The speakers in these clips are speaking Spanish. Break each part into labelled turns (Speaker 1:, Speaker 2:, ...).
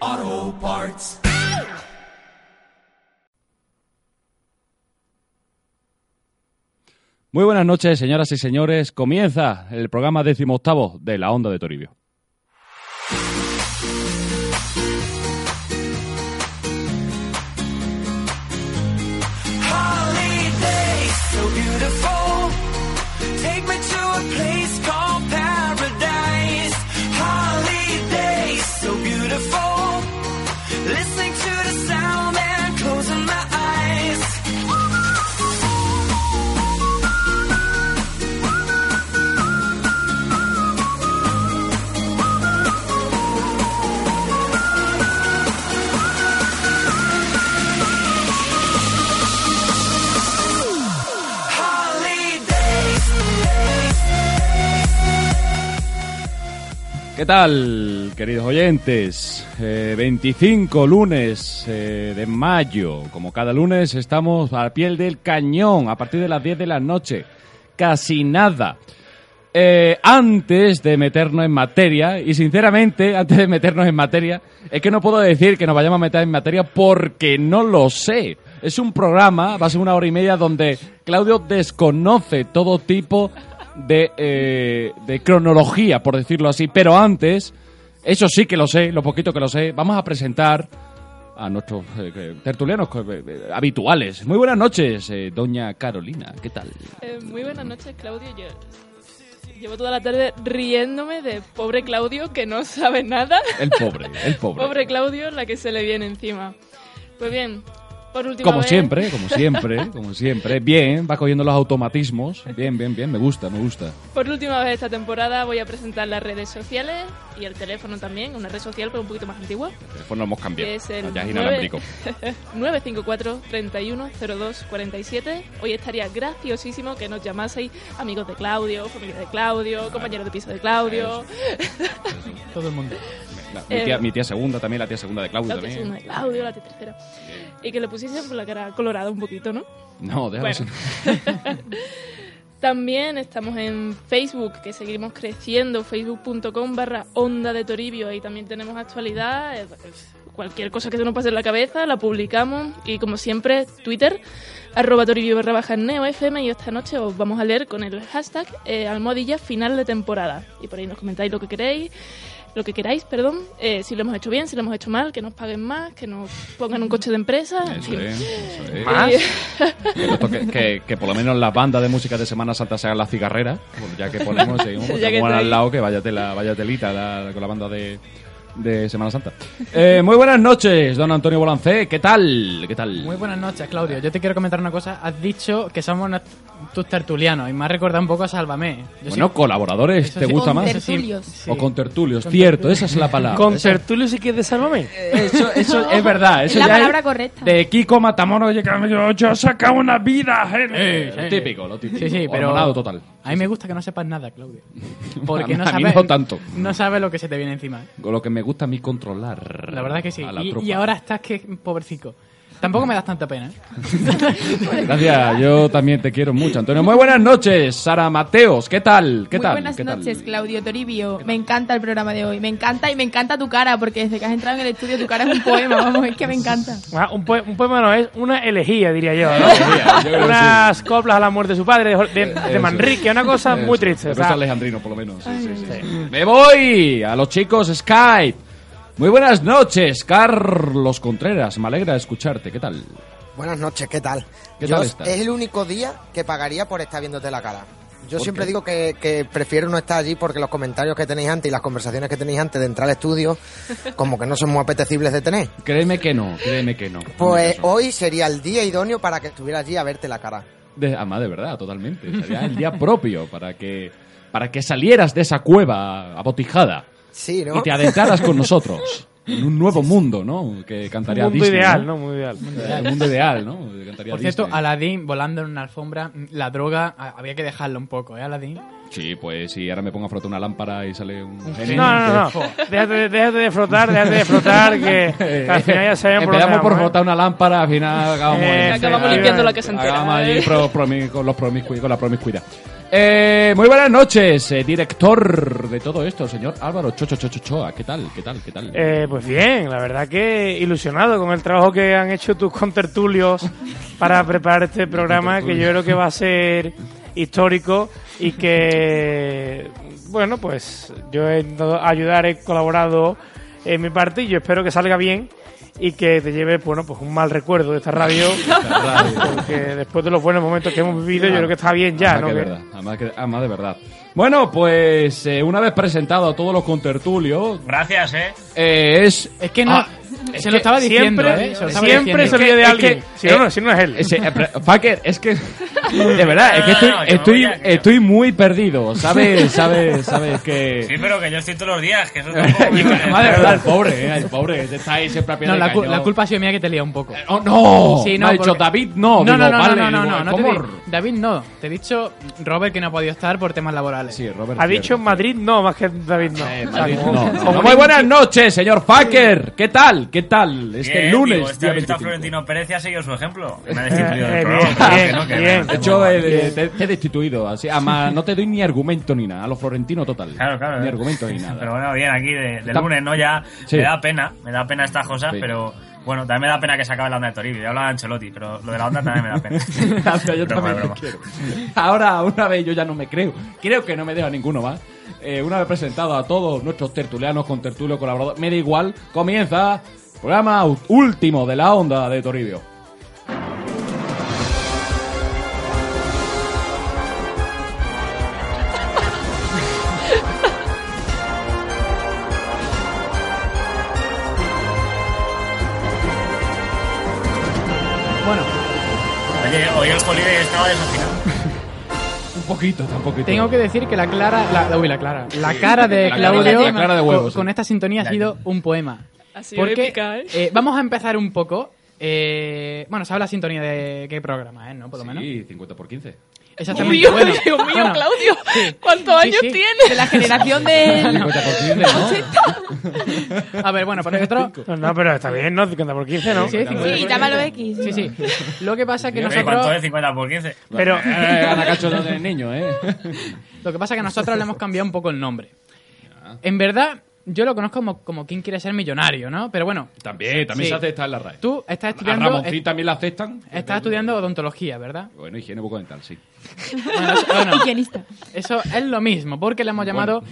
Speaker 1: Auto parts.
Speaker 2: Muy buenas noches, señoras y señores. Comienza el programa decimoctavo de La Onda de Toribio.
Speaker 1: Holidays so beautiful. Take me to a place called paradise. Holidays so beautiful. Listening to the sound and closing my eyes. Holidays.
Speaker 2: ¿Qué tal, queridos oyentes? Eh, 25 lunes eh, de mayo. Como cada lunes estamos a la piel del cañón a partir de las 10 de la noche. Casi nada. Eh, antes de meternos en materia, y sinceramente, antes de meternos en materia, es que no puedo decir que nos vayamos a meter en materia porque no lo sé. Es un programa, va a ser una hora y media, donde Claudio desconoce todo tipo de, eh, de cronología, por decirlo así. Pero antes, eso sí que lo sé, lo poquito que lo sé, vamos a presentar a nuestros eh, tertulianos eh, eh, habituales. Muy buenas noches, eh, doña Carolina, ¿qué tal?
Speaker 3: Eh, muy buenas noches, Claudio. Yo llevo toda la tarde riéndome de pobre Claudio que no sabe nada.
Speaker 2: El pobre, el pobre.
Speaker 3: Pobre Claudio, la que se le viene encima. Pues bien, por última
Speaker 2: Como
Speaker 3: vez-
Speaker 2: siempre, como siempre, como siempre. Bien, va cogiendo los automatismos. Bien, bien, bien, me gusta, me gusta.
Speaker 3: Por última vez esta temporada voy a presentar las redes sociales y el teléfono también, una red social pero un poquito más antigua,
Speaker 2: El teléfono hemos cambiado.
Speaker 3: que es el
Speaker 2: ya es
Speaker 3: 9
Speaker 2: inalámbrico.
Speaker 3: 954 31 02 47. Hoy estaría graciosísimo que nos llamaseis amigos de Claudio, familia de Claudio, compañeros de piso de Claudio.
Speaker 2: La- mi, tía, mi tía segunda también, la tía segunda de Claudio
Speaker 3: La tía segunda
Speaker 2: también.
Speaker 3: de Claudio, la tía tercera. Y que le pusiesen por la cara colorada un poquito, ¿no?
Speaker 2: No, déjalo
Speaker 3: Bueno. También estamos en Facebook, que seguimos creciendo, facebook.com barra onda de Toribio. Ahí también tenemos actualidad, eh, cualquier cosa que se nos pase en la cabeza, la publicamos. Y como siempre, Twitter, arroba toribio barra baja en neo FM. Y esta noche os vamos a leer con el hashtag eh, almohadilla final de temporada. Y por ahí nos comentáis lo que queréis. Lo que queráis, perdón, eh, si lo hemos hecho bien, si lo hemos hecho mal, que nos paguen más, que nos pongan un coche de empresa. en
Speaker 2: Eso
Speaker 3: fin. Eh,
Speaker 2: es, eso es.
Speaker 3: Y-
Speaker 2: Que, lo toque- que- que por lo menos las bandas de música de Semana Santa sean las cigarreras. Bueno, ya que ponemos eh, un
Speaker 3: Ya que
Speaker 2: Juan
Speaker 3: está ahí.
Speaker 2: al lado, que vaya, tela- vaya telita la- con la banda de, de Semana Santa. Eh, muy buenas noches, don Antonio Bolancé. ¿Qué tal? ¿Qué tal?
Speaker 4: Muy buenas noches, Claudio. Yo te quiero comentar una cosa. Has dicho que somos na- tus tertulianos y me has recordado un poco a Sálvame. Yo
Speaker 2: Bueno,
Speaker 4: soy-
Speaker 2: colaboradores,
Speaker 4: eso
Speaker 2: ¿te
Speaker 4: sí-
Speaker 2: gusta
Speaker 4: Con
Speaker 2: más?
Speaker 4: eso sí-
Speaker 5: tertulios.
Speaker 4: sí.
Speaker 2: O con tertulios, cierto, esa es la palabra.
Speaker 6: Con
Speaker 2: Esa-
Speaker 6: Tertulio sí que es de Sálvame.
Speaker 2: eso, eso es verdad, Ah,
Speaker 5: Es
Speaker 2: eso
Speaker 5: la
Speaker 2: ya
Speaker 5: palabra
Speaker 2: es
Speaker 5: correcta.
Speaker 2: De Kiko Matamoros, oye, que yo, yo saca una vida. eh.
Speaker 4: Sí,
Speaker 2: Lo
Speaker 4: sí.
Speaker 2: típico, lo típico.
Speaker 4: Sí, sí, pero-
Speaker 2: Hormonado total.
Speaker 4: A mí me gusta que no sepas nada, Claudio. Porque no
Speaker 2: A mí
Speaker 4: sabes.
Speaker 2: no tanto.
Speaker 4: No sabes lo que se te viene encima.
Speaker 2: Con Lo que me gusta a mí controlar.
Speaker 4: La verdad que sí.
Speaker 2: a la
Speaker 4: Y,
Speaker 2: tropa.
Speaker 4: y ahora estás que. Pobrecito. Tampoco me das tanta pena. ¿eh?
Speaker 2: Gracias, yo también te quiero mucho, Antonio. Muy buenas noches, Sara Mateos. ¿Qué tal? ¿Qué
Speaker 5: Muy
Speaker 2: tal?
Speaker 5: buenas
Speaker 2: ¿Qué tal?
Speaker 5: noches, Claudio Toribio. Me encanta el programa de hoy. Me encanta y me encanta tu cara, porque desde que has entrado en el estudio tu cara es un poema. Vamos, es que me encanta.
Speaker 6: Ah, Un, poe- un poema no es una elegía, diría yo. ¿no?
Speaker 2: Elegía, yo creo que
Speaker 6: Unas coplas a la muerte de su padre, de, Jor- de- de
Speaker 2: eso.
Speaker 6: Manrique, una cosa
Speaker 2: Eso,
Speaker 6: muy triste.
Speaker 2: Pero
Speaker 4: Pues,
Speaker 6: o sea,
Speaker 4: ah.
Speaker 2: es alejandrino, por lo menos. Sí, sí, sí. Me voy a los chicos Skype. Muy buenas noches, Carlos Contreras. Me alegra escucharte. ¿Qué tal?
Speaker 7: Buenas noches, ¿qué tal?
Speaker 2: ¿Qué
Speaker 7: Yo-
Speaker 2: tal estás?
Speaker 7: Es el único día que pagaría por estar viéndote la cara. Yo
Speaker 2: ¿Por
Speaker 7: siempre
Speaker 2: qué?
Speaker 7: digo que, que prefiero no estar allí porque los comentarios que tenéis antes y las conversaciones que tenéis antes de entrar al estudio como que no son muy apetecibles de tener.
Speaker 2: Créeme que no, créeme que no.
Speaker 7: Pues
Speaker 2: Eso.
Speaker 7: hoy sería el día idóneo para que estuviera allí a verte la cara.
Speaker 2: De, además, de verdad, totalmente. Sería el día propio para que, para que salieras de esa cueva abotijada
Speaker 7: Sí, ¿no?
Speaker 2: y te adentraras con nosotros. en un nuevo mundo, ¿no? Que
Speaker 6: Un
Speaker 2: cantaría
Speaker 6: mundo
Speaker 2: Disney,
Speaker 6: ideal, ¿no? Muy ideal.
Speaker 2: Eh, Un mundo ideal, ¿no? Que cantaría
Speaker 4: Por cierto,
Speaker 2: Disney.
Speaker 4: Aladdin volando en una alfombra, mm, la droga a- había que dejarla un poco, ¿eh, Aladdin?
Speaker 2: Sí, pues si ahora me pongo a frotar una lámpara y sale un genio.
Speaker 6: No, no, no. no. Déjate, de- déjate de frotar, déjate de frotar, que, que al final ya sabemos por dónde
Speaker 2: Empezamos por
Speaker 6: vamos, ¿eh?
Speaker 2: frotar una lámpara, al final acabamos,
Speaker 6: Eh,
Speaker 2: en-
Speaker 6: acabamos
Speaker 3: limpiando la casa entera,
Speaker 2: Acabamos allí
Speaker 3: ¿eh?
Speaker 2: pro- promi- con, los promiscu- con la promiscuidad. Eh, muy buenas noches, eh, director de todo esto, señor Álvaro Chocho Chocho Choa. ¿Qué tal? ¿Qué tal? ¿Qué tal?
Speaker 6: Eh, pues bien, la verdad que ilusionado con el trabajo que han hecho tus contertulios para preparar este programa que yo creo que va a ser histórico y que, bueno, pues yo he intentado ayudar, he colaborado en mi parte y yo espero que salga bien y que te lleve, bueno, pues un mal recuerdo de esta radio, porque después de los buenos momentos que hemos vivido yo creo que está bien ya, ¿no?
Speaker 2: Además que
Speaker 6: Que-
Speaker 2: de verdad, además que- además de verdad. Bueno, pues eh, una vez presentado a todos los contertulios,
Speaker 8: Gracias, ¿eh?
Speaker 2: eh, es...
Speaker 4: Es que no.
Speaker 2: Ah,
Speaker 4: se
Speaker 2: es
Speaker 4: lo
Speaker 2: que
Speaker 4: estaba diciendo,
Speaker 6: Siempre,
Speaker 4: ¿eh? Se lo estaba
Speaker 6: siempre se
Speaker 4: diciendo.
Speaker 6: olvida de
Speaker 2: Es que-
Speaker 6: alguien. si, no, no, si no es él.
Speaker 2: Ese, eh, pre- Fucker, es que. De verdad, es que estoy,
Speaker 8: No, no, no, yo me
Speaker 2: estoy,
Speaker 8: voy ya, que yo-
Speaker 2: estoy muy perdido. Pues ¿Sabes? ¿Sabes? ¿Sabes?
Speaker 8: Sí,
Speaker 2: Que.
Speaker 8: pero que yo estoy todos los días, que eso
Speaker 2: Y
Speaker 8: tampoco me
Speaker 2: que, Madre,
Speaker 8: vale.
Speaker 2: verdad, el pobre, eh, el pobre. que Está ahí siempre a pie
Speaker 4: No,
Speaker 2: de
Speaker 4: la, cu-
Speaker 2: cañón.
Speaker 4: la culpa ha sido mía que te lía un poco.
Speaker 2: Oh, no.
Speaker 4: Sí,
Speaker 2: Me ha dicho
Speaker 4: porque-
Speaker 2: David,
Speaker 4: No,
Speaker 2: no. Digo,
Speaker 4: no, no,
Speaker 2: vale,
Speaker 4: no, no,
Speaker 2: digo,
Speaker 4: no, no te
Speaker 2: ¿cómo?
Speaker 4: di- David, no. Te he dicho Robert que no ha podido estar por temas laborales.
Speaker 2: Sí, Robert.
Speaker 6: Ha dicho Madrid no, más que David no.
Speaker 2: Eh,
Speaker 6: O sea,
Speaker 2: Madrid,
Speaker 6: como-
Speaker 2: no.
Speaker 6: como
Speaker 2: Muy buenas noches, señor Fucker. ¿Qué tal? ¿Qué tal? Este
Speaker 8: Bien,
Speaker 2: lunes.
Speaker 8: digo, esta
Speaker 2: día
Speaker 8: vez está
Speaker 2: 25.
Speaker 8: Florentino Pérez y ha seguido su ejemplo. Me ha
Speaker 6: Eh,
Speaker 8: destituido del
Speaker 6: eh,
Speaker 8: programa,
Speaker 6: bien,
Speaker 8: pero
Speaker 6: bien,
Speaker 8: que no, que
Speaker 6: bien.
Speaker 8: me-
Speaker 2: De hecho, el- eh, te, te he destituido. Así, además, no te doy ni argumento ni nada. A los florentinos, total.
Speaker 8: Claro, claro.
Speaker 2: Ni
Speaker 8: eh.
Speaker 2: argumento ni nada.
Speaker 8: Pero bueno, bien, aquí de, de
Speaker 2: Está-
Speaker 8: lunes, ¿no? Ya
Speaker 2: Sí.
Speaker 8: me da pena, me da pena estas cosas,
Speaker 2: Sí.
Speaker 8: pero bueno, también me da pena que se acabe la onda de Toribio. He hablado de Ancelotti, pero lo de la onda también me da pena. Broma,
Speaker 2: yo también
Speaker 8: broma.
Speaker 2: quiero. Ahora, una vez yo ya no me creo. Creo que no me dejo a ninguno más. Eh, una vez presentado a todos nuestros tertulianos, con tertulio, colaborador, me da igual, comienza el programa ú- último de la onda de Toribio.
Speaker 4: Bueno,
Speaker 8: Oye, hoy el Holiday estaba desafinado.
Speaker 2: Un poquito, un poquito.
Speaker 4: tengo que decir que la Clara. La, la- uy, la Clara. La cara de
Speaker 2: La cara-
Speaker 4: Claudio
Speaker 2: la cara de
Speaker 4: con-
Speaker 2: huevos,
Speaker 4: con,
Speaker 2: sí.
Speaker 4: esta sintonía ha sido un poema.
Speaker 3: Ha sido
Speaker 4: Porque
Speaker 3: épica, ¿eh?
Speaker 4: eh, vamos a empezar un poco. eh, bueno, sabe la sintonía de qué programa, ¿eh? ¿No? Por lo menos.
Speaker 2: Sí, 50 por 15.
Speaker 4: Exactamente.
Speaker 3: Uy, uy,
Speaker 4: Bueno,
Speaker 3: Dios mío,
Speaker 4: bueno,
Speaker 3: Claudio, ¿cuántos
Speaker 4: Sí,
Speaker 3: años
Speaker 4: sí.
Speaker 3: tienes?
Speaker 5: De la generación de...
Speaker 6: Pues
Speaker 2: 50 por 15, ¿no?
Speaker 4: A ver, bueno, para nosotros.
Speaker 6: No, no, pero está bien, ¿no? 50 por 15, ¿no?
Speaker 4: Sí, sí,
Speaker 5: Sí, llámalo X.
Speaker 4: Sí, sí. Lo que pasa es que
Speaker 8: Oye, ¿Cuánto es
Speaker 4: nosotros,
Speaker 8: 50 por 15?
Speaker 6: Pero,
Speaker 2: Eh, Ana Cacho de niño, ¿eh?
Speaker 4: lo que pasa es que nosotros le hemos cambiado un poco el nombre. En verdad, yo lo conozco como, como quien quiere ser millonario, ¿no? Pero bueno,
Speaker 2: También, también
Speaker 4: Sí.
Speaker 2: se acepta en la RAE.
Speaker 4: tú estás
Speaker 2: ¿A
Speaker 4: estudiando,
Speaker 2: Ramoncín también la aceptan?
Speaker 4: est- estás estudiando odontología, ¿verdad?
Speaker 2: Bueno, higiene bucodental, sí.
Speaker 4: Bueno, eso, bueno,
Speaker 5: Higienista.
Speaker 4: eso es lo mismo, porque le hemos llamado.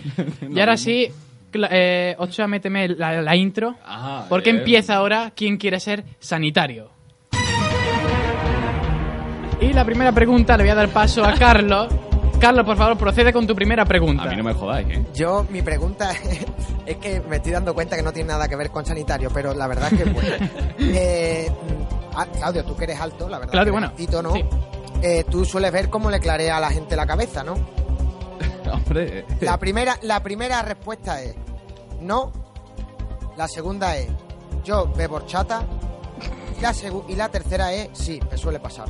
Speaker 4: Y ahora sí, cla- eh, Ochoa, méteme la, la intro,
Speaker 2: Ah,
Speaker 4: porque
Speaker 2: eh.
Speaker 4: empieza ahora quien quiere ser sanitario. Y la primera pregunta le voy a dar paso a Carlos. Carlos, por favor, procede con tu primera pregunta.
Speaker 2: A mí no me jodáis, ¿eh?
Speaker 7: Yo, mi pregunta es, es que me estoy dando cuenta que no tiene nada que ver con sanitario, pero la verdad es que bueno. Eh, ah, Claudio, tú que eres alto, la verdad.
Speaker 4: Claudio,
Speaker 7: que eres
Speaker 4: bueno,
Speaker 7: altito, ¿no?
Speaker 4: sí.
Speaker 7: Eh, tú sueles ver cómo le clarea a la gente la cabeza, ¿no?
Speaker 2: Hombre, eh.
Speaker 7: La primera, la primera respuesta es no. La segunda es yo bebo horchata. Y la, segu- y la tercera es sí, me suele pasar.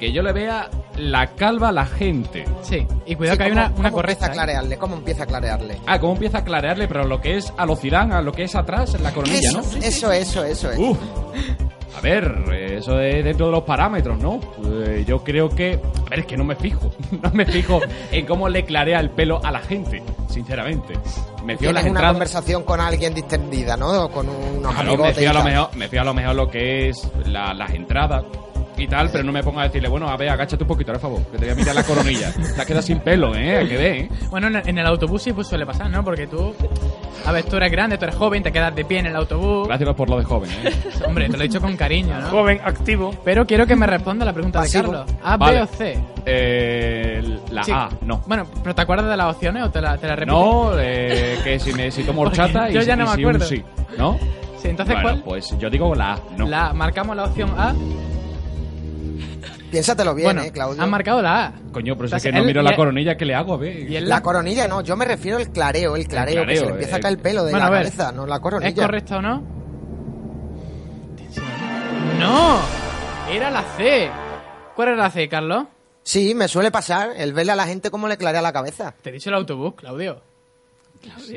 Speaker 2: que yo le vea la calva a la gente.
Speaker 4: Sí, y cuidado
Speaker 7: Sí,
Speaker 4: que hay
Speaker 7: ¿cómo-
Speaker 4: una, una
Speaker 7: cómo
Speaker 4: correcta.
Speaker 7: Empieza a
Speaker 4: ¿eh?
Speaker 7: clarearle, ¿Cómo empieza a clarearle?
Speaker 2: Ah, cómo empieza a clarearle, pero lo que es a lo Zidane, a lo que es atrás, en la coronilla,
Speaker 7: Eso,
Speaker 2: ¿no?
Speaker 7: eso, eso, eso es.
Speaker 2: Uf. A ver, eh, eso es dentro de los parámetros, ¿no? Eh, yo creo que... A ver, es que no me fijo. No me fijo en cómo le clarea el pelo a la gente, sinceramente. Me fijo en
Speaker 7: Tienes
Speaker 2: las
Speaker 7: una
Speaker 2: entradas...
Speaker 7: conversación con alguien distendida, ¿no? O Con unos
Speaker 2: Claro, me
Speaker 7: amigotes y
Speaker 2: fío, a lo
Speaker 7: tal.
Speaker 2: mejor, me fío a lo mejor lo que es la- las entradas y tal, pero no me pongo a decirle, bueno, a ver, agáchate un poquito, por favor, que te voy a mirar la coronilla. Te has quedado sin pelo, ¿eh? Hay Que ve, ¿eh?
Speaker 4: Bueno, en el, en el autobús sí pues, suele pasar, ¿no? Porque tú, a ver, tú eres grande, tú eres joven, te quedas de pie en el autobús.
Speaker 2: Gracias por lo de joven, ¿eh?
Speaker 4: Hombre, te lo he dicho con cariño, ¿no?
Speaker 6: joven, activo.
Speaker 4: Pero quiero que me responda la pregunta
Speaker 7: Pasivo.
Speaker 4: de Carlos. ¿A,
Speaker 2: Vale.
Speaker 4: B o C?
Speaker 2: Eh, la
Speaker 4: Sí.
Speaker 2: A, no.
Speaker 4: Bueno, pero ¿te acuerdas de las opciones o te la, te la repito?
Speaker 2: No, eh, que si me si tomo horchata
Speaker 4: Porque
Speaker 2: y,
Speaker 4: yo ya
Speaker 2: si-
Speaker 4: no
Speaker 2: y
Speaker 4: me
Speaker 2: si un
Speaker 4: acuerdo.
Speaker 2: sí, ¿no?
Speaker 4: Sí, entonces,
Speaker 2: bueno,
Speaker 4: ¿cuál?
Speaker 2: pues yo digo la A, no.
Speaker 4: La, marcamos la opción A.
Speaker 7: Piénsatelo bien,
Speaker 4: bueno,
Speaker 7: eh, Claudio.
Speaker 4: han marcado la A.
Speaker 2: Coño, pero si
Speaker 4: Entonces,
Speaker 2: es que no
Speaker 4: él-
Speaker 2: miro la
Speaker 4: él-
Speaker 2: coronilla, ¿qué le hago? A ver.
Speaker 4: Y es eh.
Speaker 7: La coronilla no, yo me refiero al clareo, el clareo, que se
Speaker 2: clareo,
Speaker 7: le empieza a
Speaker 2: el-
Speaker 7: caer el pelo de
Speaker 4: Bueno, a
Speaker 7: la
Speaker 4: ver.
Speaker 7: cabeza, no la coronilla.
Speaker 4: ¿Es correcto o no? No, era la C. ¿Cuál era la C, Carlos?
Speaker 7: Sí, me suele pasar el verle a la gente cómo le clarea la cabeza.
Speaker 4: Te he dicho el autobús, Claudio.
Speaker 3: Dios,
Speaker 4: Y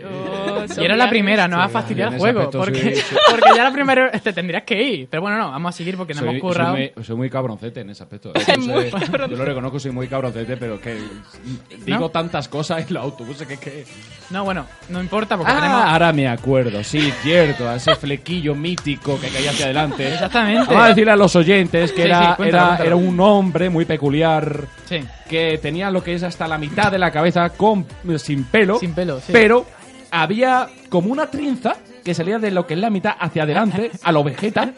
Speaker 4: era la
Speaker 3: Sofía.
Speaker 4: primera, no
Speaker 2: Sí,
Speaker 4: vas a fastidiar
Speaker 2: en
Speaker 4: el
Speaker 2: ese
Speaker 4: juego.
Speaker 2: aspecto
Speaker 4: Porque,
Speaker 2: soy-
Speaker 4: porque ya la primera te tendrías que ir. Pero bueno, no, vamos a seguir porque no
Speaker 2: Soy,
Speaker 4: hemos currado.
Speaker 2: soy muy, soy muy cabroncete en ese aspecto. ¿eh?
Speaker 3: Soy
Speaker 2: No sé,
Speaker 3: muy cabroncete.
Speaker 2: yo lo reconozco, soy muy cabroncete, pero es que digo tantas cosas en los autobuses que es que...
Speaker 4: No, bueno, no importa porque
Speaker 2: Ah,
Speaker 4: tenemos.
Speaker 2: ahora me acuerdo, sí, cierto, a ese flequillo mítico que caía hacia adelante.
Speaker 4: Exactamente.
Speaker 2: Vamos a decirle a los oyentes que
Speaker 4: Sí,
Speaker 2: era,
Speaker 4: sí, cuéntalo,
Speaker 2: era-
Speaker 4: cuéntalo.
Speaker 2: era un hombre muy peculiar
Speaker 4: Sí.
Speaker 2: que tenía lo que es hasta la mitad de la cabeza con, eh, sin pelo.
Speaker 4: Sin pelo, sí.
Speaker 2: Pero había como una trenza que salía de lo que es la mitad hacia adelante, a lo vegeta.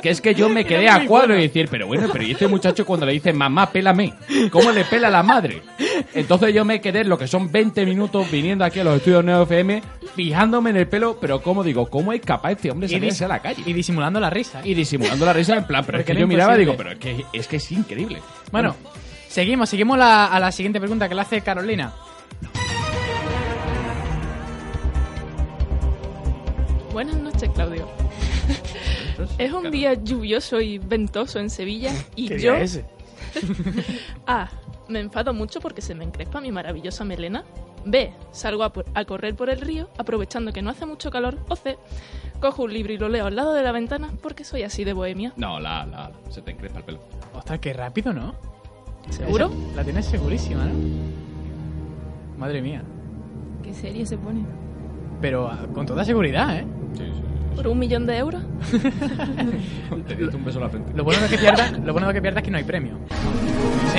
Speaker 2: Que es que yo me quedé a cuadro y decir, pero bueno, pero ¿y este muchacho cuando le dice mamá, pélame? ¿Cómo le pela la madre? Entonces yo me quedé lo que son 20 minutos viniendo aquí a los estudios Neo FM, fijándome en el pelo, pero como digo, ¿cómo es capaz este hombre de
Speaker 4: Y, dis-
Speaker 2: salirse a la calle?
Speaker 4: y disimulando la risa. ¿eh?
Speaker 2: Y disimulando la risa en plan, pero es
Speaker 4: Porque
Speaker 2: que
Speaker 4: era
Speaker 2: yo miraba y digo, pero
Speaker 4: imposible.
Speaker 2: es que es, que es increíble.
Speaker 4: Bueno, seguimos, seguimos la- a la siguiente pregunta que la hace Carolina.
Speaker 3: Buenas noches, Claudio. Es un día lluvioso y ventoso en Sevilla y
Speaker 6: ¿Qué
Speaker 3: yo...
Speaker 6: día es ese?
Speaker 3: A. Me enfado mucho porque se me encrespa mi maravillosa melena. B. Salgo a, por- a correr por el río aprovechando que no hace mucho calor. O C. Cojo un libro y lo leo al lado de la ventana porque soy así de bohemia.
Speaker 2: No, la, la, la, se te encrespa el pelo.
Speaker 4: Ostras, qué rápido, ¿no?
Speaker 3: ¿Seguro?
Speaker 4: Esa- La tienes segurísima, ¿no? Madre mía.
Speaker 5: Qué serie se pone.
Speaker 4: Pero ah, con toda seguridad, ¿eh?
Speaker 3: ¿Por un millón de euros?
Speaker 2: Te diste un beso en la frente.
Speaker 4: Lo bueno de que pierdas, lo bueno de que pierdas es que no hay premio. Sí.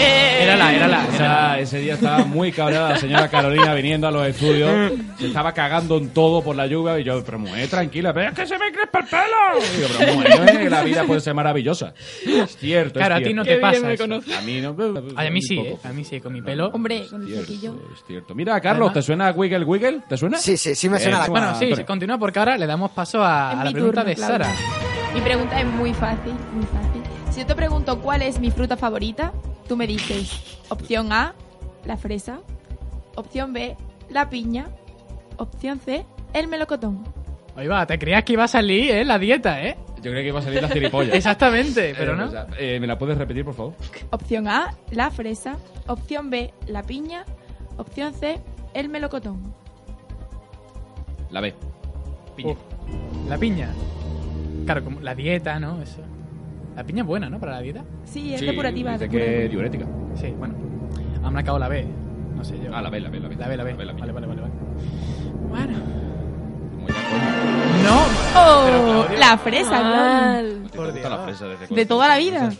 Speaker 2: Eh.
Speaker 4: Era la, era la, era la.
Speaker 2: Esa- ese día estaba muy cabreada la señora Carolina viniendo a los estudios. Se estaba cagando en todo por la lluvia. Y yo, pero mujer, tranquila, pero es que se me crespa el pelo. Y yo, pero mujer, eh, la vida puede ser maravillosa. Es cierto,
Speaker 4: Claro, a
Speaker 2: es
Speaker 4: ti no te
Speaker 2: cierto.
Speaker 3: Qué
Speaker 4: pasa.
Speaker 3: bien me
Speaker 4: eso.
Speaker 3: conoces.
Speaker 2: A mí no.
Speaker 4: Ay, a mí sí,
Speaker 2: un
Speaker 4: ¿eh?
Speaker 2: poco.
Speaker 4: A mí sí, con mi pelo.
Speaker 5: Hombre, con el flequillo.
Speaker 2: Es cierto. Mira, Carlos,
Speaker 4: Además-
Speaker 2: ¿te suena Wiggle Wiggle? ¿Te suena?
Speaker 7: Sí, sí, sí me suena
Speaker 2: Eh,
Speaker 7: la
Speaker 2: toma,
Speaker 4: Bueno, sí,
Speaker 2: Antonio.
Speaker 4: sí, continúa porque ahora le damos paso a,
Speaker 5: Es
Speaker 4: a la
Speaker 5: mi
Speaker 4: pregunta
Speaker 5: turno,
Speaker 4: de
Speaker 5: Claudia.
Speaker 4: Sara.
Speaker 5: Mi pregunta es muy fácil, muy fácil. Si yo te pregunto cuál es mi fruta favorita, tú me dices opción A, la fresa, opción B, la piña, opción C, el melocotón.
Speaker 4: Ahí va, te creías que iba a salir, ¿eh? La dieta, ¿eh?
Speaker 2: Yo creía que iba a salir la ciripollas.
Speaker 4: Exactamente, pero
Speaker 2: Eh,
Speaker 4: no.
Speaker 2: o sea, eh, ¿Me la puedes repetir, por favor?
Speaker 5: Opción A, la fresa, opción B, la piña, opción C, el melocotón.
Speaker 2: La B.
Speaker 4: Piña. La piña. Claro, como la dieta, ¿no? Eso. La piña es buena, ¿no? Para la dieta.
Speaker 5: Sí, es
Speaker 2: Sí,
Speaker 5: depurativa.
Speaker 2: Dice que
Speaker 5: depurativa.
Speaker 2: diurética.
Speaker 4: Sí, bueno. Han marcado la B. No sé yo.
Speaker 2: Ah, la B, la B, la B.
Speaker 4: La B, la B.
Speaker 2: la
Speaker 4: Vale, vale, vale, vale. Bueno.
Speaker 2: Como ya coño.
Speaker 4: No. Pero,
Speaker 5: ¡Oh!
Speaker 4: Claudia.
Speaker 5: La fresa,
Speaker 2: Ah.
Speaker 5: Claudia.
Speaker 3: Mal.
Speaker 2: ¿Te gusta la fresa desde
Speaker 5: De
Speaker 2: cuándo?
Speaker 5: toda la vida.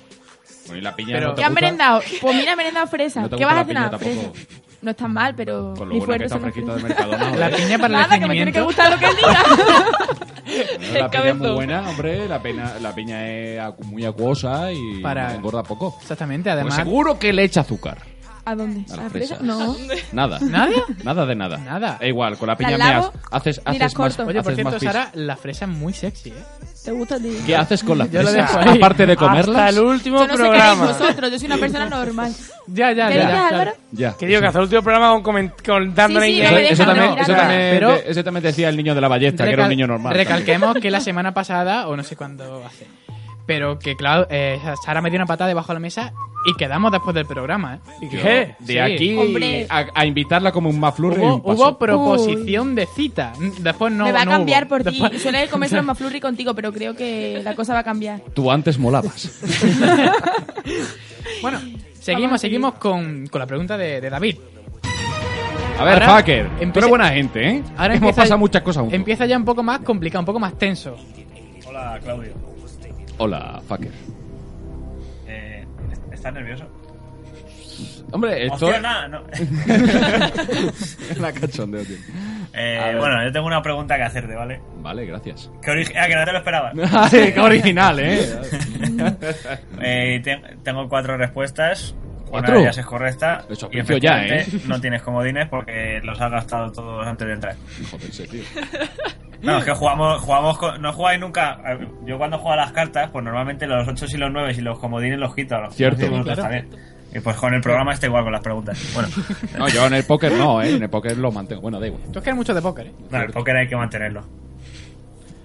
Speaker 2: Bueno, y la piña
Speaker 4: Pero-
Speaker 2: no te
Speaker 5: ¿Qué has
Speaker 2: gusta?
Speaker 5: merendado? Pues mira, he merendado fresa.
Speaker 2: No te
Speaker 5: ¿Qué vas
Speaker 2: gusta
Speaker 5: a
Speaker 2: la piña
Speaker 5: cenar?
Speaker 2: tampoco.
Speaker 5: Fresa. No están mal, pero
Speaker 2: Con lo
Speaker 5: mi
Speaker 2: bueno que
Speaker 5: fuerte
Speaker 2: está
Speaker 5: son las
Speaker 2: fresquito de
Speaker 5: fresas.
Speaker 2: Mercadona.
Speaker 4: La
Speaker 2: hombre.
Speaker 4: piña para el
Speaker 5: Nada, que me tiene que
Speaker 4: estreñimiento.
Speaker 5: gustar lo que él diga.
Speaker 2: Bueno, la
Speaker 3: El
Speaker 2: piña es muy
Speaker 3: cabezón.
Speaker 2: buena, hombre. La, pena- la piña es acu- muy acuosa y
Speaker 4: Para-
Speaker 2: engorda poco.
Speaker 4: Exactamente,
Speaker 2: Pues
Speaker 4: además.
Speaker 2: seguro que le echa azúcar.
Speaker 5: ¿A dónde?
Speaker 2: A
Speaker 5: ¿A
Speaker 2: las
Speaker 5: la
Speaker 2: fresas.
Speaker 5: fresa? No.
Speaker 2: Nada.
Speaker 4: ¿Nada?
Speaker 2: Nada de nada.
Speaker 4: Nada.
Speaker 2: E igual, con la piña
Speaker 5: Las
Speaker 2: me
Speaker 5: lavo,
Speaker 2: has- haces,
Speaker 5: ni las
Speaker 2: haces más,
Speaker 5: corto.
Speaker 4: Oye, por
Speaker 2: haces más
Speaker 4: cierto,
Speaker 2: pis.
Speaker 4: Sara, la fresa es muy sexy, ¿eh?
Speaker 5: ¿Te gusta a ti?
Speaker 2: ¿Qué haces con las
Speaker 4: Yo lo
Speaker 2: fresas?
Speaker 4: dejo ahí.
Speaker 2: Aparte de
Speaker 6: Hasta
Speaker 2: comerlas.
Speaker 6: el último
Speaker 5: Yo no sé qué haréis
Speaker 6: programa.
Speaker 5: vosotros. Yo soy una persona normal.
Speaker 4: Ya, ya,
Speaker 5: ¿Qué
Speaker 4: ya.
Speaker 5: dices,
Speaker 4: ya, claro.
Speaker 5: Álvaro?
Speaker 2: Ya.
Speaker 6: Que digo, que hasta el último programa con, coment- con dándole
Speaker 5: Sí, sí,
Speaker 6: ahí-
Speaker 5: no me dejan,
Speaker 2: Eso también,
Speaker 5: no me
Speaker 2: eso
Speaker 5: dejan.
Speaker 2: también,
Speaker 4: Pero-
Speaker 2: de- eso también decía el niño de la ballesta, que era un
Speaker 4: Recal-
Speaker 2: niño normal.
Speaker 4: Recalquemos que la semana pasada, o no sé cuándo hace, pero que claro, eh, Sara metió una patada debajo de la mesa y quedamos después del programa, ¿eh?
Speaker 6: ¿Y
Speaker 2: también.
Speaker 6: qué?
Speaker 2: De
Speaker 4: Sí.
Speaker 2: aquí
Speaker 5: Hombre.
Speaker 2: a, a invitarla como un maflurre.
Speaker 4: Hubo,
Speaker 2: un paso.
Speaker 4: hubo proposición de cita. Después no.
Speaker 5: me va a
Speaker 4: no hubo.
Speaker 5: cambiar por ti.
Speaker 4: Después-
Speaker 5: Suele comerse los maflurri contigo, pero creo que la cosa va a cambiar.
Speaker 2: Tú antes molabas.
Speaker 4: Bueno,
Speaker 5: Vamos a
Speaker 4: seguimos, seguimos con, con la pregunta de, de David.
Speaker 2: A ver,
Speaker 4: Ahora
Speaker 2: Hacker, tú
Speaker 4: empieza-
Speaker 2: eres buena gente, ¿eh?
Speaker 4: Ahora
Speaker 2: Hemos
Speaker 4: empieza- em-
Speaker 2: pasado muchas cosas juntos.
Speaker 4: Empieza ya un poco más complicado, un poco más tenso.
Speaker 8: Hola, Claudio.
Speaker 2: Hola, Hacker.
Speaker 8: Eh, ¿Estás nervioso?
Speaker 2: Hombre, esto
Speaker 8: Hostia, nada, no.
Speaker 2: es la cachondeo, tío.
Speaker 8: Eh, bueno, yo tengo una pregunta que hacerte, ¿vale?
Speaker 2: Vale, gracias.
Speaker 8: Que orig- Ah, que no te lo esperaba.
Speaker 2: Ay, qué original, ¿eh?
Speaker 8: Eh, te- tengo cuatro respuestas Una
Speaker 2: ¿Cuatro?
Speaker 8: de ellas es correcta.
Speaker 2: Eso,
Speaker 8: y
Speaker 2: aprecio ya, ¿eh?
Speaker 8: efectivamente No tienes comodines porque los has gastado todos antes de entrar.
Speaker 2: Joder, ese tío.
Speaker 8: No, es que jugamos, jugamos con- no jugáis nunca. Yo cuando juego a las cartas, pues normalmente los 8 y los 9 y los comodines los quito. Los
Speaker 2: Cierto.
Speaker 8: los quito también. Y pues con el programa está igual con las preguntas. Bueno,
Speaker 2: No, yo en el póker no, ¿eh? En el póker lo mantengo. Bueno, da igual.
Speaker 4: Tú es que eres mucho de póker, ¿eh?
Speaker 8: no, el póker hay que mantenerlo.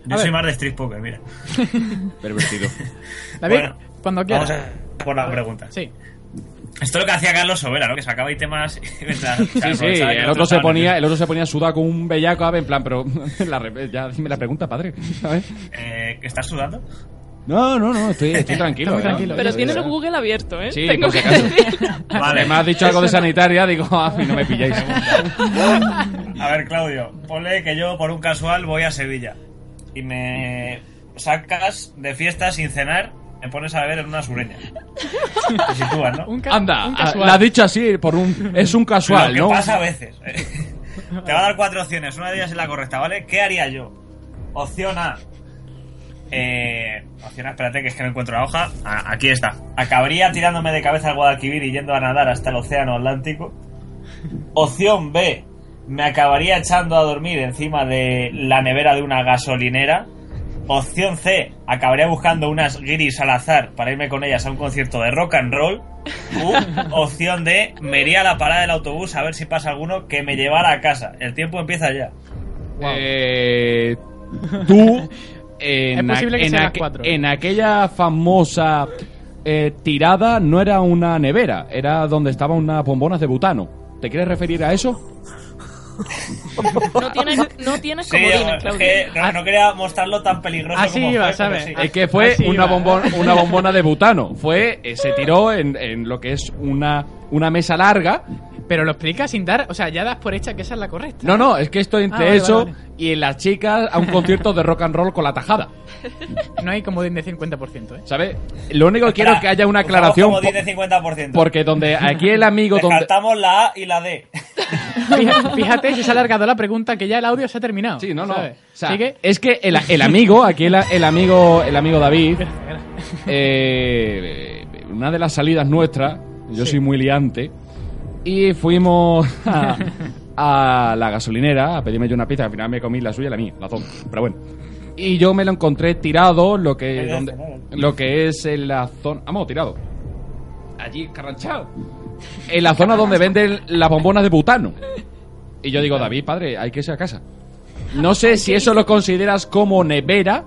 Speaker 8: Yo
Speaker 4: A
Speaker 8: soy
Speaker 4: ver.
Speaker 8: más de street poker, mira.
Speaker 2: Pervertido.
Speaker 4: David,
Speaker 8: Bueno,
Speaker 4: cuando
Speaker 8: Vamos
Speaker 4: quieras.
Speaker 8: a por las preguntas.
Speaker 4: Sí.
Speaker 8: Esto es lo que hacía Carlos Sobera, ¿no? Que sacaba temas y mientras-
Speaker 2: Sí, sí,
Speaker 8: aprovechaba que
Speaker 2: el otro se
Speaker 8: estaban
Speaker 2: ponía, el otro se ponía sudado con un bellaco, ave, en plan, pero la, re- ya dime la pregunta, padre. ¿sabes?
Speaker 8: Eh, ¿Estás sudando?
Speaker 2: No, no, no, estoy, estoy tranquilo.
Speaker 4: Está muy
Speaker 2: ¿eh?
Speaker 4: tranquilo.
Speaker 3: Pero
Speaker 4: Sí,
Speaker 3: tienes
Speaker 4: sí.
Speaker 3: el Google abierto, ¿eh?
Speaker 2: Sí,
Speaker 3: Tengo
Speaker 2: por si
Speaker 3: que
Speaker 2: acaso.
Speaker 3: decir.
Speaker 8: Vale.
Speaker 2: Me has dicho algo de sanitaria, digo, "Ah, a mí no me pilláis.
Speaker 8: A ver, Claudio, ponle que yo por un casual voy a Sevilla y me sacas de fiesta sin cenar, me pones a beber en una sureña. Te sitúas, ¿no?
Speaker 4: Un ca-
Speaker 2: Anda,
Speaker 4: un
Speaker 2: a-
Speaker 4: casual.
Speaker 2: Ah, la has dicho así, por un, es un casual,
Speaker 8: Lo que
Speaker 2: ¿no?
Speaker 8: pasa a veces. eh. Te va a dar cuatro opciones, una de ellas es la correcta, ¿vale? ¿Qué haría yo? Opción A. Eh, opción A, espérate que es que no encuentro la hoja. Ah, aquí está. Acabaría tirándome de cabeza al Guadalquivir y yendo a nadar hasta el Océano Atlántico. Opción B. Me acabaría echando a dormir encima de la nevera de una gasolinera. Opción C. Acabaría buscando unas guiris al azar para irme con ellas a un concierto de rock and roll. U opción D. Me iría a la parada del autobús a ver si pasa alguno que me llevara a casa. El tiempo empieza ya.
Speaker 2: Eh, tú, en,
Speaker 4: Es posible que
Speaker 2: en
Speaker 4: sean las
Speaker 2: aque-
Speaker 4: cuatro.
Speaker 2: en aquella famosa eh, tirada no era una nevera, era donde estaban unas bombonas de butano. ¿Te quieres referir a eso?
Speaker 3: No tienes, no tienes
Speaker 8: Sí,
Speaker 3: comodines,
Speaker 8: es
Speaker 3: Claudio.
Speaker 8: que no, no quería mostrarlo tan peligroso
Speaker 4: Así
Speaker 8: como
Speaker 4: iba,
Speaker 8: fue, pero
Speaker 4: ¿sabes?
Speaker 8: sí.
Speaker 2: Es que fue
Speaker 4: Así
Speaker 2: una,
Speaker 4: va.
Speaker 2: bombón, una bombona de butano. Fue, eh, se tiró en, en lo que es una, una mesa larga.
Speaker 4: Pero lo explicas sin dar. O sea, ya das por hecha que esa es la correcta.
Speaker 2: No, no, es que estoy entre
Speaker 4: Ah, vale,
Speaker 2: eso
Speaker 4: vale, vale.
Speaker 2: y las chicas a un concierto de rock and roll con la tajada.
Speaker 4: No hay comodín de 50%, ¿eh?
Speaker 2: ¿Sabes? Lo único que quiero es que haya una
Speaker 3: Pues
Speaker 8: Usamos
Speaker 2: aclaración.
Speaker 8: Como
Speaker 2: po-
Speaker 8: 10 de 50%.
Speaker 2: Porque donde aquí el amigo donde
Speaker 8: Descartamos la A y la D.
Speaker 4: Fija- Fíjate si se ha alargado la pregunta que ya el audio se ha terminado.
Speaker 2: Sí, no, no.
Speaker 4: ¿sabes?
Speaker 2: O sea,
Speaker 4: Así que-
Speaker 2: es que el, el amigo, aquí el, el amigo, el amigo David, eh, una de las salidas nuestras, yo soy muy liante, y fuimos a, a la gasolinera a pedirme yo una pizza, al final me comí la suya y la mía, la dos, pero bueno. Y yo me lo encontré tirado, lo que,
Speaker 8: Pedazo,
Speaker 2: donde-
Speaker 8: ¿no?
Speaker 2: lo que es en la zona... Vamos, tirado. Allí, carranchado. En la zona donde venden las bombonas de butano. Y yo digo, David, padre, hay que irse a casa. No sé si eso lo consideras como nevera,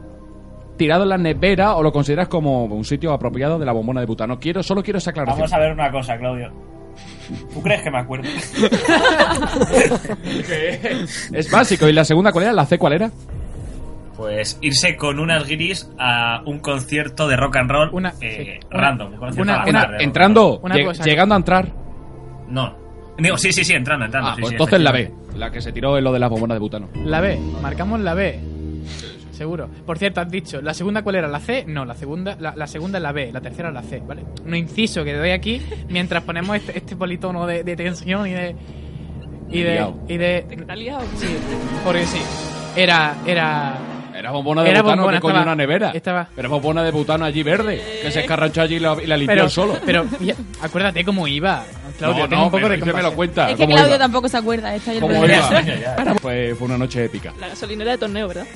Speaker 2: tirado en la nevera, o lo consideras como un sitio apropiado de la bombona de butano. Quiero, solo quiero esa aclaración.
Speaker 8: Vamos a ver una cosa, Claudio. ¿Tú crees que me acuerdo?
Speaker 2: Es básico. ¿Y la segunda cuál era? ¿La C cuál era?
Speaker 8: Pues irse con unas guiris a un concierto de rock and roll
Speaker 4: Una-
Speaker 8: eh,
Speaker 4: sí.
Speaker 8: random.
Speaker 4: Una-
Speaker 8: un concierto
Speaker 4: una-
Speaker 8: al azar
Speaker 4: una-
Speaker 8: de rock and
Speaker 2: Entra-
Speaker 8: roll.
Speaker 2: entrando,
Speaker 4: Una
Speaker 2: lleg-
Speaker 4: cosa.
Speaker 2: llegando a entrar.
Speaker 8: No. Digo, sí, sí, sí, entrando, entrando.
Speaker 2: Ah,
Speaker 8: sí,
Speaker 2: pues
Speaker 8: sí,
Speaker 2: entonces la B,
Speaker 8: efectivamente.
Speaker 2: la que se tiró en lo de las bombonas de butano.
Speaker 4: La B, marcamos la B. Seguro. Por cierto, has dicho, ¿la segunda cuál era? ¿La C? No, la segunda, la, la segunda es la B, la tercera es la C, ¿vale? Un inciso que te doy aquí mientras ponemos este, este politono de, de tensión y de. Y de.
Speaker 2: Liao.
Speaker 4: Y
Speaker 3: Te
Speaker 4: de
Speaker 3: está liado.
Speaker 4: porque sí. Era. Era.
Speaker 2: Era bombona de
Speaker 4: Era
Speaker 2: butano,
Speaker 4: bombona,
Speaker 2: ¿qué coño
Speaker 4: estaba-
Speaker 2: una nevera?
Speaker 4: estaba-
Speaker 2: Era bombona de butano allí verde, que se escarranchó allí y la, y la limpió
Speaker 4: Pero,
Speaker 2: él solo.
Speaker 4: pero ya- acuérdate cómo iba. Claudio,
Speaker 2: no,
Speaker 4: ten
Speaker 2: no,
Speaker 4: un poco
Speaker 2: pero
Speaker 4: de
Speaker 2: es que me
Speaker 4: compasión.
Speaker 2: lo cuenta.
Speaker 5: Es que
Speaker 2: cómo
Speaker 5: Claudio
Speaker 2: iba.
Speaker 5: tampoco se acuerda. Está ahí el
Speaker 2: ¿Cómo
Speaker 5: problema.
Speaker 2: iba?
Speaker 8: Ya, ya.
Speaker 2: Fue, fue una noche épica.
Speaker 3: La gasolinera de torneo, ¿verdad?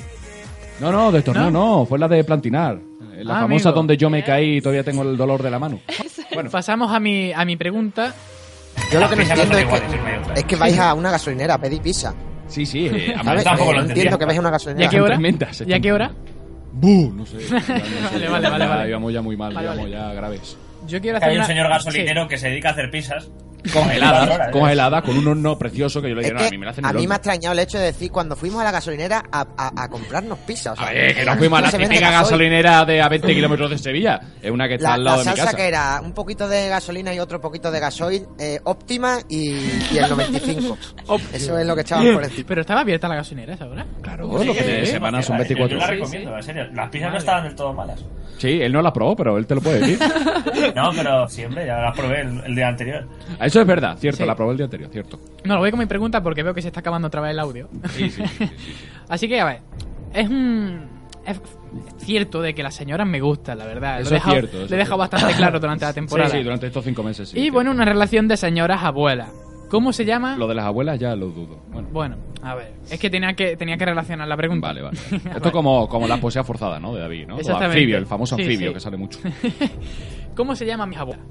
Speaker 2: No, no, de torneo no, fue la de Plantinar. eh, La
Speaker 4: Ah,
Speaker 2: famosa
Speaker 4: amigo.
Speaker 2: donde yo me caí y todavía tengo el dolor de la mano.
Speaker 4: Bueno, pasamos a mi, a mi pregunta.
Speaker 7: Yo lo
Speaker 8: Las
Speaker 2: Ah,
Speaker 7: que no
Speaker 8: pizzas
Speaker 7: entiendo
Speaker 8: son
Speaker 7: es
Speaker 8: iguales, sí, me gusta.
Speaker 7: que, es que vais a una gasolinera a pedir pizza.
Speaker 2: Sí, sí, eh, a
Speaker 7: ¿Sabes?
Speaker 8: Yo tampoco
Speaker 7: Eh,
Speaker 8: lo
Speaker 7: no
Speaker 8: entendía.
Speaker 7: entiendo que vais a
Speaker 4: ¿Y
Speaker 7: una
Speaker 4: a
Speaker 7: gasolinera.
Speaker 4: qué hora?
Speaker 2: tremendas,
Speaker 4: ¿Y a qué hora?
Speaker 2: ¡Bu! No sé. ya no sé,
Speaker 4: Vale,
Speaker 2: ya
Speaker 4: vale, vale,
Speaker 2: ya
Speaker 4: vale.
Speaker 2: Íbamos ya muy mal,
Speaker 4: Vale,
Speaker 2: íbamos
Speaker 4: vale.
Speaker 2: ya graves.
Speaker 4: Yo quiero
Speaker 8: Que
Speaker 4: hacer
Speaker 8: hay un
Speaker 4: una-
Speaker 8: señor gasolinero
Speaker 4: Sí.
Speaker 8: que se dedica a hacer pizzas.
Speaker 2: Congeladas, congeladas, con un horno precioso que yo le
Speaker 7: Es
Speaker 2: dije, no,
Speaker 7: que
Speaker 2: a mí me la hacen
Speaker 7: a
Speaker 2: el
Speaker 7: mí me ha
Speaker 2: horno.
Speaker 7: extrañado el hecho de decir cuando fuimos a la gasolinera a, a- a comprarnos pizza. o sea,
Speaker 2: A ver, que no fuimos a
Speaker 7: no
Speaker 2: la
Speaker 7: se vende
Speaker 2: típica
Speaker 7: gasoil.
Speaker 2: gasolinera de a 20 kilómetros de Sevilla. Es una que está
Speaker 7: La,
Speaker 2: al
Speaker 7: la
Speaker 2: lado de mi
Speaker 7: salsa
Speaker 2: casa.
Speaker 7: que era un poquito de gasolina y otro poquito de gasoil, eh, óptima y, y el 95. Eso es lo que echaban por encima.
Speaker 4: Pero estaba abierta la gasolinera esa hora.
Speaker 2: Claro, los fines de semana son
Speaker 8: Yo la
Speaker 2: 24
Speaker 8: recomiendo, en serio. Las pizzas no estaban del todo malas.
Speaker 2: Sí, él no las probó, pero él te lo puede decir.
Speaker 8: No, pero siempre, ya las probé el, el día anterior.
Speaker 2: Ah, Eso es verdad, cierto,
Speaker 4: Sí.
Speaker 2: la probó el día anterior, cierto.
Speaker 4: No, lo voy con mi pregunta porque veo que se está acabando otra vez el audio.
Speaker 2: Sí, sí, sí, sí.
Speaker 4: Así que, a ver, es un... Es cierto de que las señoras me gustan, la verdad.
Speaker 2: Eso
Speaker 4: lo he
Speaker 2: es
Speaker 4: dejado,
Speaker 2: cierto, eso
Speaker 4: lo he
Speaker 2: es
Speaker 4: dejado
Speaker 2: cierto.
Speaker 4: bastante claro durante la temporada.
Speaker 2: Sí, sí, durante estos cinco meses. sí,
Speaker 4: y
Speaker 2: tío.
Speaker 4: bueno, una relación de señoras abuelas. ¿Cómo se llama?
Speaker 2: Lo de las abuelas ya lo dudo. Bueno,
Speaker 4: Bueno, a ver. Es que tenía que, tenía que relacionar la pregunta.
Speaker 2: vale, vale. Esto como, como la poesía forzada, ¿no? De David, ¿no? O
Speaker 4: Exactamente.
Speaker 2: anfibio, el famoso
Speaker 4: Sí,
Speaker 2: anfibio
Speaker 4: sí.
Speaker 2: que sale mucho.
Speaker 4: ¿Cómo se llama mis abuelas?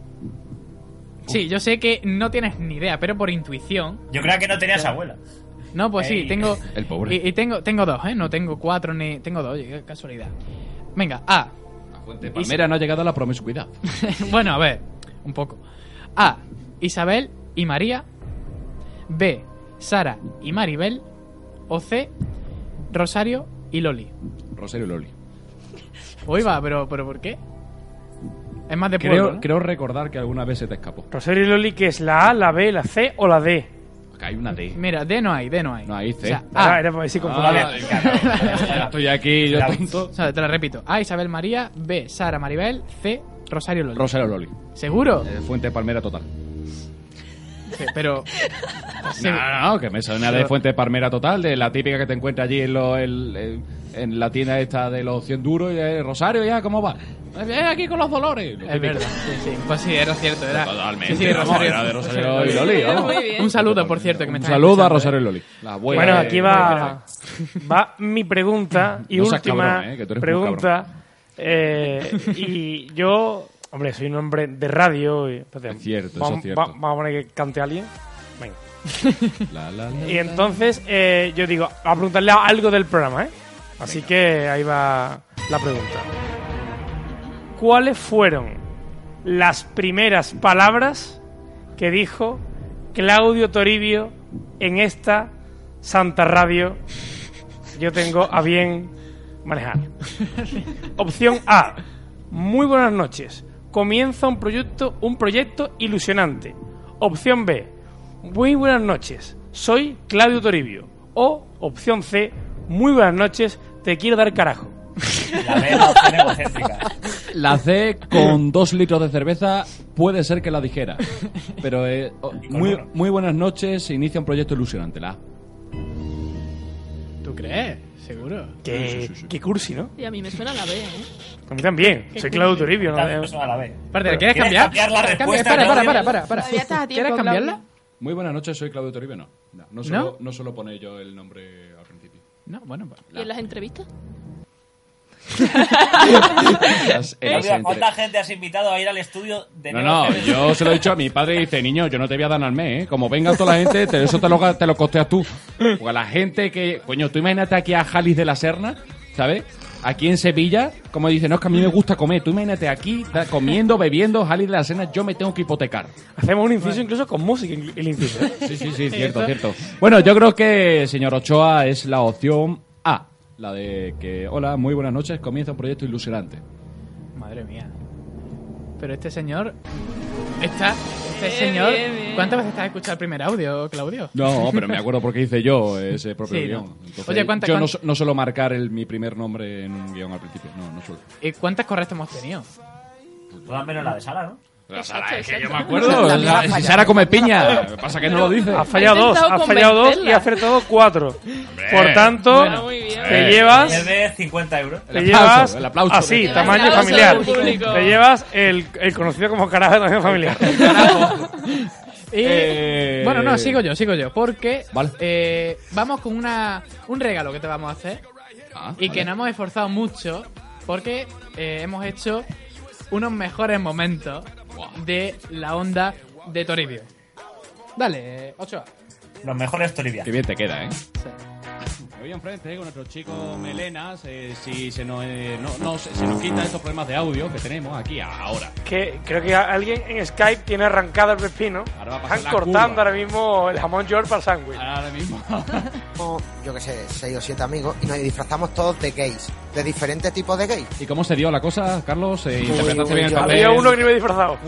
Speaker 4: Sí, yo sé que no tienes ni idea, pero por intuición.
Speaker 8: Yo creía que no tenías abuela.
Speaker 4: No, pues sí,
Speaker 8: Ey.
Speaker 4: tengo.
Speaker 2: El pobre.
Speaker 4: Y, y tengo, tengo dos, ¿eh? No tengo cuatro ni. Tengo dos, oye, qué casualidad. Venga, A.
Speaker 2: La fuente de Palmera no ha llegado a la promiscuidad.
Speaker 4: bueno, a ver, un poco. A. Isabel y María. B. Sara y Maribel. O C. Rosario y Loli.
Speaker 2: Rosario Loli.
Speaker 4: Hoy va, pero, pero ¿por qué? Es más de pueblo.
Speaker 2: Creo,
Speaker 4: ¿no?
Speaker 2: creo recordar que alguna vez se te escapó.
Speaker 6: Rosario y Loli, que es la A, la B, la C o la D.
Speaker 2: Acá hay una D.
Speaker 4: Mira, D no hay, D no hay.
Speaker 2: No hay
Speaker 4: O
Speaker 2: C.
Speaker 4: sea,
Speaker 6: Ah,
Speaker 4: A.
Speaker 6: era para ver si confundía.
Speaker 2: Ah, claro. Estoy aquí, yo tonto.
Speaker 4: O sea, te la repito. A. Isabel María. B. Sara Maribel. C. Rosario Loli.
Speaker 2: Rosario Loli.
Speaker 4: ¿Seguro?
Speaker 2: Eh, Fuente de Palmera total.
Speaker 4: Sí, pero. Sí.
Speaker 2: No, no, que me suena de
Speaker 4: Pero-
Speaker 2: fuente de palmera total, de la típica que te encuentras allí en, lo- el- en, en la tienda esta de los 100 duros y de Rosario, ya, ¿cómo va? Eh, aquí con los dolores. Lo
Speaker 4: Es
Speaker 2: típico.
Speaker 4: verdad, sí, sí. Pues sí, era cierto, era.
Speaker 2: Totalmente.
Speaker 4: Sí, sí,
Speaker 2: vamos,
Speaker 4: Rosario.
Speaker 2: era de Rosario y Loli. vamos.
Speaker 4: Muy bien. Un saludo, por cierto, que me
Speaker 2: Un
Speaker 4: están
Speaker 2: saludo a
Speaker 4: escuchando,
Speaker 2: Rosario
Speaker 4: ¿eh?
Speaker 2: y Loli. La abuela
Speaker 6: Bueno,
Speaker 2: de-
Speaker 6: aquí va, va mi pregunta y
Speaker 2: No seas
Speaker 6: última
Speaker 2: cabrón, eh, que tú eres muy
Speaker 6: pregunta. eh, y yo, hombre, soy un hombre de radio. Y, entonces,
Speaker 2: Es cierto, eso
Speaker 6: vamos,
Speaker 2: es cierto.
Speaker 6: va- vamos a poner que cante alguien. Venga.
Speaker 2: La, la, la,
Speaker 6: Y entonces eh, yo digo, a preguntarle algo del programa, ¿eh? Así que ahí va la pregunta. ¿Cuáles fueron las primeras palabras que dijo Claudio Toribio en esta Santa Radio? Yo tengo a bien manejar. Opción A. Muy buenas noches. Comienza un proyecto, un proyecto ilusionante. Opción B. Muy buenas noches. Soy Claudio Toribio. O opción C. Muy buenas noches. Te quiero dar carajo.
Speaker 8: La B es la opción egocéntrica.
Speaker 2: La C con dos litros de cerveza puede ser que la dijera. Pero eh, oh,
Speaker 8: Y con
Speaker 2: muy,
Speaker 8: uno.
Speaker 2: muy buenas noches, se inicia un proyecto ilusionante. La A.
Speaker 4: ¿Tú crees? Seguro.
Speaker 6: Qué,
Speaker 2: Sí, sí, sí, sí.
Speaker 6: qué cursi, ¿no?
Speaker 3: Y a mí me suena la B, ¿eh?
Speaker 6: A mí también. Soy Claudio Toribio. ¿no?
Speaker 8: También suena la B.
Speaker 4: Espérate, ¿la quieres
Speaker 8: ¿Quieres
Speaker 4: cambiar?
Speaker 8: cambiar la
Speaker 4: Cambia-
Speaker 8: respuesta,
Speaker 4: Espera, para,
Speaker 8: Claudio?
Speaker 4: para, para, para.
Speaker 5: Todavía estás a tiempo,
Speaker 4: ¿Quieres cambiarla?
Speaker 2: Muy buenas noches, soy Claudio Toribio. No, no, no suelo, ¿No? suelo poner yo el nombre al principio.
Speaker 4: No, bueno, pues.
Speaker 3: ¿Y en las entrevistas?
Speaker 2: Las- las
Speaker 8: Claudia,
Speaker 2: entre-
Speaker 8: ¿Cuánta gente has invitado a ir al estudio de
Speaker 2: No,
Speaker 8: nuevo?
Speaker 2: no, yo se lo he dicho a mi padre y dice, niño, yo no te voy a dar al mes, ¿eh? Como venga toda la gente, te- eso te lo, te lo costeas tú. Porque la gente que... Coño, tú imagínate aquí a Jalis de la Serna, ¿sabes? Aquí en Sevilla, como dice, no, es que a mí me gusta comer. Tú imagínate aquí, ta- comiendo, bebiendo, Jalis de la Serna, yo me tengo que hipotecar.
Speaker 6: Hacemos un inciso incluso con música, inclu- el inciso. ¿eh?
Speaker 2: Sí, sí, sí, cierto, cierto. Bueno, yo creo que señor Ochoa es la opción A. La de que, hola, muy buenas noches, comienza un proyecto ilusionante.
Speaker 4: Madre mía. Pero este señor. Esta, este
Speaker 3: Bien,
Speaker 4: señor.
Speaker 3: bien, bien.
Speaker 4: ¿Cuántas veces te has escuchado el primer audio, Claudio?
Speaker 2: No, pero me acuerdo porque hice yo ese propio
Speaker 4: Sí,
Speaker 2: guión.
Speaker 4: ¿no?
Speaker 2: Entonces,
Speaker 4: Oye, ¿cuánta-
Speaker 2: yo
Speaker 4: cuán-
Speaker 2: no, su- no suelo marcar el, mi primer nombre en un guión al principio, no, no suelo.
Speaker 4: ¿Y cuántas correctas hemos tenido?
Speaker 8: Todas Pues menos la de Sala, ¿no?
Speaker 2: Pero,
Speaker 3: Sara, Exacto, es que yo exacto. me
Speaker 2: acuerdo. si Sara come piña, lo que pasa es que no lo dice.
Speaker 6: Has fallado
Speaker 3: Ha
Speaker 6: dos,
Speaker 3: intentado
Speaker 6: has fallado dos y
Speaker 3: convencerla.
Speaker 6: has acertado cuatro. Por tanto,
Speaker 3: Bueno, muy bien.
Speaker 6: te
Speaker 2: Eh,
Speaker 8: Es
Speaker 6: llevas...
Speaker 8: de 50 euros.
Speaker 6: Te
Speaker 2: El aplauso,
Speaker 6: llevas
Speaker 2: el aplauso.
Speaker 6: así,
Speaker 2: El
Speaker 6: tamaño
Speaker 3: aplauso del
Speaker 6: familiar.
Speaker 3: público.
Speaker 6: Te llevas el, el conocido como carajo de tamaño familiar.
Speaker 4: Y-
Speaker 2: Eh.
Speaker 4: Bueno, no, sigo yo, sigo yo. Porque
Speaker 2: Vale.
Speaker 4: eh, vamos con una, un regalo que te vamos a hacer.
Speaker 2: Ah,
Speaker 4: Y que
Speaker 2: vale.
Speaker 4: nos hemos esforzado mucho porque eh, hemos hecho unos mejores momentos de la onda de Toribio. Dale, 8
Speaker 8: Los mejores Toribia.
Speaker 2: Qué bien te queda, ¿eh? Hoy enfrente con nuestro chico Melenas, eh, si se nos, eh, no, no, se, se nos quita estos problemas de audio que tenemos aquí ahora.
Speaker 6: que creo que alguien en Skype tiene arrancado el pepino.
Speaker 2: Ahora va a pasar
Speaker 6: Están
Speaker 2: la
Speaker 6: cortando
Speaker 2: curva.
Speaker 6: ahora mismo el jamón York para el sándwich.
Speaker 2: Ahora mismo.
Speaker 7: Somos, yo que sé, seis o siete amigos y nos disfrazamos todos de gays, de diferentes tipos de gays.
Speaker 2: ¿Y cómo se dio la cosa, Carlos? Eh,
Speaker 7: uy,
Speaker 2: ¿Interpretaste bien el
Speaker 7: yo-
Speaker 2: papel?
Speaker 6: Había uno que no iba disfrazado.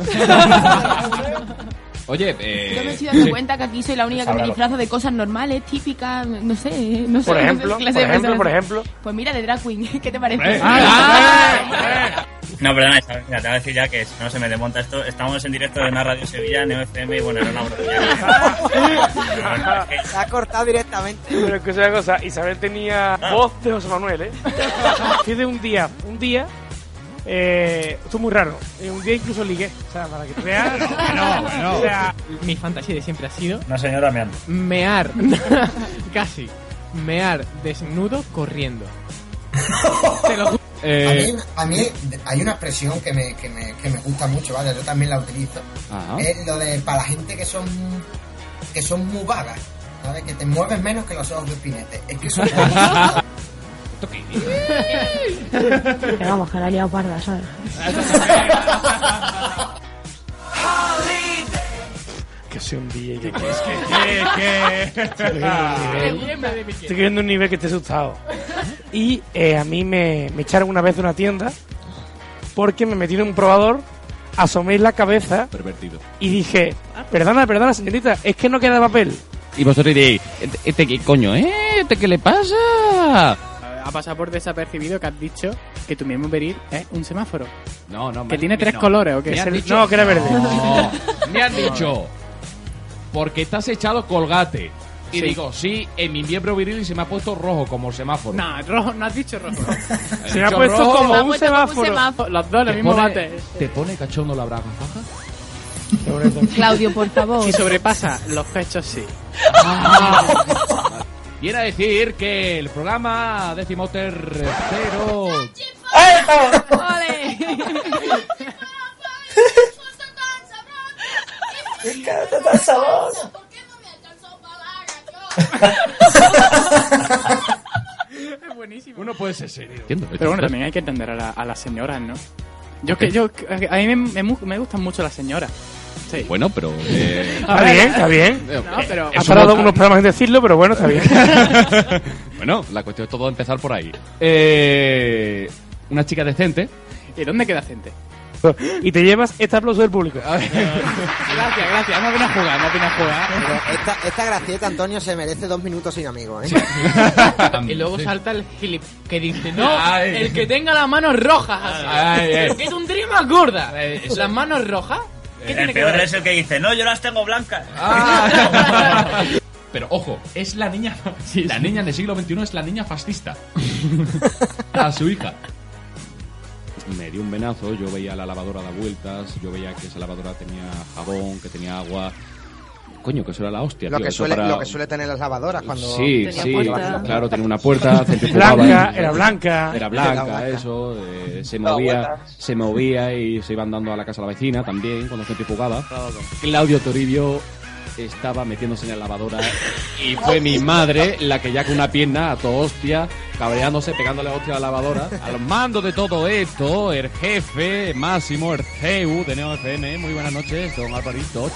Speaker 2: Oye, eh,
Speaker 5: Yo me estoy dando
Speaker 2: sí.
Speaker 5: cuenta que aquí soy la única que me
Speaker 8: Háblalo.
Speaker 5: disfrazo de cosas normales, típicas, no sé, no sé.
Speaker 6: Por
Speaker 5: no sé
Speaker 6: ejemplo,
Speaker 5: qué
Speaker 6: por
Speaker 5: clase de
Speaker 6: ejemplo,
Speaker 5: personas
Speaker 6: por
Speaker 5: soy.
Speaker 6: ejemplo.
Speaker 5: Pues mira, de drag queen, ¿qué te
Speaker 2: Eh,
Speaker 5: parece?
Speaker 2: ah,
Speaker 8: No, perdona, Isabel, mira, te voy a decir ya que si no se me desmonta esto. Estamos en directo de una radio Sevilla, Neo FM, y bueno, era una broma.
Speaker 7: Se ha cortado directamente.
Speaker 6: Pero escucha una cosa, Isabel tenía voz de José Manuel, ¿eh? Fui de un día, un día, eh, esto es muy raro, eh, un día incluso ligué, o sea, para que tú veas,
Speaker 4: No, no.
Speaker 6: o sea,
Speaker 4: Mi fantasía de siempre ha sido
Speaker 8: Una señora me anda.
Speaker 4: mear, casi, mear desnudo corriendo. Te lo ju-
Speaker 7: A
Speaker 2: Eh,
Speaker 7: mí, a mí hay una expresión que me, que, me, que me gusta mucho, ¿vale? Yo también la utilizo.
Speaker 2: ajá.
Speaker 7: Es lo de para la gente que son que son muy vagas, ¿sabes? Que te mueves menos que los ojos de un pinete. Es que eso
Speaker 9: Pero vamos, que la he liado parda, ¿sabes?
Speaker 6: que soy un DJ. Que,
Speaker 4: Te
Speaker 6: Estoy viendo un nivel que esté asustado. Y eh, a mí me, me echaron una vez de una tienda porque me metí en un probador, asomé la cabeza
Speaker 2: Pervertido.
Speaker 6: y dije, "Ah, perdona, perdona, señorita, es que no queda papel.
Speaker 2: Y vosotros diréis, ¿este- ¿este qué coño es? ¿Este qué le pasa?
Speaker 4: Ha pasado por desapercibido que has dicho que tu mismo venir es un semáforo.
Speaker 2: No, no,
Speaker 4: Que
Speaker 2: me-
Speaker 4: tiene tres
Speaker 2: no.
Speaker 4: colores, ¿o qué?
Speaker 2: Me han
Speaker 4: Es el-
Speaker 2: dicho-
Speaker 6: no, que era verde.
Speaker 2: No. Me han dicho, porque estás echado colgate. Y
Speaker 4: Sí.
Speaker 2: digo, sí, en mi miembro viril y se me ha puesto rojo como el semáforo.
Speaker 4: No, rojo, no has dicho rojo.
Speaker 2: Han
Speaker 6: Se me ha
Speaker 2: dicho
Speaker 6: puesto
Speaker 2: rojo.
Speaker 6: como
Speaker 5: Me ha
Speaker 6: un
Speaker 5: puesto como
Speaker 6: semáforo.
Speaker 5: un semáforo.
Speaker 4: Los dos,
Speaker 2: Te
Speaker 4: el mismo
Speaker 2: pone-
Speaker 4: bate.
Speaker 2: ¿Te pone cachondo la braga faja?
Speaker 5: Claudio, por favor.
Speaker 4: Si sobrepasa los pechos, sí.
Speaker 2: Viene a decir que el programa decimotercero...
Speaker 5: ¡Ole!
Speaker 4: Es buenísimo.
Speaker 2: Uno puede ser serio.
Speaker 4: Pero bueno, también hay que entender a, la- a las señoras, ¿no? Yo que yo a mí me, me mu- me gustan mucho las señoras. Sí.
Speaker 2: Bueno, pero... eh,
Speaker 6: Está bien, está bien.
Speaker 4: No, pero
Speaker 6: Ha
Speaker 2: Eso
Speaker 6: tardado
Speaker 2: no-
Speaker 6: unos programas en decirlo, pero bueno, está bien.
Speaker 2: bueno, la cuestión es todo empezar por ahí. Eh, una chica decente.
Speaker 4: ¿y dónde queda gente?
Speaker 6: y te llevas este aplauso del público.
Speaker 4: Gracias, gracias. Hemos venido a jugar, hemos venido a jugar.
Speaker 7: Esta, esta gracieta, Antonio, se merece dos minutos sin amigos, ¿eh?
Speaker 4: Y luego
Speaker 2: Sí.
Speaker 4: salta el Philip que dice, no,
Speaker 2: Ay.
Speaker 4: el que tenga las manos rojas. así.
Speaker 2: Ay, ay.
Speaker 4: Pero que es un trío más gorda.
Speaker 2: Ay, eso-
Speaker 4: ¿Las manos rojas? ¿Qué
Speaker 8: El
Speaker 4: tiene que
Speaker 8: peor
Speaker 4: ver?
Speaker 8: es el que dice, no, yo las tengo blancas.
Speaker 2: Ah. Pero ojo, es la niña. la niña del siglo XXI es la niña fascista. A su hija. Me dio un venazo, yo veía la lavadora da vueltas, yo veía que esa lavadora tenía jabón, que tenía agua. Coño, que eso era la hostia.
Speaker 7: Lo
Speaker 2: tío,
Speaker 7: que,
Speaker 2: eso
Speaker 7: suele,
Speaker 2: para-
Speaker 7: lo que suele tener las lavadoras cuando...
Speaker 2: Sí,
Speaker 9: Tenía
Speaker 2: sí,
Speaker 9: puerta.
Speaker 2: claro, tenía una puerta, centrifugaba.
Speaker 6: Blanca, era blanca.
Speaker 2: Era blanca,
Speaker 7: Era blanca.
Speaker 2: eso, eh, se movía, se movía y se iban dando a la casa de la vecina también cuando centrifugaba. Claudio Toribio estaba metiéndose en la lavadora y fue mi madre la que ya con una pierna a toda hostia, cabreándose, pegándole a hostia a la lavadora. Al mando de todo esto, el jefe Máximo, el CEU de Neo FM, muy buenas noches, don Alvarito, 888A.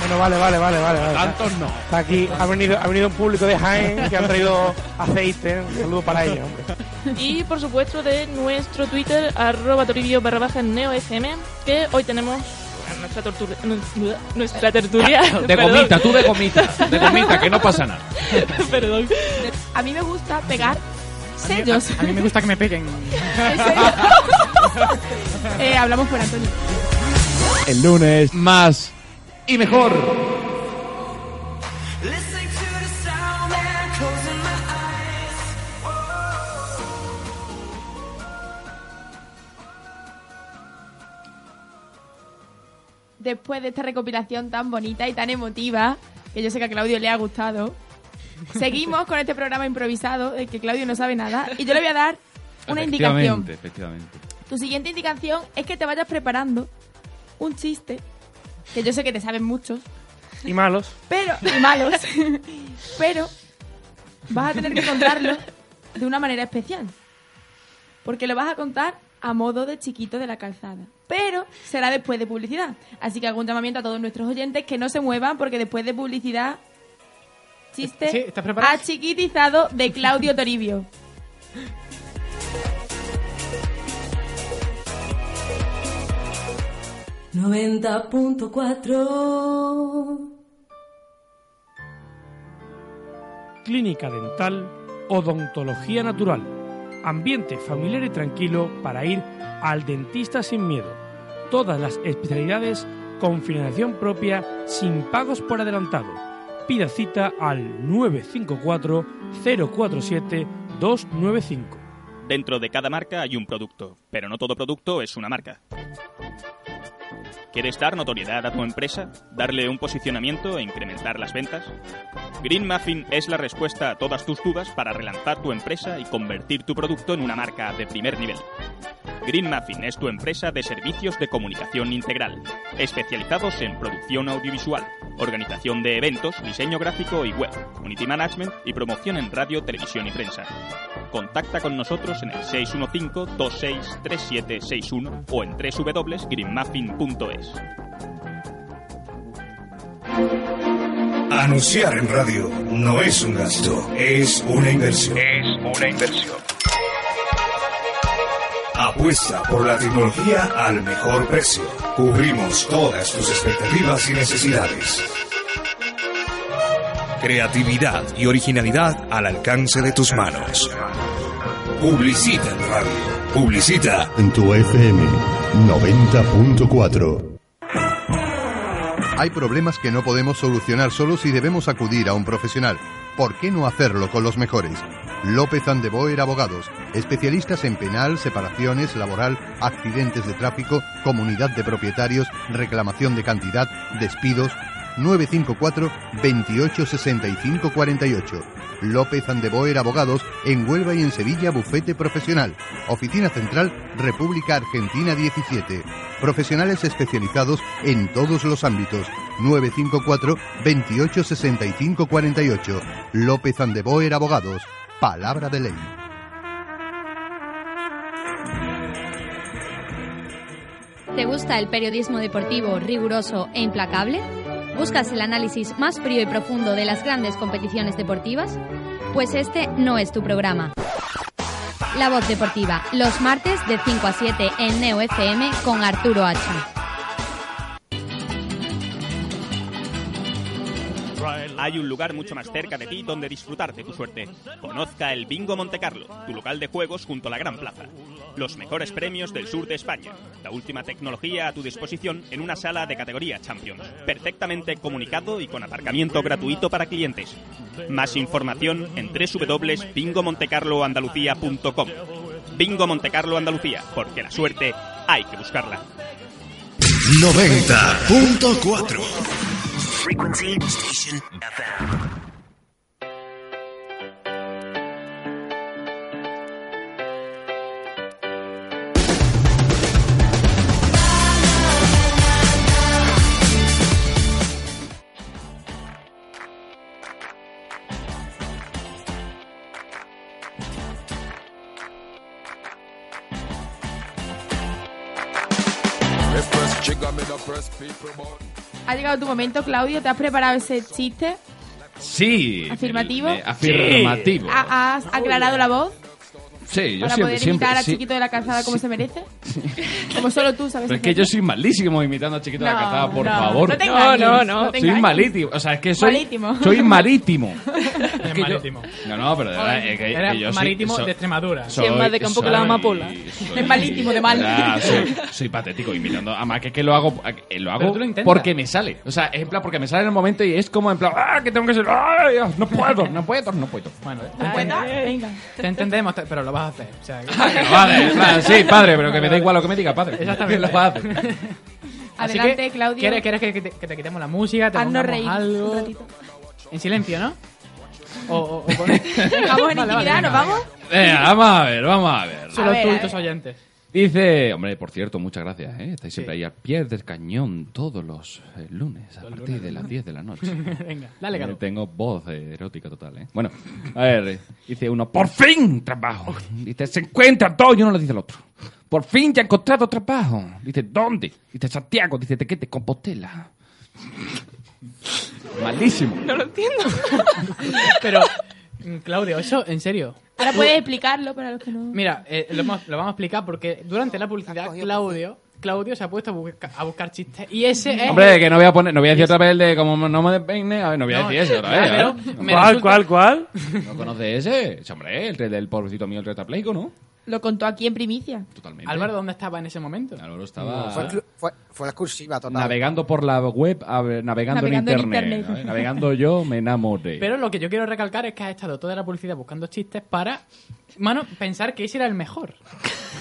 Speaker 6: Bueno, vale, vale, vale, vale. vale.
Speaker 2: Tantos no.
Speaker 6: Está aquí, ha venido, ha venido un público de Jaén que han traído aceite. Un saludo para ellos, hombre.
Speaker 3: Y por supuesto de nuestro Twitter, arroba toribio barra baja neo FM, que hoy tenemos a nuestra tortura, nuestra tertulia.
Speaker 2: De gomita, tú de gomita, de gomita, que no pasa nada.
Speaker 3: Perdón.
Speaker 5: A mí me gusta pegar sellos.
Speaker 4: A mí me gusta que me peguen.
Speaker 5: En serio. Eh, hablamos por Antonio.
Speaker 2: El lunes, más y mejor.
Speaker 1: Listening to the sound and closing my eyes.
Speaker 5: Después de esta recopilación tan bonita y tan emotiva, que yo sé que a Claudio le ha gustado, seguimos con este programa improvisado del que Claudio no sabe nada y yo le voy a dar una indicación.
Speaker 2: Efectivamente, efectivamente.
Speaker 5: Tu siguiente indicación es que te vayas preparando un chiste, que yo sé que te saben muchos,
Speaker 6: Y malos.
Speaker 5: pero y malos, pero vas a tener que contarlo de una manera especial. Porque lo vas a contar a modo de chiquito de la calzada. Pero será después de publicidad. Así que hago un llamamiento a todos nuestros oyentes que no se muevan porque después de publicidad...
Speaker 4: Sí,
Speaker 5: Chiste
Speaker 4: ¿estás preparado?
Speaker 5: achiquitizado de Claudio Toribio.
Speaker 6: Clínica Dental Odontología Natural.
Speaker 10: Ambiente familiar y tranquilo para ir al dentista sin miedo. Todas las especialidades con financiación propia sin pagos por adelantado. Pida cita al 954 047 295.
Speaker 11: Dentro de cada marca hay un producto, pero no todo producto es una marca. ¿Quieres dar notoriedad a tu empresa? ¿Darle un posicionamiento e incrementar las ventas? Green Muffin es la respuesta a todas tus dudas para relanzar tu empresa y convertir tu producto en una marca de primer nivel. Green Muffin es tu empresa de servicios de comunicación integral, especializados en producción audiovisual, organización de eventos, diseño gráfico y web, community management y promoción en radio, televisión y prensa. Contacta con nosotros en el 615-263761 o en www.greenmuffin.es.
Speaker 12: Anunciar en radio no es un gasto, es una inversión. Es una inversión. Apuesta por la tecnología al mejor precio. Cubrimos todas tus expectativas y necesidades. Creatividad y originalidad al alcance de tus manos. Publicita en radio. Publicita.
Speaker 13: En tu FM 90.4.
Speaker 14: Hay problemas que no podemos solucionar solos y debemos acudir a un profesional. ¿Por qué no hacerlo con los mejores? López Andeboer Abogados, especialistas en penal, separaciones, laboral, accidentes de tráfico, comunidad de propietarios, reclamación de cantidad, despidos. 954 28 65 48. López Andeboer Abogados en Huelva y en Sevilla Bufete Profesional. Oficina Central República Argentina 17. Profesionales especializados en todos los ámbitos. 954 28 65 48. López Andeboer Abogados. Palabra de ley.
Speaker 15: ¿Te gusta el periodismo deportivo riguroso e implacable? ¿Buscas el análisis más frío y profundo de las grandes competiciones deportivas? Pues este no es tu programa. La Voz Deportiva, los martes de 5 a 7 en Neo FM con Arturo Hacha.
Speaker 11: Hay un lugar mucho más cerca de ti donde disfrutar de tu suerte. Conozca el Bingo Montecarlo, tu local de juegos junto a la Gran Plaza. Los mejores premios del sur de España. La última tecnología a tu disposición en una sala de categoría Champions. Perfectamente comunicado y con aparcamiento gratuito para clientes. Más información en www.bingomontecarloandalucía.com. Bingo Montecarlo Andalucía, porque la suerte hay que buscarla.
Speaker 12: 90.4
Speaker 1: Frequency Station FM.
Speaker 5: Ha llegado tu momento, Claudio. ¿Te has preparado ese chiste?
Speaker 2: Sí.
Speaker 5: ¿Afirmativo?
Speaker 2: Eh, afirmativo.
Speaker 5: ¿Ha- ¿Has aclarado la voz?
Speaker 2: Sí, yo
Speaker 5: para
Speaker 2: siempre,
Speaker 5: poder imitar
Speaker 2: siempre.
Speaker 5: a
Speaker 2: sí.
Speaker 5: Chiquito de la Calzada como se merece. Como solo tú sabes
Speaker 2: Pero es que yo
Speaker 5: hacerlo.
Speaker 2: soy malísimo imitando a Chiquito de la
Speaker 5: No,
Speaker 2: Cazada, por
Speaker 5: no,
Speaker 2: favor.
Speaker 5: no te engañes,
Speaker 2: no,
Speaker 5: no te
Speaker 2: soy
Speaker 5: engañes.
Speaker 2: malítimo. O sea, es que soy.
Speaker 5: Malítimo.
Speaker 2: Soy malítimo. Es que yo-
Speaker 4: malítimo.
Speaker 2: No, no, pero de verdad. Es que,
Speaker 4: Era
Speaker 2: que yo soy-
Speaker 4: marítimo
Speaker 2: so-
Speaker 4: de Extremadura.
Speaker 2: soy- Sí, es más de campo que la soy- amapola.
Speaker 5: Es malísimo, de pues, mal.
Speaker 2: Ya, soy, soy patético imitando. Además, que, es que lo hago, eh,
Speaker 4: Pero
Speaker 2: lo hago
Speaker 4: tú lo intentas.
Speaker 2: porque me sale. O sea, es en plan porque me sale en el momento y es como en plan, ¡ah, que tengo que ser! ¡Ay, Dios, no puedo! No puedo, no puedo.
Speaker 4: Bueno, eh,
Speaker 5: ¿Te cuenta? Venga.
Speaker 4: te entendemos, te- pero lo vas a hacer. O sea,
Speaker 2: Vale, en plan, sí, padre, pero que me da igual lo que me diga, padre.
Speaker 4: Exactamente.
Speaker 2: Lo va a hacer.
Speaker 4: Así
Speaker 5: Adelante,
Speaker 4: que,
Speaker 5: Claudio.
Speaker 4: ¿Quieres, quieres que, que te, que te quitemos la música? Te
Speaker 5: Haznos
Speaker 4: pongamos
Speaker 5: reír
Speaker 4: algo?
Speaker 5: un ratito.
Speaker 4: En silencio, ¿no? O, o, o con...
Speaker 5: Vamos en
Speaker 4: Vale, vale,
Speaker 5: intimidad, ¿nos
Speaker 4: venga,
Speaker 5: vamos?
Speaker 2: Venga, vamos a ver, vamos a ver.
Speaker 4: Solo
Speaker 5: A ver,
Speaker 4: tú
Speaker 5: a
Speaker 4: y
Speaker 5: ver.
Speaker 4: tus oyentes.
Speaker 2: Dice, hombre, por cierto, muchas gracias, ¿eh? Estáis siempre
Speaker 4: Sí.
Speaker 2: ahí al pie del cañón todos los eh, lunes a partir de las 10 de la noche.
Speaker 4: Venga, dale,
Speaker 2: Eh,
Speaker 4: Carlos.
Speaker 2: Tengo voz eh, erótica total, ¿eh? Bueno, a ver, eh, dice uno, por fin trabajo. Dice, se encuentran dos y uno le dice al otro. Por fin ya he encontrado trabajo. Dice, ¿dónde? Dice, Santiago. Dice, ¿de qué te compostela? Malísimo.
Speaker 3: No lo entiendo.
Speaker 4: Pero, mm, Claudio, eso, en serio.
Speaker 5: Ahora puedes explicarlo para los que no.
Speaker 4: Mira, eh, lo, hemos- lo vamos a explicar porque durante la publicidad, Claudio Claudio se ha puesto a busca- a buscar chistes. Y ese es.
Speaker 2: Hombre, que no voy a poner, no voy a decir otra vez el de como no me despeine, a ver, no voy a decir eso otra vez.
Speaker 4: claro,
Speaker 2: ¿eh?
Speaker 4: me ¿Cuál, resulta- cuál,
Speaker 2: cuál? ¿No conoces ese? Ese, hombre, el del pobrecito mío, el tetrapléjico, ¿no?
Speaker 5: Lo contó aquí en primicia.
Speaker 2: Totalmente.
Speaker 4: Álvaro, ¿dónde estaba en ese momento?
Speaker 2: Álvaro estaba-
Speaker 7: Fue, clu- fue- fue la exclusiva total.
Speaker 2: Navegando por la web, a ver, navegando,
Speaker 4: Navegando en
Speaker 2: en internet.
Speaker 4: internet.
Speaker 2: ¿no? Navegando yo, me enamoré.
Speaker 4: Pero lo que yo quiero recalcar es que has estado toda la publicidad buscando chistes para, mano, pensar que ese era el mejor.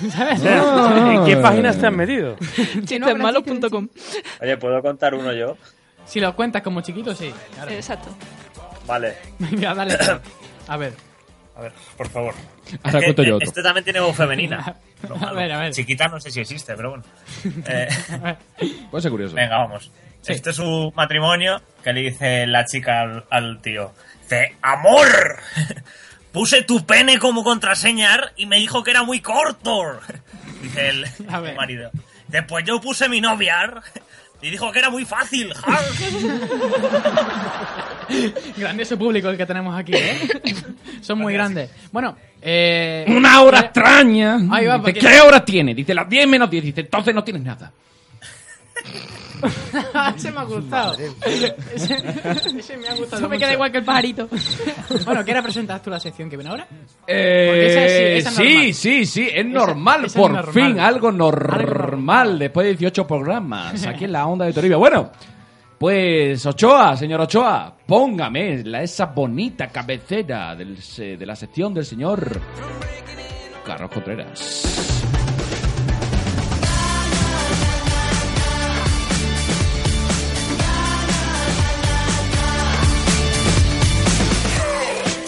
Speaker 3: Eh,
Speaker 4: ¿Sabes?
Speaker 6: Ah. ¿En qué páginas te has metido?
Speaker 3: Chistesmalos.com.
Speaker 8: Oye, ¿puedo contar uno yo?
Speaker 4: Si lo cuentas como chiquito, sí. claro.
Speaker 3: Exacto.
Speaker 8: Vale.
Speaker 4: Venga, dale. A ver.
Speaker 8: A ver, por favor.
Speaker 2: Ahora cuento yo otro.
Speaker 8: Este también tiene voz femenina. Lo
Speaker 4: A
Speaker 8: malo.
Speaker 4: ver, a ver.
Speaker 8: Chiquita no sé si existe, pero bueno. Eh,
Speaker 2: Puede ser curioso.
Speaker 8: Venga, vamos. Este es un matrimonio que le dice la chica al, al tío. Dice, amor, puse tu pene como contraseña y me dijo que era muy corto. Dice el, el marido. Después yo puse mi novia y dijo que era muy fácil. jar".
Speaker 4: Grande ese público el que tenemos aquí, ¿eh? Son muy grandes. Bueno, eh...
Speaker 2: Una hora extraña.
Speaker 4: Ahí va,
Speaker 2: Dice,
Speaker 4: porque-
Speaker 2: ¿Qué hora tiene? Dice las 10 menos 10. Dice, entonces no tienes nada.
Speaker 4: ese me ha gustado. Ese, ese me ha gustado
Speaker 5: Eso me
Speaker 4: mucho.
Speaker 5: queda igual que el pajarito.
Speaker 4: Bueno, ¿qué representas tú la sección que viene ahora?
Speaker 2: Eh,
Speaker 4: Porque esa es- sí, esa es normal.
Speaker 2: sí, sí, sí, es normal,
Speaker 4: esa es
Speaker 2: por
Speaker 4: normal.
Speaker 2: fin, algo normal, después de 18 programas aquí en la onda de Toribio. Bueno, pues Ochoa, señor Ochoa, póngame la, esa bonita cabecera del se- de la sección del señor Carlos Contreras.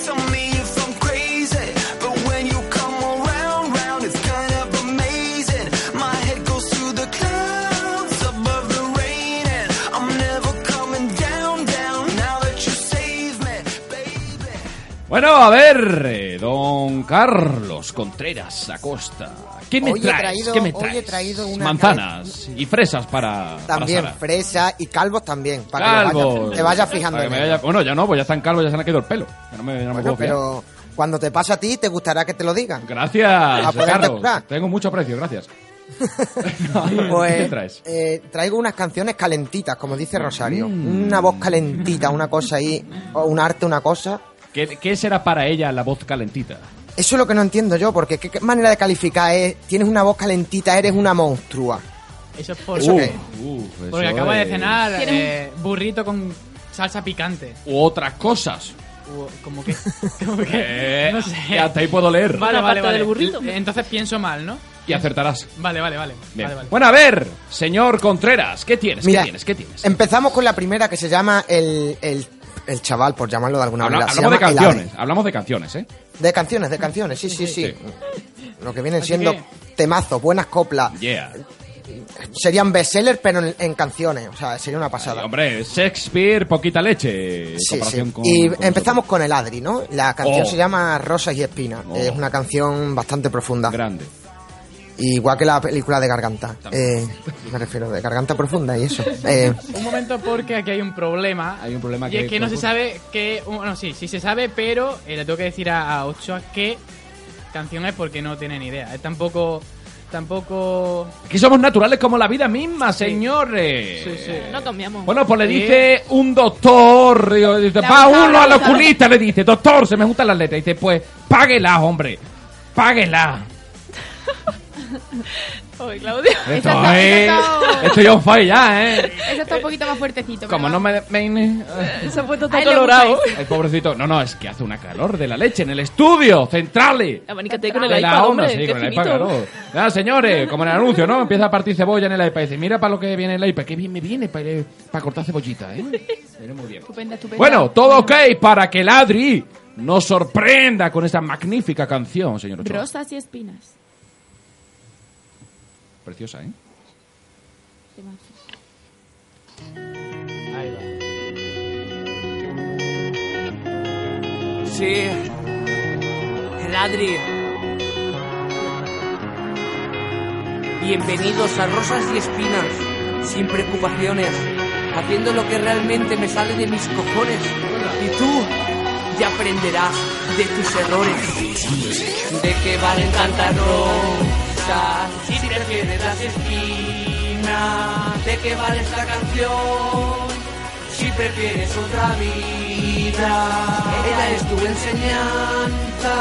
Speaker 1: Tell me if I'm crazy, but when you come around, round, it's kind of amazing. My head goes through the clouds above the rain, and I'm never coming down, down. Now that you save me, baby.
Speaker 2: Bueno, a ver, eh, don Carlos Contreras Acosta, ¿qué me
Speaker 7: Hoy he
Speaker 2: traes?
Speaker 7: traído-
Speaker 2: ¿Qué me
Speaker 7: hoy he
Speaker 2: traes?
Speaker 7: traído una
Speaker 2: Manzanas y fresas para, para
Speaker 7: También
Speaker 2: Sara.
Speaker 7: fresa y calvos también. Para que lo
Speaker 2: Calvo.
Speaker 7: vayas- te vayas fijando
Speaker 2: Para
Speaker 7: en
Speaker 2: que me
Speaker 7: ello.
Speaker 2: vaya- Bueno, ya no, pues ya están calvos, ya se han quedado el pelo. Que no me, ya no me
Speaker 7: Bueno,
Speaker 2: puedo fiar.
Speaker 7: pero cuando te pasa a ti, te gustará que te lo digan. A
Speaker 2: Gracias,
Speaker 7: poder
Speaker 2: Carlos.
Speaker 7: temprano.
Speaker 2: Tengo mucho aprecio, gracias.
Speaker 7: Pues,
Speaker 2: ¿Qué traes?
Speaker 7: eh, traigo unas canciones calentitas, como dice Rosario.
Speaker 2: Mm.
Speaker 7: Una voz calentita, una cosa ahí, o un arte, una cosa.
Speaker 2: ¿Qué, qué será para ella la voz calentita?
Speaker 7: Eso es lo que no entiendo yo, porque qué, qué manera de calificar es, tienes una voz calentita, eres una monstrua.
Speaker 4: Eso es por...
Speaker 2: Pues, uh,
Speaker 7: ¿Eso qué?
Speaker 4: Porque acaba de cenar
Speaker 7: ¿Quieres un-
Speaker 4: eh, burrito con salsa picante.
Speaker 2: U otras cosas.
Speaker 4: O como que... Como que
Speaker 2: Eh,
Speaker 4: no sé.
Speaker 2: y hasta ahí puedo leer.
Speaker 4: Vale,
Speaker 2: Una
Speaker 4: vale,
Speaker 2: parte
Speaker 4: vale.
Speaker 2: del burrito.
Speaker 4: Entonces pienso mal, ¿no?
Speaker 2: Y acertarás.
Speaker 4: Vale, vale, vale.
Speaker 2: Bien.
Speaker 4: Vale, vale.
Speaker 2: Bueno, a ver, señor Contreras, ¿qué tienes?
Speaker 7: Mira,
Speaker 2: ¿Qué tienes? ¿Qué tienes?
Speaker 7: Empezamos con la primera que se llama el, el- el chaval, por llamarlo de alguna
Speaker 2: Habla-
Speaker 7: manera. se
Speaker 2: hablamos de
Speaker 7: llama El Ave.
Speaker 2: canciones, hablamos de canciones, ¿eh?
Speaker 7: De canciones, de canciones, sí, sí, sí. Lo que vienen
Speaker 2: Así
Speaker 7: siendo temazos, buenas coplas.
Speaker 2: Yeah.
Speaker 7: Serían bestsellers, pero en, en canciones. O sea, sería una pasada.
Speaker 2: Hombre, Shakespeare, poquita leche. en
Speaker 7: Sí,
Speaker 2: comparación
Speaker 7: sí.
Speaker 2: con-
Speaker 7: y
Speaker 2: con
Speaker 7: empezamos con el Adri, ¿no? La canción
Speaker 2: Oh.
Speaker 7: se llama Rosas y Espinas.
Speaker 2: Oh.
Speaker 7: Es una canción bastante profunda.
Speaker 2: Grande.
Speaker 7: Igual que la película de Garganta. Eh, me refiero de Garganta Profunda y eso. Eh,
Speaker 4: Un momento porque aquí hay un problema.
Speaker 2: Hay un problema
Speaker 4: Y es que no se sabe que... Bueno, sí, sí se sabe, pero eh, le tengo que decir a, a Ochoa qué canción es porque no tiene ni idea. Él tampoco... Tampoco...
Speaker 2: Aquí somos naturales como la vida misma, señores.
Speaker 3: No cambiamos. Eh,
Speaker 2: Bueno, pues le dice un doctor, digo, dice,
Speaker 3: La
Speaker 2: va
Speaker 3: usa,
Speaker 2: uno
Speaker 3: la
Speaker 2: al
Speaker 3: usa.
Speaker 2: oculista, le dice, doctor, se me juntan las letras. Dice, pues, páguela, hombre, páguela.
Speaker 3: Oye, Claudio.
Speaker 2: Estoy, estoy on fire ya, ¿eh?
Speaker 5: Eso está un poquito más fuertecito.
Speaker 2: Como no me... despeine, eh.
Speaker 3: Se ha puesto
Speaker 5: A
Speaker 3: todo
Speaker 5: él le
Speaker 3: colorado.
Speaker 5: gusta
Speaker 2: El pobrecito, no, no, es que hace una calor de la leche en el estudio, centrales.
Speaker 3: Abanícate con el
Speaker 2: de
Speaker 3: iPad,
Speaker 2: la onda,
Speaker 3: hombre.
Speaker 2: sí,
Speaker 3: qué
Speaker 2: con el
Speaker 3: finito.
Speaker 2: iPad, claro. Nada, señores, como en el anuncio, ¿no? Empieza a partir cebolla en el iPad. Dice, mira para lo que viene el iPad. Qué bien me viene para, para cortar cebollita, ¿eh? Viene muy bien.
Speaker 5: Estupenda, estupenda.
Speaker 2: Bueno, todo ok para que el Adri nos sorprenda con esta magnífica canción, señor Ochoa.
Speaker 5: Rosas y espinas.
Speaker 2: Preciosa, ¿eh?
Speaker 1: Sí, el Adri. Bienvenidos a Rosas y Espinas, sin preocupaciones, haciendo lo que realmente me sale de mis cojones. Y tú ya aprenderás de tus errores. ¿De qué valen tantas rosas?
Speaker 13: casa si prefieres las esquinas. ¿De qué vale esta canción? Si prefieres otra vida, ella es tu enseñanza,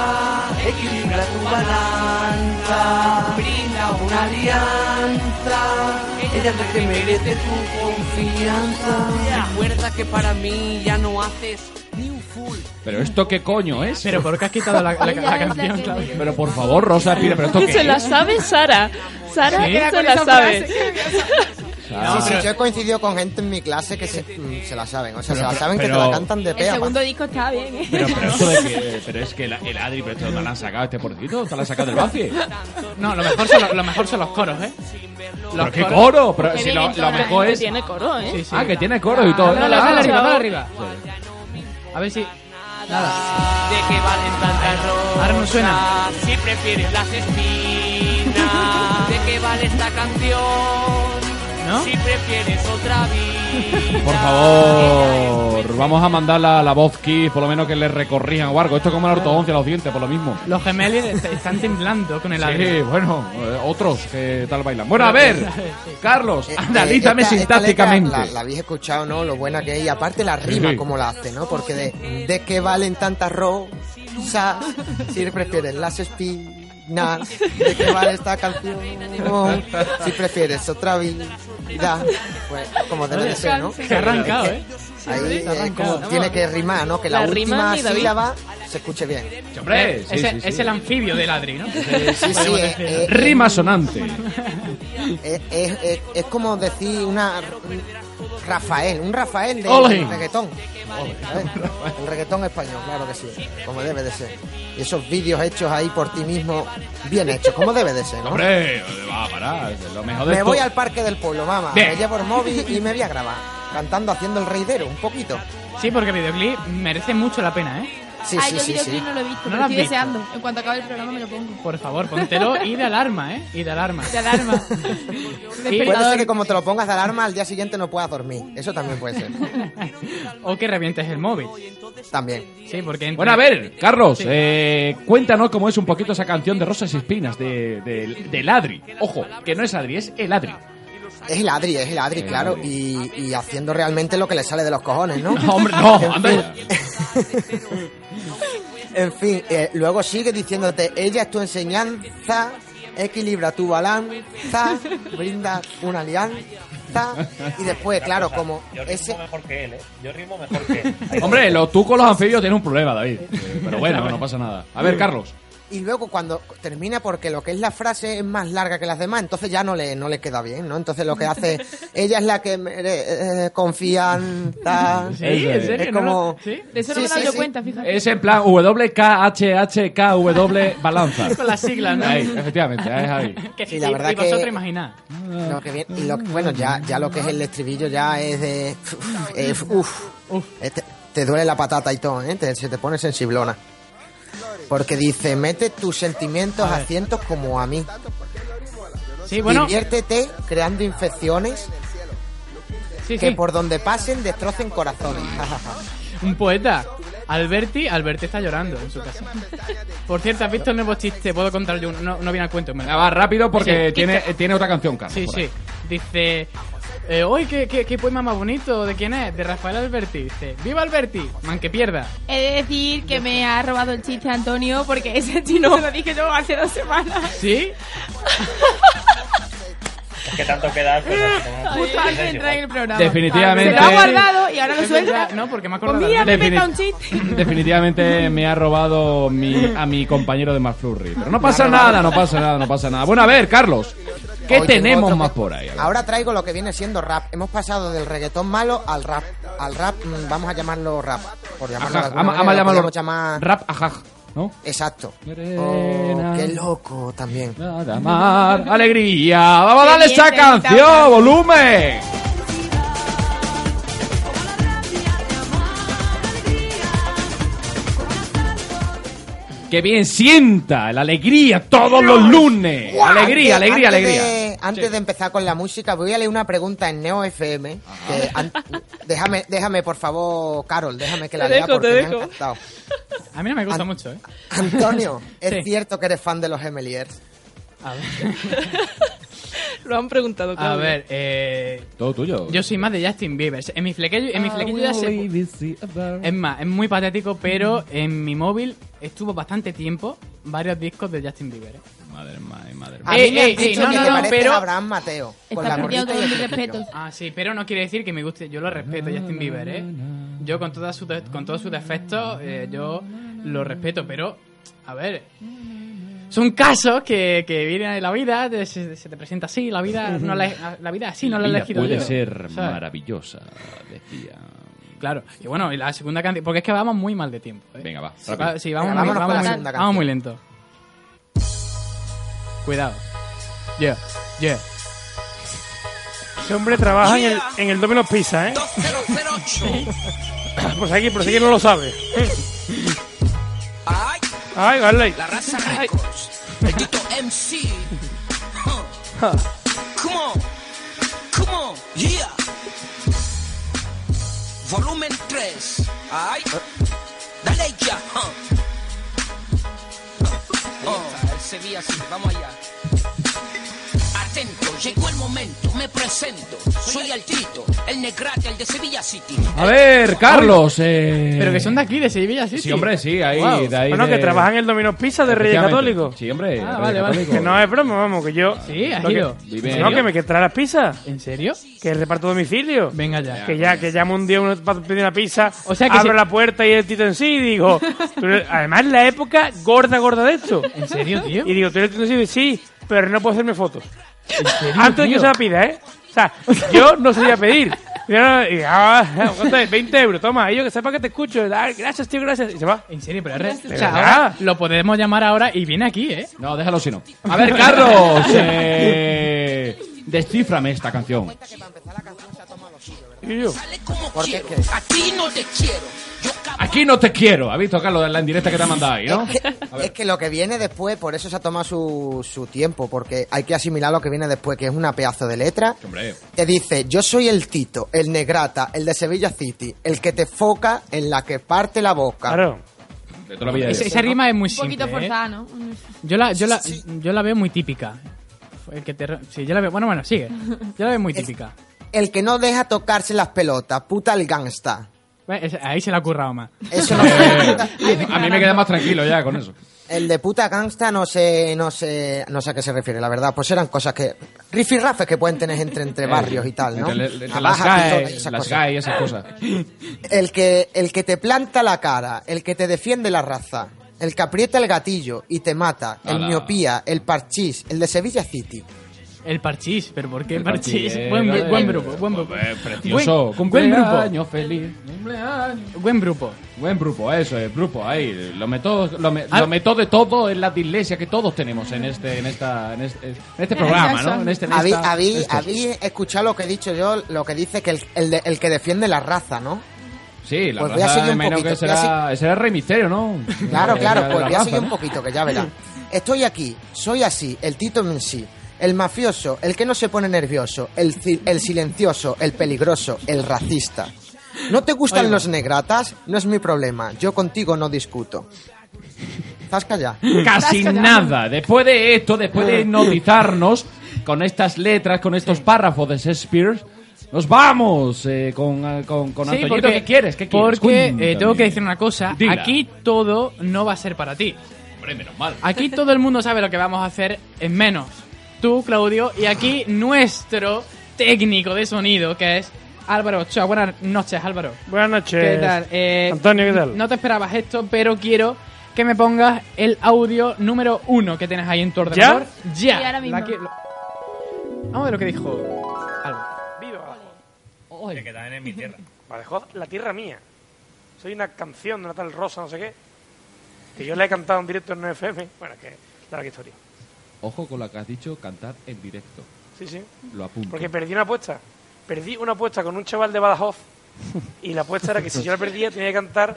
Speaker 13: equilibra tu balanza, brinda una alianza, ella es la que merece tu confianza. Recuerda que para mí ya no haces ni un full.
Speaker 2: Pero esto qué coño es?
Speaker 4: Pero ¿por qué has quitado la, la- la canción, Claudia?
Speaker 2: Pero por favor, Rosa, pide, pero esto qué
Speaker 3: Se la
Speaker 2: es?
Speaker 3: sabe Sara. Sara
Speaker 4: Sí.
Speaker 3: se la sabe.
Speaker 7: Sí, sí, yo he coincidido con gente en mi clase que se, mm, se la saben. O sea, se la saben que te
Speaker 2: Pero-
Speaker 7: la cantan de
Speaker 5: El
Speaker 7: pea.
Speaker 5: segundo disco está bien, ¿eh?
Speaker 2: Pero, pero esto de que, pero es que la- el Adri, pero esto no lo han sacado este porcito, te lo han sacado del Bafi.
Speaker 4: No, lo mejor, son los, lo mejor son los coros, ¿eh?
Speaker 2: ¿Pero qué coro? Pero
Speaker 4: Qué
Speaker 2: si
Speaker 4: bien
Speaker 2: lo,
Speaker 4: entonada.
Speaker 2: lo mejor es...
Speaker 3: Tiene coro, ¿eh?
Speaker 4: Sí, sí.
Speaker 2: Ah, que tiene coro y todo.
Speaker 4: Dale, dale, dale arriba, dale arriba.
Speaker 2: Sí.
Speaker 4: A ver si.
Speaker 13: ¿De qué valen tantas rosas?
Speaker 4: Ahora no suena.
Speaker 13: Si prefieres las espinas. ¿De qué vale esta canción?
Speaker 4: ¿No?
Speaker 13: Si prefieres otra vida.
Speaker 2: Por favor, vamos a mandarla a la voz Kiss, por lo menos que le recorrijan o algo. Esto es como la ortodoncia, los dientes, por lo mismo.
Speaker 4: Los gemelos est- están temblando con el
Speaker 2: Sí,
Speaker 4: aire.
Speaker 2: bueno, eh, otros que tal bailan. Bueno, a ver, Carlos, analízame
Speaker 7: Eh, esta- esta letra
Speaker 2: sintácticamente.
Speaker 7: La, la habéis escuchado, ¿no? Lo buena que es. Y aparte la rima,
Speaker 2: Sí.
Speaker 7: como la hace, ¿no? Porque de, de qué valen tantas rosas si prefieres las espinas. De qué vale esta canción si prefieres otra vida. Pues como debe de ser, ¿no?
Speaker 4: Se ha arrancado, ¿eh?
Speaker 7: Ahí
Speaker 4: Se ha
Speaker 7: eh,
Speaker 4: arrancado.
Speaker 7: como tiene que rimar, ¿no? Que la,
Speaker 4: La rima
Speaker 7: última
Speaker 4: y David.
Speaker 7: sílaba se escuche bien.
Speaker 4: Eh, ese- es el anfibio del Adri, ¿no?
Speaker 7: sí, sí, eh, eh,
Speaker 2: Rima sonante.
Speaker 7: Es, es- es- es como decir una un Rafael, un Rafael de
Speaker 2: Ole.
Speaker 7: reggaetón. ¿sabes? El reggaetón español, claro que sí, como debe de ser. Y esos vídeos hechos ahí por ti mismo, bien hechos, como debe de ser, ¿no?
Speaker 2: Hombre, va a parar. Lo mejor de
Speaker 7: Me
Speaker 2: esto-
Speaker 7: voy al parque del pueblo, mamá.
Speaker 2: Bien.
Speaker 7: Me llevo el móvil y me voy a grabar. Cantando, haciendo el reidero, un poquito.
Speaker 4: Sí, porque el videoclip merece mucho la pena, ¿eh?
Speaker 7: Sí,
Speaker 5: ah, yo el videoclip no lo he visto,
Speaker 4: ¿No
Speaker 5: pero
Speaker 4: lo has
Speaker 5: estoy
Speaker 4: visto?
Speaker 5: deseando. En cuanto acabe el programa me lo pongo.
Speaker 4: Por favor, póntelo y de alarma, ¿eh? Y de alarma.
Speaker 5: De alarma.
Speaker 7: Puede ser que como te lo pongas de alarma, al día siguiente no puedas dormir. Eso también puede ser.
Speaker 4: O que revientes el móvil.
Speaker 7: También.
Speaker 4: Sí, porque... entre-
Speaker 2: Bueno, a ver, Carlos,
Speaker 4: Sí.
Speaker 2: eh, cuéntanos cómo es un poquito esa canción de Rosas y Espinas de, de, del Adri. Ojo, que no es Adri, es el Adri.
Speaker 7: Es el Adri, es el
Speaker 8: Eh.
Speaker 7: Adri, claro. Y, y haciendo realmente lo que le sale de los cojones, ¿no?
Speaker 2: Hombre, no,
Speaker 7: En
Speaker 2: anda
Speaker 7: fin.
Speaker 2: ya.
Speaker 7: En fin, eh, luego sigue diciéndote, ella es tu enseñanza, equilibra tu balanza, brinda una alianza. Y después, claro, como
Speaker 8: Yo rimo
Speaker 7: ese...
Speaker 8: mejor que él, ¿eh? Yo rimo mejor que él. Ahí
Speaker 2: Hombre, lo, tú con los anfibios tienes un problema, David. Eh, Pero bueno, no pasa nada. A ver, Carlos.
Speaker 7: Y luego cuando termina, porque lo que es la frase es más larga que las demás, entonces ya no le, no le queda bien, ¿no? Entonces lo que hace, ella es la que mere- eh, confianza.
Speaker 2: Sí, en serio,
Speaker 7: Es
Speaker 2: ¿no?
Speaker 7: como...
Speaker 4: ¿Sí?
Speaker 5: De eso no
Speaker 7: Sí,
Speaker 5: me he
Speaker 7: sí,
Speaker 5: dado
Speaker 7: sí.
Speaker 5: cuenta, fíjate.
Speaker 2: Es en plan WKHHKW balanza.
Speaker 4: Con las siglas, ¿no?
Speaker 2: Ahí, efectivamente, ahí es ahí.
Speaker 4: Que-
Speaker 7: Sí, la
Speaker 4: y-
Speaker 7: verdad
Speaker 4: y vosotros
Speaker 7: que-
Speaker 4: imaginad.
Speaker 7: Lo que viene- y lo que- bueno, ya, ya lo que es el estribillo ya es de... Uf, eh, uf. Eh, te, te duele la patata y todo, ¿eh? Te- se te pone sensiblona. Porque dice, mete tus sentimientos a cientos como a mí.
Speaker 4: Sí, bueno...
Speaker 7: Diviértete creando infecciones
Speaker 4: Sí,
Speaker 7: que
Speaker 4: sí.
Speaker 7: por donde pasen destrocen corazones.
Speaker 4: Un poeta. Alberti, Alberti está llorando en su casa. Por cierto, ¿has visto el nuevo chiste? Puedo contar yo uno. No, no viene al cuento. me-
Speaker 2: Venga, Ah, va rápido porque
Speaker 4: Sí.
Speaker 2: tiene, eh, tiene otra canción, Carlos.
Speaker 4: Sí,
Speaker 2: por
Speaker 4: sí.
Speaker 2: ahí.
Speaker 4: Dice... Eh, hoy, qué, qué, qué poema más bonito. ¿De quién es? De Rafael Alberti. Dice... ¡Viva Alberti! Man, que pierda.
Speaker 5: He de decir que me ha robado el chiste Antonio porque ese chino se lo dije yo hace dos semanas.
Speaker 4: ¿Sí?
Speaker 8: Es que tanto queda. Pues, al final-
Speaker 5: Justo antes de entrar en el programa.
Speaker 2: Definitivamente.
Speaker 5: Se lo ha guardado y ahora lo
Speaker 4: Es verdad,
Speaker 5: suelta.
Speaker 4: No, porque me ha
Speaker 5: Pues
Speaker 4: acordado.
Speaker 5: mira, me
Speaker 2: Defini-
Speaker 5: meta un chiste.
Speaker 2: Definitivamente me ha robado mi, a mi compañero de McFlurry. Pero no pasa nada, no pasa nada, no pasa nada. Bueno, a ver, Carlos, ¿qué
Speaker 7: Hoy tengo
Speaker 2: tenemos
Speaker 7: otro
Speaker 2: más
Speaker 7: que-
Speaker 2: por ahí? A ver.
Speaker 7: Ahora traigo lo que viene siendo rap. Hemos pasado del reggaetón malo al rap. Al rap, mm, vamos a llamarlo rap. Por llamarlo
Speaker 2: Ajá,
Speaker 7: de alguna
Speaker 2: ama- ama
Speaker 7: manera, lo
Speaker 2: llamarlo
Speaker 7: podemos llamar-
Speaker 2: Rap ajaj, ¿no?
Speaker 7: Exacto.
Speaker 2: Morena.
Speaker 7: Oh, qué loco también.
Speaker 2: Amar, alegría. Vamos a darle
Speaker 5: Qué bien,
Speaker 2: esa
Speaker 5: te gusta.
Speaker 2: canción, volumen. Que bien sienta la alegría todos los lunes. Alegría,
Speaker 7: Antes-
Speaker 2: alegría,
Speaker 7: antes
Speaker 2: alegría.
Speaker 7: de- antes de empezar con la música, voy a leer una pregunta en Neo FM. que an- déjame, déjame, por favor, Carol, déjame que la
Speaker 3: Te
Speaker 7: lea
Speaker 3: dejo,
Speaker 7: porque
Speaker 3: te
Speaker 7: me
Speaker 3: dejo.
Speaker 7: ha encantado.
Speaker 4: A mí no me gusta mucho, ¿eh?
Speaker 7: Antonio, ¿es
Speaker 4: Sí.
Speaker 7: cierto que eres fan de los Gemeliers?
Speaker 4: A ver,
Speaker 3: Lo han preguntado,
Speaker 4: a
Speaker 3: Claudia.
Speaker 4: ver eh,
Speaker 2: Todo tuyo.
Speaker 4: yo soy más de Justin Bieber. En mi flequillo, en mi
Speaker 7: Ah,
Speaker 4: flequillo ya se- Es más, es muy patético, pero en mi móvil estuvo bastante tiempo varios discos de Justin Bieber. ¿eh?
Speaker 2: Madre mía, madre
Speaker 7: A
Speaker 4: Eh,
Speaker 7: mí me han
Speaker 4: eh, eh,
Speaker 7: dicho
Speaker 4: no,
Speaker 7: que
Speaker 4: no,
Speaker 7: te
Speaker 4: no,
Speaker 7: pareces
Speaker 4: pero-
Speaker 7: a Abraham Mateo. Con la gorrita y el flequillo.
Speaker 4: Ah, sí, pero no quiere decir que me guste. Yo lo respeto a Justin Bieber, ¿eh? Yo con, todas sus de- con todos sus defectos, eh, yo lo respeto, pero, a ver... Son casos que, que vienen de la vida, te- se, se te presenta así, la vida no la, la vida así, no la he
Speaker 2: vida
Speaker 4: elegido
Speaker 2: puede
Speaker 4: yo,
Speaker 2: ser
Speaker 4: ¿sabes?
Speaker 2: maravillosa, decía.
Speaker 4: Claro, y bueno, y la segunda canción, porque es que vamos muy mal de tiempo. ¿eh?
Speaker 2: Venga, va,
Speaker 4: Sí,
Speaker 2: rápido.
Speaker 4: va- sí, vamos,
Speaker 2: Venga,
Speaker 4: muy,
Speaker 2: vámonos con
Speaker 4: vamos,
Speaker 2: la
Speaker 4: muy-
Speaker 2: segunda
Speaker 4: vamos
Speaker 2: canción.
Speaker 4: muy lento. Cuidado. Yeah, yeah.
Speaker 6: Ese hombre trabaja en el, en el Domino's Pizza, ¿eh? pues aquí, por si que no lo sabe. Ay, vale.
Speaker 1: La raza Records. El Tito MC. Huh. Come on. Come on. Yeah. Volumen 3. Ay. Dale ya. huh. Huh. Oh, el Sevilla sí. Vamos allá. Atento, llegó el momento, me presento. Soy el Tito, el Negrate, el de Sevilla City.
Speaker 2: A ver, Carlos. eh,
Speaker 4: Pero que son de aquí, de Sevilla City.
Speaker 2: Sí, hombre, sí, ahí,
Speaker 4: Wow.
Speaker 2: de ahí
Speaker 6: Bueno, que
Speaker 2: de-
Speaker 6: trabaja en el Domino's Pizza de Reyes
Speaker 2: Efectivamente.
Speaker 6: Católicos.
Speaker 2: Sí, hombre.
Speaker 6: Ah,
Speaker 2: Reyes
Speaker 6: vale, vale.
Speaker 2: Católicos.
Speaker 6: Que no es broma, vamos, que yo.
Speaker 4: Sí, has
Speaker 6: lo que-
Speaker 4: ido.
Speaker 2: Vive
Speaker 6: No,
Speaker 2: en-
Speaker 6: que me que trae las pizzas.
Speaker 4: ¿En serio?
Speaker 6: Que reparto domicilio.
Speaker 4: Venga ya.
Speaker 6: Que ya, que llamo un día uno para pedir una pizza.
Speaker 4: O sea que
Speaker 6: abro
Speaker 4: se-
Speaker 6: la puerta y el tito en sí y digo. tú eres- Además, la época gorda, gorda de esto.
Speaker 4: ¿En serio, tío?
Speaker 6: Y digo, tú eres el tito en sí, Y digo, sí, pero no puedo hacerme fotos. Antes de que
Speaker 4: tío?
Speaker 6: se la pida, ¿eh? O sea, yo no sabía pedir. Yo no- y, ah, ¿cuánto es? 20 euros, toma. Y yo que sepa que te escucho. Ay, gracias, tío, gracias. Y se va.
Speaker 4: En serio, pero es re-
Speaker 6: De
Speaker 4: o sea,
Speaker 6: verdad.
Speaker 4: ahora lo podemos llamar ahora y viene aquí, ¿eh?
Speaker 2: No, déjalo si no. A ver, Carlos. eh, Descíframe esta canción.
Speaker 1: Porque a ti no te quiero.
Speaker 2: Aquí no te quiero. ¿Has visto, Carlos, la indirecta que te ha mandado ahí,
Speaker 7: Eh,
Speaker 2: no?
Speaker 7: Es que lo que viene después, por eso se ha tomado su, su tiempo, porque hay que asimilar lo que viene después, que es una pedazo de letra.
Speaker 2: Hombre.
Speaker 7: Te dice, yo soy el Tito, el Negrata, el de Sevilla City, el que te foca en la que parte la boca.
Speaker 6: Claro.
Speaker 7: eh,
Speaker 2: De toda la vida.
Speaker 4: Esa, esa rima es muy
Speaker 5: Un poquito
Speaker 4: simple. ¿eh?
Speaker 5: forzada, ¿no?
Speaker 4: Yo la, yo, la, yo la veo muy típica. El que te re- sí, yo la veo. Bueno, bueno, sigue. Yo la veo muy típica.
Speaker 7: El que no deja tocarse las pelotas, puta el gangsta.
Speaker 4: Bueno, es- Ahí se la ha currado más.
Speaker 7: Eso no
Speaker 2: Eh, A mí me queda más tranquilo ya con eso.
Speaker 7: El de puta gangsta no sé, no sé, no sé a qué se refiere, la verdad. Pues eran cosas que. Rifirrafes que pueden tener entre, entre barrios y tal, ¿no?
Speaker 2: Eh, Entre- entre
Speaker 7: Navajas,
Speaker 2: las
Speaker 7: pistolas y
Speaker 2: GAE,
Speaker 7: esas
Speaker 2: las
Speaker 7: cosas.
Speaker 2: GAE y esas cosas.
Speaker 7: El que, el que te planta la cara, el que te defiende la raza, el que aprieta el gatillo y te mata, el
Speaker 4: Ala.
Speaker 7: miopía, el parchís, el de Sevilla City.
Speaker 4: El parchís, pero ¿por qué
Speaker 7: El
Speaker 4: parchís?
Speaker 7: parchís,
Speaker 4: Buen,
Speaker 7: eh,
Speaker 4: buen grupo, buen grupo.
Speaker 2: pues, Precioso.
Speaker 4: Buen, buen grupo.
Speaker 2: Cumpleaños feliz.
Speaker 4: Buen grupo.
Speaker 2: Buen grupo, eso es, grupo, ahí. Lo meto, lo, me-
Speaker 6: Ah.
Speaker 2: lo meto de todo en la dislexia que todos tenemos en este, en esta, en este, en este programa, ¿no? En este, en
Speaker 7: Habí-
Speaker 2: esta-
Speaker 7: habí-
Speaker 2: esto.
Speaker 7: habí escuchado lo que he dicho yo, lo que dice que el, el de- el que defiende la raza, ¿no?
Speaker 2: Sí, la
Speaker 7: Pues voy a
Speaker 2: raza,
Speaker 7: seguir un
Speaker 2: menos
Speaker 7: poquito,
Speaker 2: que
Speaker 7: voy a
Speaker 2: será, será el Rey Misterio, ¿no?
Speaker 7: Claro,
Speaker 2: Eh,
Speaker 7: claro,
Speaker 2: la
Speaker 7: pues voy a
Speaker 2: raza,
Speaker 7: seguir
Speaker 2: ¿no?
Speaker 7: un poquito, que ya verás. Estoy aquí, soy así, el Tito en sí, el mafioso, el que no se pone nervioso, el, ci- el silencioso, el peligroso, el racista. ¿No te
Speaker 4: Ahí
Speaker 7: gustan
Speaker 4: va.
Speaker 7: los negratas? No es mi problema, yo contigo no discuto. Zasca ya.
Speaker 2: Casi nada. Después de esto, después de hipnotizarnos con estas letras, con estos párrafos de Shakespeare, nos vamos eh, con, eh, con, con Antoñito. ¿Qué quieres? ¿Qué quieres?
Speaker 4: Porque eh,
Speaker 2: Cuéntame.
Speaker 4: tengo que decir una cosa.
Speaker 2: Dila.
Speaker 4: Aquí todo no va a ser para ti.
Speaker 2: Hombre, menos mal.
Speaker 4: Aquí todo el mundo sabe lo que vamos a hacer en menos. Tú, Claudio, y aquí nuestro técnico de sonido, que es Álvaro Ochoa. Buenas noches, Álvaro.
Speaker 6: Buenas noches.
Speaker 4: ¿Qué tal? Eh,
Speaker 6: Antonio, ¿qué tal?
Speaker 4: No te esperabas esto, pero quiero que me pongas el audio número uno que tienes ahí en tu ordenador. Ya.
Speaker 5: Y ahora mismo.
Speaker 4: La que- lo- Vamos a ver lo que dijo Álvaro.
Speaker 6: Viva.
Speaker 8: Que también es mi tierra.
Speaker 6: Vale, joder, la tierra mía. Soy una canción de una tal Rosa, no sé qué. Que yo la he cantado en directo en 9FM. Bueno, que larga historia.
Speaker 2: Ojo con lo que has dicho, cantar en directo.
Speaker 6: Sí, sí.
Speaker 2: Lo apunto.
Speaker 6: Porque perdí una apuesta. Perdí una apuesta con un chaval de Badajoz. Y la apuesta era que si yo la perdía tenía que cantar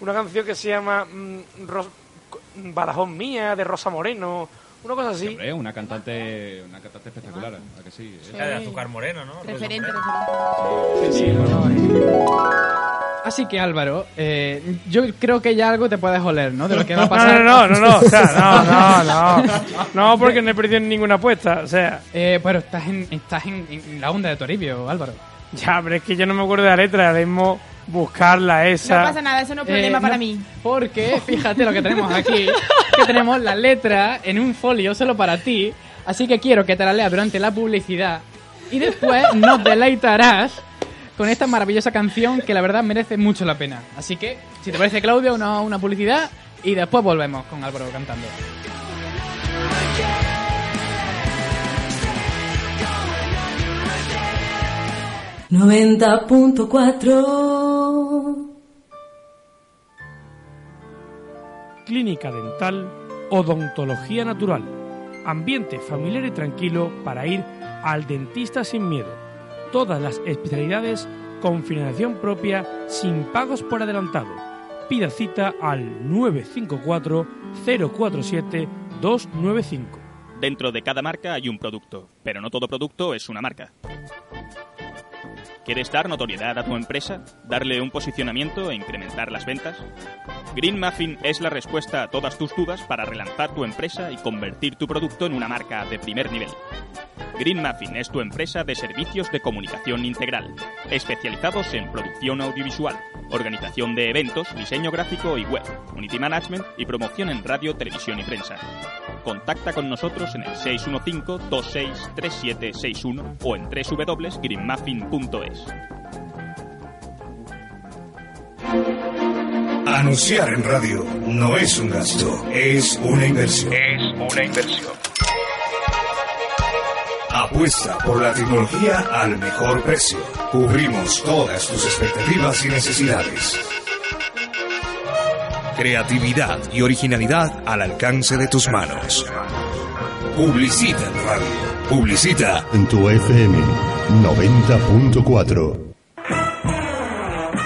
Speaker 6: una canción que se llama mm, Ros- co- Badajoz Mía, de Rosa Moreno. Una
Speaker 4: Ah,
Speaker 6: cosa así.
Speaker 2: Hombre, una cantante, una cantante espectacular, ¿a que sí?
Speaker 8: La de Azúcar Moreno, ¿no?
Speaker 5: Referente,
Speaker 8: Rosa
Speaker 5: referente.
Speaker 8: Moreno.
Speaker 4: Así que Álvaro, eh, yo creo que ya algo te puedes oler, ¿no? De lo que va a pasar.
Speaker 6: No, no, no, no, no, o sea, no, no, no. No, porque no he perdido ninguna apuesta, o sea.
Speaker 4: Eh, pero estás en, estás en, en la onda de Toribio, Álvaro.
Speaker 6: Ya, pero es que yo no me acuerdo de la letra, ahora mismo buscarla esa.
Speaker 5: No pasa nada, eso no es problema
Speaker 4: Eh,
Speaker 5: para
Speaker 4: no,
Speaker 5: mí.
Speaker 4: Porque fíjate lo que tenemos aquí, que tenemos la letra en un folio solo para ti, así que quiero que te la leas durante la publicidad y después nos deleitarás con esta maravillosa canción que la verdad merece mucho la pena. Así que, si te parece Claudio, una, una publicidad y después volvemos con Álvaro cantando.
Speaker 16: Noventa punto cuatro.
Speaker 10: Clínica Dental Odontología Natural. Ambiente familiar y tranquilo para ir al dentista sin miedo. Todas las especialidades con financiación propia sin pagos por adelantado. Pida cita al 954 047 295.
Speaker 11: Dentro de cada marca hay un producto, pero no todo producto es una marca. ¿Quieres dar notoriedad a tu empresa? ¿Darle un posicionamiento e incrementar las ventas? Green Muffin es la respuesta a todas tus dudas para relanzar tu empresa y convertir tu producto en una marca de primer nivel. Green Muffin es tu empresa de servicios de comunicación integral, especializados en producción audiovisual, organización de eventos, diseño gráfico y web, unity management y promoción en radio, televisión y prensa. Contacta con nosotros en el 615-263761 o en www.greenmuffin.es.
Speaker 12: Anunciar en radio no es un gasto, es una inversión. Es una inversión. Apuesta por la tecnología al mejor precio. Cubrimos todas tus expectativas y necesidades. Creatividad y originalidad al alcance de tus manos. Publicita en radio. Publicita
Speaker 17: En tu FM 90.4.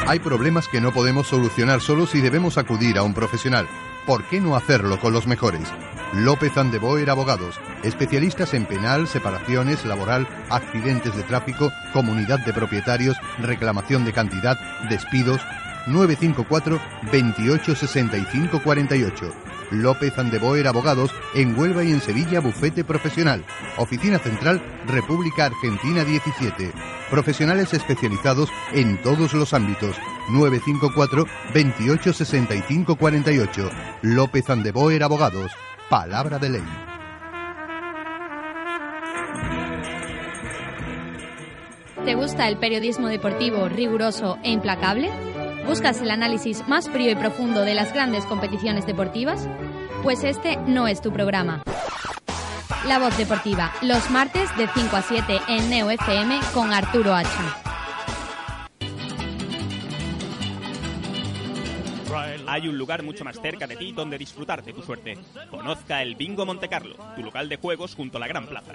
Speaker 14: Hay problemas que no podemos solucionar solos y debemos acudir a un profesional. ¿Por qué no hacerlo con los mejores? López Andeboer Abogados, especialistas en penal, separaciones, laboral, accidentes de tráfico, comunidad de propietarios, reclamación de cantidad, despidos. 954 28 65 48. López Andeboer Abogados en Huelva y en Sevilla Bufete Profesional. Oficina Central República Argentina 17. Profesionales especializados en todos los ámbitos. 954 28 65 48. López Andeboer Abogados. Palabra de ley.
Speaker 15: ¿Te gusta el periodismo deportivo riguroso e implacable? ¿Buscas el análisis más frío y profundo de las grandes competiciones deportivas? Pues este no es tu programa. La Voz Deportiva, los martes de 5 a 7 en Neo FM con Arturo Hacha.
Speaker 11: Hay un lugar mucho más cerca de ti donde disfrutar de tu suerte. Conozca el Bingo Montecarlo, tu local de juegos junto a la Gran Plaza.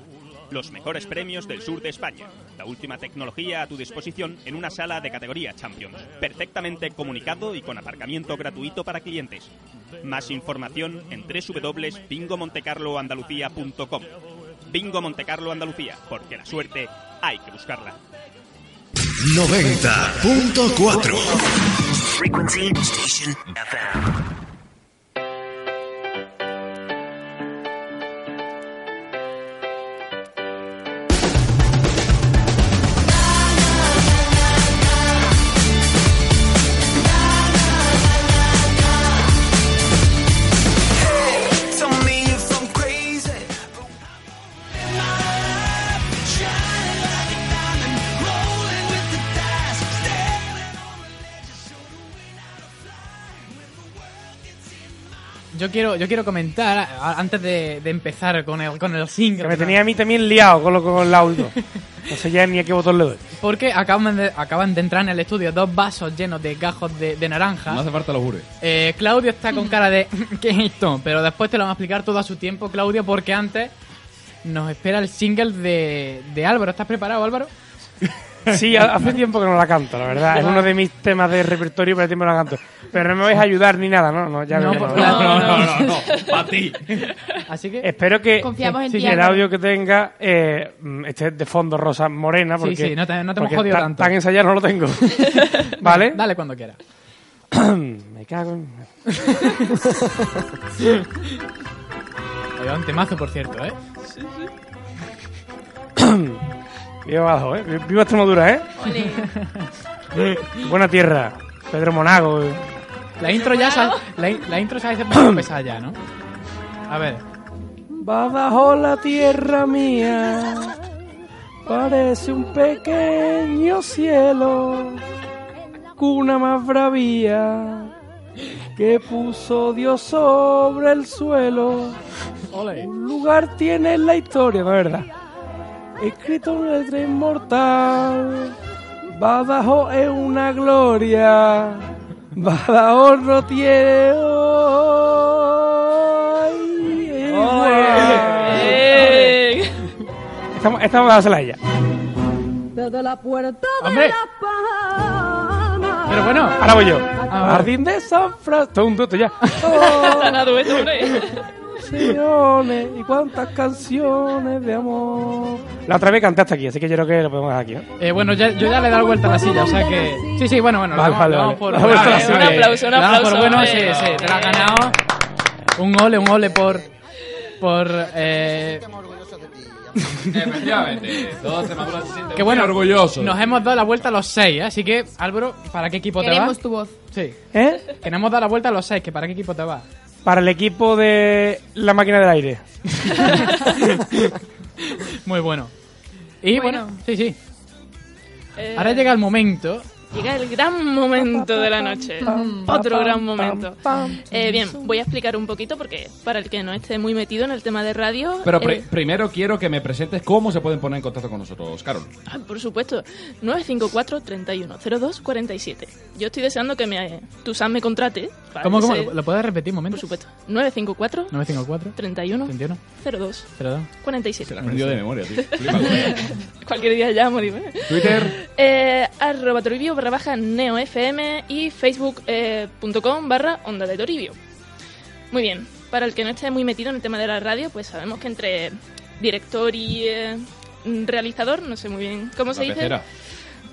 Speaker 11: Los mejores premios del sur de España. La última tecnología a tu disposición en una sala de categoría Champions. Perfectamente comunicado y con aparcamiento gratuito para clientes. Más información en www.bingomontecarloandalucía.com. Bingo Montecarlo Andalucía, porque la suerte hay que buscarla.
Speaker 12: 90.4.
Speaker 1: Tell me if I'm crazy.
Speaker 4: Yo quiero, yo quiero comentar, a- antes de, de empezar con el, con el single,
Speaker 6: Que me tenía a mí también liado con lo con el audio. No sé ya ni a qué botón le doy.
Speaker 4: porque acaban de, acaban de entrar en el estudio dos vasos llenos de gajos de, de naranja.
Speaker 2: No hace falta los jures.
Speaker 4: Eh, Claudio está con cara de ¿qué es esto? Pero después te lo vamos a explicar todo a su tiempo, Claudio, porque antes nos espera el single de, de Álvaro. ¿Estás preparado, Álvaro?
Speaker 6: Sí, ha- hace tiempo que no la canto, la verdad. Es uno de mis temas de repertorio, pero hace tiempo que no la canto. Pero no me vais a ayudar ni nada, ¿no? No, ya
Speaker 4: No,
Speaker 6: veo
Speaker 4: por
Speaker 6: que
Speaker 4: favor, No, no, no, no, no,
Speaker 6: para ti.
Speaker 4: Así que
Speaker 6: Espero que eh,
Speaker 4: Confiamos en
Speaker 6: sí,
Speaker 4: ti,
Speaker 6: que el
Speaker 4: Álvaro.
Speaker 6: audio que tenga eh, mm, esté de fondo rosa morena.
Speaker 4: Sí,
Speaker 6: Porque,
Speaker 4: sí, no te- no te hemos
Speaker 6: porque
Speaker 4: jodido
Speaker 6: tan-
Speaker 4: tanto.
Speaker 6: Tan ensayado no lo tengo. ¿Vale?
Speaker 4: Dale cuando quieras.
Speaker 6: me cago en...
Speaker 4: Oye, un temazo, por cierto, ¿eh?
Speaker 6: Viva abajo, ¿eh? Viva Extremadura, ¿eh? Buena tierra. Pedro Monago. eh.
Speaker 4: La intro ya sa- la, in- la intro se hace muy pesada ya, ¿no? A ver.
Speaker 13: Va bajo la tierra mía, parece un pequeño cielo, cuna más bravía que puso Dios sobre el suelo. Un lugar tiene en la historia, de verdad. Escrito en letra inmortal, Badajoz es una gloria, Badajoz no tiene hoy igual.
Speaker 6: Estamos, estamos dándosela a ella.
Speaker 13: Desde la puerta
Speaker 6: Hombre. Pero bueno, Ah, ahora voy yo. Jardín de San Francisco. Todo un dueto ya.
Speaker 13: Señores, y cuántas canciones de amor.
Speaker 6: La otra vez cantaste aquí, así que yo creo que lo podemos dejar aquí, ¿no?
Speaker 4: Eh, bueno, ya, yo ya le he dado vuelta a la silla, o sea que... Sí, sí, bueno, bueno.
Speaker 6: Vale,
Speaker 4: lo-
Speaker 6: vale,
Speaker 4: lo
Speaker 6: vale.
Speaker 4: damos por- ¿eh?
Speaker 6: La vuelta a la silla.
Speaker 4: Un aplauso, un
Speaker 6: Lo damos
Speaker 4: aplauso.
Speaker 6: por
Speaker 4: bueno,
Speaker 6: bueno,
Speaker 4: sí,
Speaker 6: eh.
Speaker 4: sí, te lo has ganado. Un ole, un ole por... Por... Eh...
Speaker 17: Efectivamente, todos Extremadura se sienten
Speaker 4: Que bueno,
Speaker 17: muy orgullosos.
Speaker 4: nos hemos dado la vuelta a los seis, ¿eh? así que, Álvaro, ¿para qué equipo te
Speaker 5: Queremos
Speaker 4: vas?
Speaker 5: tu voz.
Speaker 4: Sí.
Speaker 6: ¿Eh?
Speaker 4: Que nos hemos dado la vuelta a los seis, que ¿para qué equipo te vas?
Speaker 6: Para el equipo de la máquina del aire.
Speaker 4: Muy bueno. Y bueno, sí, sí. Ahora llega el momento.
Speaker 3: Eh, Llega el gran momento de la noche. Otro gran momento. Eh, bien, voy a explicar un poquito porque para el que no esté muy metido en el tema de radio.
Speaker 17: Pero pri-
Speaker 3: eh,
Speaker 17: primero quiero que me presentes cómo se pueden poner en contacto con nosotros, Carol.
Speaker 3: ah, por supuesto, 954-31-02-47. Yo estoy deseando que me, tu Sam me contrate. para
Speaker 4: ¿Cómo,
Speaker 3: que
Speaker 4: cómo?
Speaker 3: se-
Speaker 4: ¿Lo puedes repetir un momento?
Speaker 3: Por supuesto. 954
Speaker 4: 954
Speaker 3: 31
Speaker 4: 31
Speaker 3: 02
Speaker 4: Perdón.
Speaker 3: 47. Se
Speaker 17: Aprendido de memoria, tío. Flipa.
Speaker 3: Cualquier día llamo, dime.
Speaker 17: Twitter.
Speaker 3: Eh, arroba Toribio barra baja Neo FM y facebook.com barra Onda de Toribio. Muy bien, para el que no esté muy metido en el tema de la radio, pues sabemos que entre director y eh, realizador, no sé muy bien cómo se dice,
Speaker 17: pecera.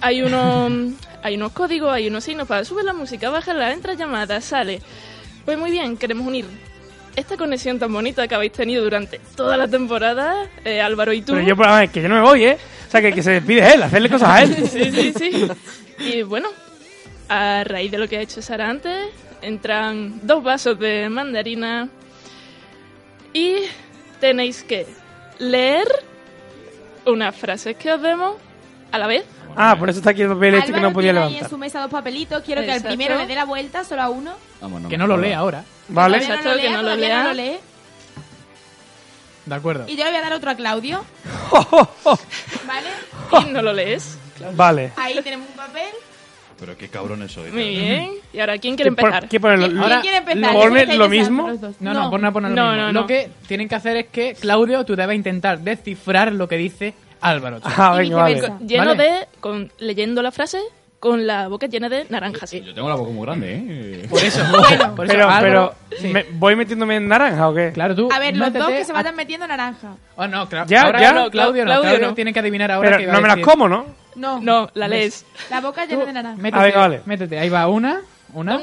Speaker 3: hay unos, hay unos códigos, hay unos signos para subir la música, bajarla, entra llamada, sale. Pues muy bien, queremos unir esta conexión tan bonita que habéis tenido durante toda la temporada, eh, Álvaro y tú.
Speaker 6: Pero yo, por la que yo no me voy, ¿eh? O sea, que, que se despide él, hacerle cosas a él.
Speaker 3: Sí, sí, sí. Y bueno, a raíz de lo que ha hecho Sara antes, entran dos vasos de mandarina y tenéis que leer unas frases que os demos a la vez.
Speaker 6: Ah, por eso está aquí el papel este que
Speaker 5: Álvaro
Speaker 6: no podía
Speaker 5: tiene ahí
Speaker 6: levantar.
Speaker 5: en su mesa dos papelitos. Quiero que al
Speaker 3: Exacto.
Speaker 5: primero le dé la vuelta solo a uno.
Speaker 4: que no lo lea ahora.
Speaker 6: Vale.
Speaker 5: Todavía
Speaker 3: Exacto, que no lo
Speaker 5: todavía
Speaker 3: lea.
Speaker 5: no lo lee.
Speaker 4: De acuerdo.
Speaker 5: Y yo le voy a dar otro a Claudio.
Speaker 3: ¿Y no lo lees?
Speaker 6: Vale.
Speaker 5: Ahí tenemos un papel.
Speaker 18: Pero qué cabrones ¿eh? soy.
Speaker 3: Muy bien. ¿Eh? ¿Y ahora quién quiere empezar?
Speaker 4: Ahora,
Speaker 3: ¿Pones
Speaker 4: No, no, pone, pone lo
Speaker 3: no,
Speaker 4: mismo.
Speaker 3: No,
Speaker 4: Lo que tienen que hacer es que, Claudio, tú debes intentar descifrar lo que dice Álvaro.
Speaker 6: Ah, venga, vale.
Speaker 3: Lleno
Speaker 4: ¿Vale?
Speaker 3: de, con, leyendo la frase, con la boca llena de naranjas.
Speaker 17: Yo tengo la boca muy grande, ¿eh?
Speaker 4: Por eso.
Speaker 3: por
Speaker 6: pero,
Speaker 4: eso,
Speaker 6: pero,
Speaker 4: Álvaro,
Speaker 6: ¿me- ¿voy metiéndome en naranja o qué?
Speaker 4: Claro, tú.
Speaker 5: A ver, los
Speaker 4: Métete
Speaker 5: dos que se
Speaker 4: a-
Speaker 5: vayan metiendo naranja.
Speaker 4: Oh, no, claro.
Speaker 6: Ya,
Speaker 4: ahora
Speaker 6: ya.
Speaker 4: no, Claudio no.
Speaker 6: Claudio
Speaker 4: Claudio
Speaker 6: no.
Speaker 4: no. Tienen que adivinar ahora
Speaker 6: Pero
Speaker 4: qué va
Speaker 6: no
Speaker 4: a
Speaker 6: me las
Speaker 4: decir.
Speaker 6: como, ¿no?
Speaker 5: No.
Speaker 3: No, la lees.
Speaker 5: La boca llena de naranja.
Speaker 4: Métete,
Speaker 6: Ah, venga, vale.
Speaker 4: métete. Ahí va una, una.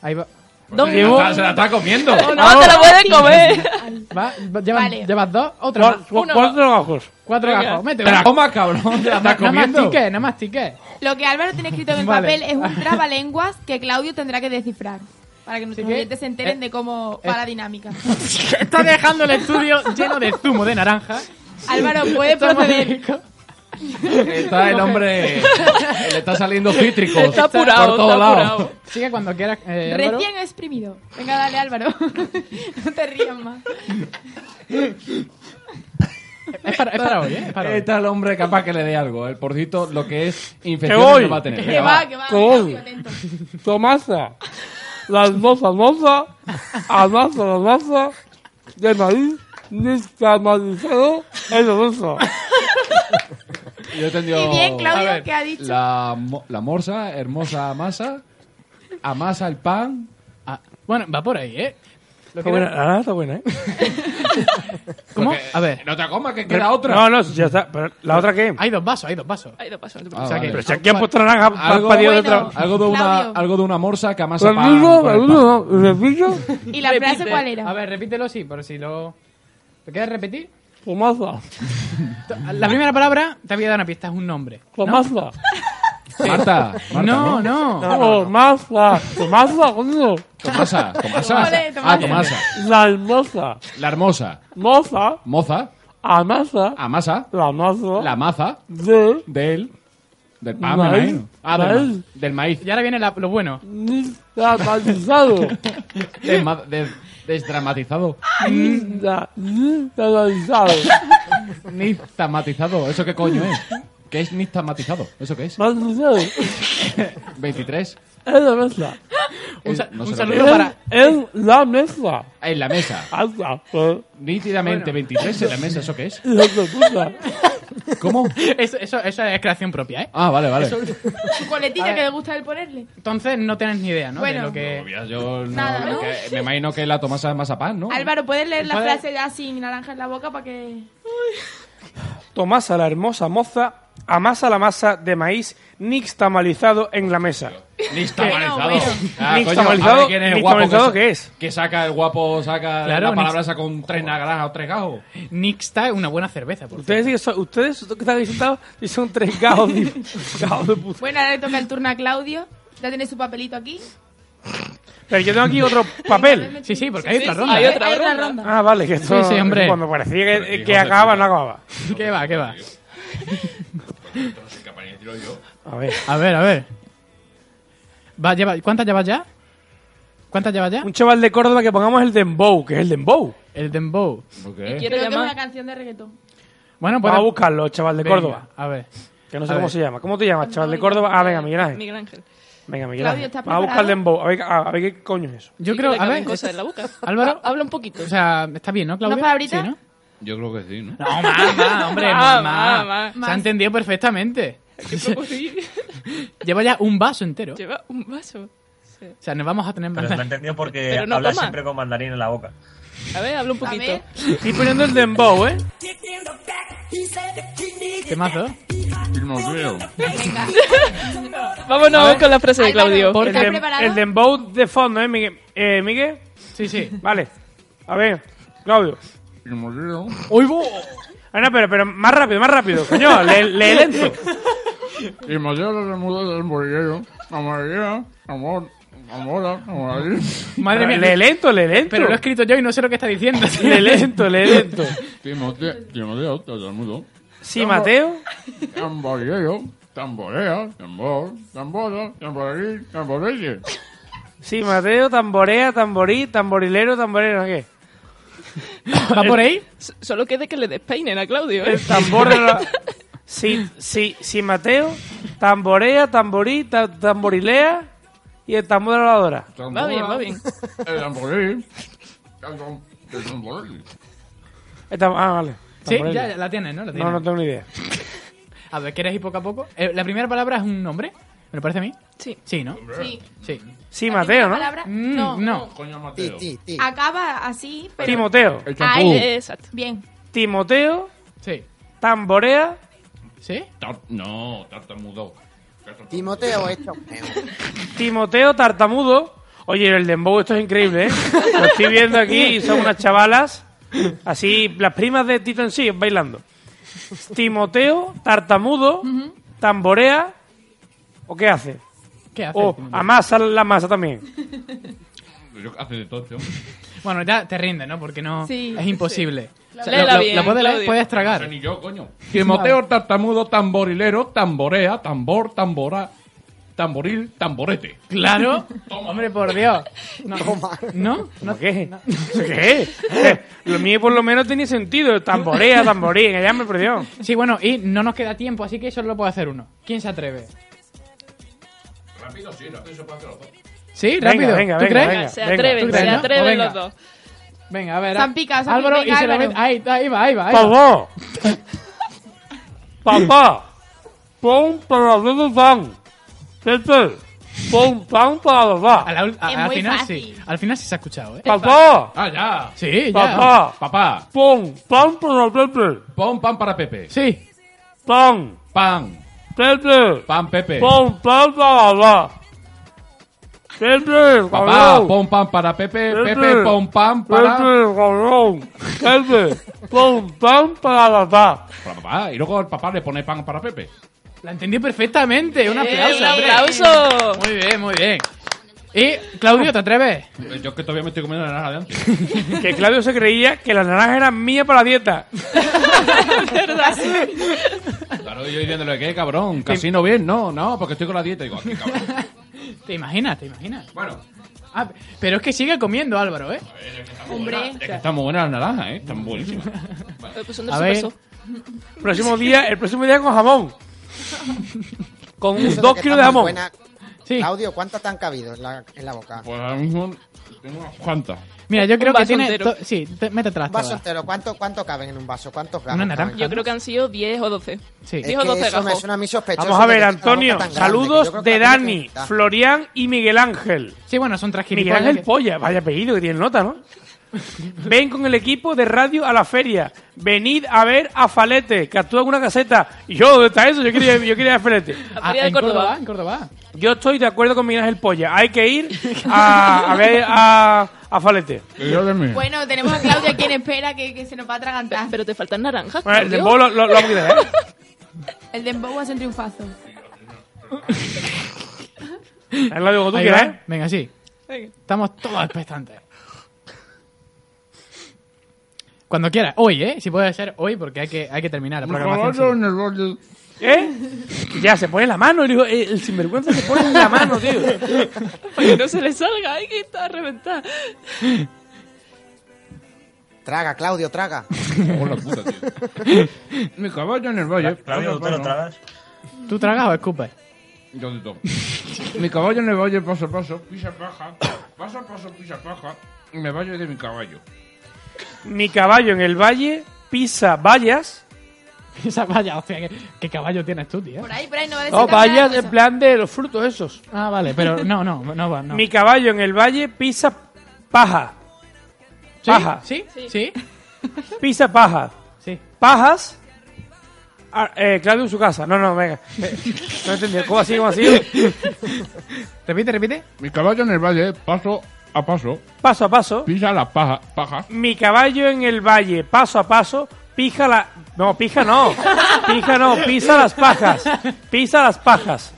Speaker 4: Ahí va.
Speaker 5: Don.
Speaker 17: Pues Se la está- se la está comiendo. No,
Speaker 3: no,
Speaker 6: Ah,
Speaker 3: te la puedes comer.
Speaker 4: Va, va- llevas, llevas dos, otra.
Speaker 6: Cu-
Speaker 4: más.
Speaker 6: cu-
Speaker 4: Uno.
Speaker 6: Cuatro gajos.
Speaker 4: Cuatro
Speaker 6: Venga.
Speaker 4: gajos. Métete.
Speaker 6: Te la
Speaker 4: coma,
Speaker 17: cabrón.
Speaker 4: Nada más mastiques, nada más tiques.
Speaker 5: Lo que Álvaro tiene escrito en el
Speaker 4: Vale.
Speaker 5: papel es un trabalenguas que Claudio tendrá que descifrar. Para que nuestros
Speaker 4: que-
Speaker 5: clientes se enteren
Speaker 4: Eh,
Speaker 5: de cómo va la dinámica.
Speaker 4: Está dejando el estudio lleno de zumo de naranja.
Speaker 5: Álvaro, puede
Speaker 4: Está muy
Speaker 5: proceder.
Speaker 4: rico.
Speaker 17: Está el hombre. Le está saliendo cítrico.
Speaker 4: Está apurado,
Speaker 17: Por todos
Speaker 4: está
Speaker 17: lados.
Speaker 4: Sigue cuando quieras. eh, Álvaro.
Speaker 5: Recién exprimido. Venga, dale, Álvaro. no te rías más.
Speaker 4: Es para, es para hoy, ¿eh? Es para hoy.
Speaker 17: Está el hombre capaz que le dé algo. El porcito, lo que es
Speaker 6: ¡Que
Speaker 17: infección,
Speaker 6: voy!
Speaker 17: no va a tener.
Speaker 6: ¡Que
Speaker 17: Venga, va.
Speaker 6: ¡Que voy! Tomasa. Las dos amasas. Amasa, la masa. De maíz. Nixtamalizado. El oso.
Speaker 2: Yo he entendido-
Speaker 5: Y bien, Claudio,
Speaker 2: A ver,
Speaker 5: ¿qué ha dicho?
Speaker 2: La, mo- la morsa, hermosa masa, amasa el pan.
Speaker 4: bueno, va por ahí, ¿eh?
Speaker 2: Lo
Speaker 6: Está buena, ah, está buena, ¿eh?
Speaker 4: ¿Cómo? A ver.
Speaker 2: No te comas, que
Speaker 6: Re-
Speaker 2: queda otra.
Speaker 6: No, no, ya está. pero ¿La otra qué?
Speaker 4: Hay dos vasos, hay dos vasos. Hay
Speaker 3: dos vasos.
Speaker 2: Ah, vale.
Speaker 6: Pero si aquí han puesto naranja
Speaker 2: algo,
Speaker 6: para de otra.
Speaker 2: algo de una algo de una morsa que amasa
Speaker 6: Lo
Speaker 2: pan.
Speaker 6: mismo,
Speaker 2: con el
Speaker 6: lo
Speaker 2: pan.
Speaker 6: mismo, lo mismo.
Speaker 5: ¿Y la frase cuál era?
Speaker 4: A ver, repítelo sí, por si lo. ¿Te quieres repetir?
Speaker 6: Comaza.
Speaker 4: La primera palabra te había dado una pista, es un nombre. ¿no?
Speaker 6: Comaza.
Speaker 4: Sí.
Speaker 2: Marta, Marta,
Speaker 4: No, no.
Speaker 2: ¿no? No,
Speaker 6: Tomasa, Tomasa, coño.
Speaker 2: Tomasa, Tomasa.
Speaker 6: Ole, Tomasa.
Speaker 2: Ah, Tomasa.
Speaker 6: La hermosa.
Speaker 2: La hermosa.
Speaker 6: Moza.
Speaker 2: Moza.
Speaker 6: Amasa.
Speaker 2: Amasa.
Speaker 6: La maza.
Speaker 2: La maza.
Speaker 6: De.
Speaker 2: Del. Del pan,
Speaker 6: Maíz.
Speaker 2: me imagino. Ah, del,
Speaker 6: Maíz.
Speaker 2: ma- del maíz.
Speaker 4: Y ahora viene la- lo bueno.
Speaker 13: Ah,
Speaker 6: Dramatizado.
Speaker 2: Desma- des- desdramatizado.
Speaker 6: Dramatizado.
Speaker 2: Niztamatizado. ¿Eso qué coño es? ¿Qué es niztamatizado? ¿Eso qué es?
Speaker 6: Dramatizado.
Speaker 2: 23.
Speaker 6: Es la mesa.
Speaker 2: Un sa- un saludo para-
Speaker 6: Es la mesa.
Speaker 2: En la mesa.
Speaker 6: Alta. pues.
Speaker 2: Nítidamente 23 en la mesa. ¿Eso qué es?
Speaker 6: Hijo de puta.
Speaker 2: ¿Cómo?
Speaker 4: Eso, eso, eso es creación propia, ¿eh?
Speaker 2: Ah, vale, vale.
Speaker 4: Eso-
Speaker 5: Su coletilla que le gusta el ponerle.
Speaker 4: entonces no tenés ni idea, Ah, ¿no?
Speaker 5: Bueno.
Speaker 4: De lo que...
Speaker 2: Ya, Yo no-
Speaker 5: Nada, ¿no?
Speaker 2: que- me imagino que la tomasa es mazapán, ¿no?
Speaker 5: Álvaro, ¿puedes leer la
Speaker 6: ¿Puedes?
Speaker 5: frase ya sin naranja en la boca para que...?
Speaker 6: Tomasa la hermosa moza amasa la masa de maíz nixtamalizado en la mesa.
Speaker 2: Nixtamalizado.
Speaker 6: Bueno, bueno. Nixtamalizado-
Speaker 2: a ver quién es el guapo Ah, que
Speaker 6: nixtamalizado,
Speaker 2: sa-
Speaker 6: ¿qué es?
Speaker 2: Que saca el guapo, saca
Speaker 4: Claro,
Speaker 2: la palabra,
Speaker 4: nix-
Speaker 2: saca un tres naranjas o tres gajos.
Speaker 4: Nixta es una buena cerveza, por
Speaker 6: Ustedes sí que son, ustedes que están ahí sentados y son tres gajos de, gajos de puta.
Speaker 5: Bueno, ahora le toca el turno a Claudio. Ya tiene su papelito aquí.
Speaker 6: Pero yo tengo aquí otro papel.
Speaker 4: Sí, sí, porque
Speaker 5: hay Sí, otra sí, ronda, hay ¿eh? otra Hay otra ronda.
Speaker 6: Ah, vale, que esto.
Speaker 4: Sí, sí, hombre.
Speaker 6: Cuando parecía
Speaker 4: Pero
Speaker 6: que,
Speaker 4: hijos
Speaker 6: que
Speaker 4: de
Speaker 6: acababa,
Speaker 4: puta.
Speaker 6: no acababa.
Speaker 4: ¿Qué va, qué va?
Speaker 6: A ver.
Speaker 4: A ver, a ver. Va, lleva- ¿Cuántas llevas ya? ¿Cuántas llevas ya?
Speaker 6: Un chaval de Córdoba que pongamos el Dembow, que es el Dembow.
Speaker 4: El Dembow.
Speaker 5: Creo que es una canción de reggaetón.
Speaker 4: Bueno,
Speaker 6: Vamos
Speaker 4: pues-
Speaker 6: a buscarlo, chaval de
Speaker 4: Venga,
Speaker 6: Córdoba.
Speaker 4: A ver.
Speaker 6: Que no
Speaker 4: A
Speaker 6: sé cómo
Speaker 4: ver.
Speaker 6: se llama. ¿Cómo te llamas, chaval de Córdoba? Ah, venga, Miguel Ángel.
Speaker 3: Miguel Ángel.
Speaker 6: Venga, Miguel
Speaker 3: eh, Claudio,
Speaker 6: Ángel.
Speaker 3: ¿estás
Speaker 6: Vamos a buscar el
Speaker 3: preparado?
Speaker 6: Dembow. A ver, a, a ver qué coño es eso.
Speaker 4: Yo creo,
Speaker 3: que le
Speaker 4: a ver.
Speaker 3: caben cosas en la boca.
Speaker 4: Álvaro,
Speaker 3: Ha- habla un poquito.
Speaker 4: O sea, está bien, ¿no, Claudia?
Speaker 3: ¿Una palabrita?
Speaker 4: Sí, ¿no?
Speaker 19: Yo creo que sí, ¿no?
Speaker 4: No, más, más, hombre, más,
Speaker 3: Más, más,
Speaker 4: más.
Speaker 3: más.
Speaker 4: Se ha entendido perfectamente. Lleva ya un vaso entero.
Speaker 3: Lleva un vaso. Sí.
Speaker 4: O sea, nos vamos a tener
Speaker 8: Pero
Speaker 4: más.
Speaker 8: se lo he entendido porque
Speaker 3: Pero no
Speaker 8: habla
Speaker 3: toma.
Speaker 8: siempre con mandarín en la boca.
Speaker 3: A ver, habla un poquito.
Speaker 6: Estoy poniendo el Dembow, ¿eh?
Speaker 4: Temazo.
Speaker 5: Venga.
Speaker 3: Vámonos
Speaker 6: A ver.
Speaker 3: con la frase de
Speaker 6: Álvaro,
Speaker 3: Claudio.
Speaker 6: el, dem- el dembow de fondo, ¿eh, Miguel? Eh, ¿Miguel?
Speaker 4: Sí, sí.
Speaker 6: Vale. A ver, Claudio. ¡Uy, bo! Ah, no, pero, pero más rápido, más rápido. Coño, le, le lento.
Speaker 2: Y me llevo los mudos del morguero. Amarilla, amor, amor, amor.
Speaker 4: Madre mía.
Speaker 6: Le lento, le lento.
Speaker 4: Pero lo he escrito yo y no sé lo que está diciendo.
Speaker 6: Le lento, le lento.
Speaker 2: Timoteo, Timoteo, te saludo.
Speaker 6: Sí, Mateo.
Speaker 2: Tamborero, tamborea, tambor, tambora, tamboril, tamborille.
Speaker 6: Sí, Mateo, tamborea, tamborí, tamborilero, tamborero, ¿qué?
Speaker 4: ¿Va por ahí?
Speaker 3: Eh, S- Solo quede que le despeinen a Claudio. ¿eh?
Speaker 6: El tambor de la... Sí, sí, sí, Mateo, tamborea, tamborí, ta- tamborilea y el tambor de la lavadora.
Speaker 3: Va bien, va bien.
Speaker 2: El tamboril, el tamboril.
Speaker 6: El tam- Ah, vale.
Speaker 4: Sí,
Speaker 6: Tamborilea.
Speaker 4: ya, ya la tienes, ¿no? La
Speaker 6: No,
Speaker 4: tienes.
Speaker 6: no tengo ni idea.
Speaker 4: A ver, ¿quieres ir poco a poco? Eh, la primera palabra es un nombre, ¿me lo parece a mí?
Speaker 3: Sí.
Speaker 4: Sí, ¿no?
Speaker 5: Sí.
Speaker 4: Sí.
Speaker 6: Sí, Mateo, ¿no?
Speaker 5: palabra?
Speaker 4: Mm,
Speaker 5: No.
Speaker 4: no.
Speaker 2: Coño,
Speaker 4: Mateo.
Speaker 5: Acaba así, pero...
Speaker 6: Timoteo.
Speaker 5: Ahí, exacto. Bien.
Speaker 6: Timoteo,
Speaker 4: Sí.
Speaker 6: tamborea,
Speaker 4: ¿Sí?
Speaker 19: no, tartamudo.
Speaker 7: Timoteo, esto.
Speaker 6: Timoteo tartamudo. Oye, el dembow esto es increíble, ¿eh? Lo estoy viendo aquí y son unas chavalas, así, las primas de Tito en sí, bailando. Timoteo tartamudo, tamborea, ¿o qué hace?
Speaker 4: ¿Qué hace?
Speaker 6: O amasa la masa también.
Speaker 19: Yo hace de todo, este
Speaker 4: Bueno, ya te rindes, ¿no? Porque no
Speaker 5: Sí.
Speaker 4: es imposible.
Speaker 5: Sí.
Speaker 4: O sea,
Speaker 5: Léela
Speaker 4: lo, lo-
Speaker 5: bien,
Speaker 4: lo puedes,
Speaker 5: Claudio.
Speaker 4: leer, puedes tragar.
Speaker 19: ni yo, coño.
Speaker 2: Timoteo tartamudo, tamborilero, tamborea, tambor, tambora, tamboril, tamborete.
Speaker 4: Claro. Hombre, por Dios. No. ¿No?
Speaker 6: ¿No qué? ¿Eso qué es? Eh, Lo mío por lo menos tenía sentido. Tamborea, tamborea, que ya me perdió.
Speaker 4: Sí, bueno, y no nos queda tiempo, así que solo puede hacer uno. ¿Quién se atreve?
Speaker 19: Rápido, sí, rápido se puede hacer los dos.
Speaker 4: Sí,
Speaker 6: Venga,
Speaker 4: rápido.
Speaker 6: venga,
Speaker 4: ¿Tú
Speaker 6: venga,
Speaker 4: crees?
Speaker 6: venga,
Speaker 3: Se atreven,
Speaker 4: ¿Tú crees,
Speaker 3: se
Speaker 4: no?
Speaker 3: atreven
Speaker 4: Pues venga.
Speaker 3: los dos.
Speaker 4: Venga, a ver.
Speaker 5: Se han picado, se han
Speaker 4: Álvaro,
Speaker 5: picado,
Speaker 4: y se lo
Speaker 5: Álvaro.
Speaker 4: mete- Ahí, ahí va, ahí va. Ahí va.
Speaker 6: ¡Papá! ¡Papá! Pon para los pan. Pepe, pon pan para los pan.
Speaker 4: A la ul- a-
Speaker 6: Es
Speaker 4: Ah, al
Speaker 6: muy
Speaker 4: final
Speaker 6: fácil.
Speaker 4: sí. Al final sí se ha escuchado, ¿eh?
Speaker 6: Papá.
Speaker 4: Ah, ya. Sí, ya.
Speaker 6: Papá.
Speaker 4: Papá.
Speaker 6: Pon pan para Pepe.
Speaker 2: Pon pan para Pepe.
Speaker 4: Sí.
Speaker 6: Pan.
Speaker 2: Pan.
Speaker 6: Pepe.
Speaker 2: Pan Pepe.
Speaker 6: Pon pan para la. Pepe,
Speaker 2: Papá,
Speaker 6: cabrón.
Speaker 2: pon pan para Pepe.
Speaker 6: Pepe.
Speaker 2: Pepe, pon pan para...
Speaker 6: Pepe, cabrón. Pepe, pon pan para papá.
Speaker 2: Para papá. Y luego el papá le pone pan para Pepe.
Speaker 4: La entendí perfectamente. Un
Speaker 3: Eh,
Speaker 4: aplauso.
Speaker 3: un
Speaker 4: hombre.
Speaker 3: aplauso.
Speaker 4: Muy bien, muy bien. Y, Claudio, ¿te atreves?
Speaker 2: Yo es que todavía me estoy comiendo la naranja de antes.
Speaker 6: Que Claudio se creía que las naranjas eran mías para la dieta.
Speaker 2: Claro, yo diciéndole, ¿qué, cabrón? Casino bien, no, no, porque estoy con la dieta. Digo, aquí, cabrón.
Speaker 4: ¿Te imaginas? ¿Te imaginas?
Speaker 2: Bueno.
Speaker 4: Ah, pero es que sigue comiendo Álvaro, ¿eh?
Speaker 3: Hombre.
Speaker 2: Es que están muy buenas las naranjas, ¿eh? Están buenísimas.
Speaker 3: Pues
Speaker 4: A ver.
Speaker 6: Próximo día, el próximo día con jamón. Con
Speaker 7: Eso de
Speaker 6: dos
Speaker 7: que
Speaker 6: kilos de
Speaker 7: está muy
Speaker 6: jamón.
Speaker 7: buena. Claudio, ¿cuántas te han cabido en la, en la boca?
Speaker 2: Pues ahora mismo tengo unas cuantas.
Speaker 4: Mira, yo creo
Speaker 7: Un
Speaker 4: que
Speaker 7: vaso
Speaker 4: tiene...
Speaker 7: entero.
Speaker 4: to- Sí, te- métete las
Speaker 7: Un vaso
Speaker 4: todas.
Speaker 7: entero, ¿cuánto, cuánto caben en un vaso? ¿Cuántos gramos?
Speaker 4: Una naranja.
Speaker 7: caben?
Speaker 3: Yo creo que han sido 10 o 12.
Speaker 7: Es
Speaker 3: 10 o
Speaker 7: que
Speaker 3: 12
Speaker 7: eso me
Speaker 3: gajos.
Speaker 7: suena a mí sospechoso.
Speaker 6: Vamos a ver,
Speaker 7: de que tenga una
Speaker 6: Antonio.
Speaker 7: boca tan grande, que yo
Speaker 6: Saludos
Speaker 7: creo que
Speaker 6: de
Speaker 7: a ti no te
Speaker 6: Dani,
Speaker 7: gusta.
Speaker 6: Florian y Miguel Ángel.
Speaker 4: Sí, bueno, son tres
Speaker 6: Miguel
Speaker 4: gilipollas
Speaker 6: Ángel
Speaker 4: que-
Speaker 6: Polla, vaya apellido que tiene nota, ¿no? Ven con el equipo de radio a la feria. Venid a ver a Falete, que actúa en una caseta. Y yo, ¿dónde está eso? Yo quería, yo quería ver a Falete.
Speaker 4: Ah, en Córdoba, en Córdoba.
Speaker 6: Yo estoy de acuerdo con Miguel Ángel Polla. Hay que ir a, a ver a, a Falete.
Speaker 2: Mm.
Speaker 4: Pues,
Speaker 5: Bueno, tenemos a Claudia quien espera que, que se nos va a atragantar. Pero
Speaker 3: te faltan naranjas.
Speaker 6: Bueno, el dembow lo, lo, lo vamos a quitar, ¿eh?
Speaker 5: El dembow hace un triunfazo.
Speaker 6: Es lo digo tú
Speaker 4: Ahí
Speaker 6: quieras,
Speaker 4: va.
Speaker 6: ¿eh?
Speaker 4: Venga, sí.
Speaker 3: Venga.
Speaker 4: Estamos todos expectantes. Cuando quieras. Hoy, ¿eh? Si puede ser hoy, porque hay que, hay que terminar la programación. sí.
Speaker 6: ¿Eh? Ya, se pone la mano. El, hijo- el- el sinvergüenza se pone la mano, tío.
Speaker 3: Para que no se le salga, hay que estar a reventar.
Speaker 7: Traga, Claudio, traga.
Speaker 2: Mi caballo en el valle.
Speaker 20: Claudio, ¿tú te lo tragas?
Speaker 4: ¿Tú tragas o escupes?
Speaker 2: Yo de todo. Mi caballo en el valle, paso a paso, pisa paja. Paso a paso, pisa paja. Y me valle de mi caballo.
Speaker 6: Mi caballo en el valle pisa vallas.
Speaker 4: Pisa vallas, hostia, ¿qué, qué caballo tienes tú, tío?
Speaker 5: Por ahí, por ahí no va a decir
Speaker 6: No,
Speaker 5: nada. pues,
Speaker 6: vallas en plan de los frutos esos.
Speaker 4: Ah, vale, pero no, no, no va, no.
Speaker 6: Mi caballo en el valle pisa paja. Paja.
Speaker 4: ¿Sí? ¿Sí? ¿Sí?
Speaker 6: Pisa paja.
Speaker 4: Sí.
Speaker 6: Pajas. Ah, eh, Claudio en su casa. No, no, venga. Eh, No entendí. ¿Cómo así? ¿Cómo así?
Speaker 4: repite, repite.
Speaker 2: Mi caballo en el valle, paso a paso,
Speaker 6: Paso a paso.
Speaker 2: pisa la paja. paja.
Speaker 6: Mi caballo en el valle, paso a paso, pija la... No, pija no. Pija no, pisa las pajas. Pisa las pajas.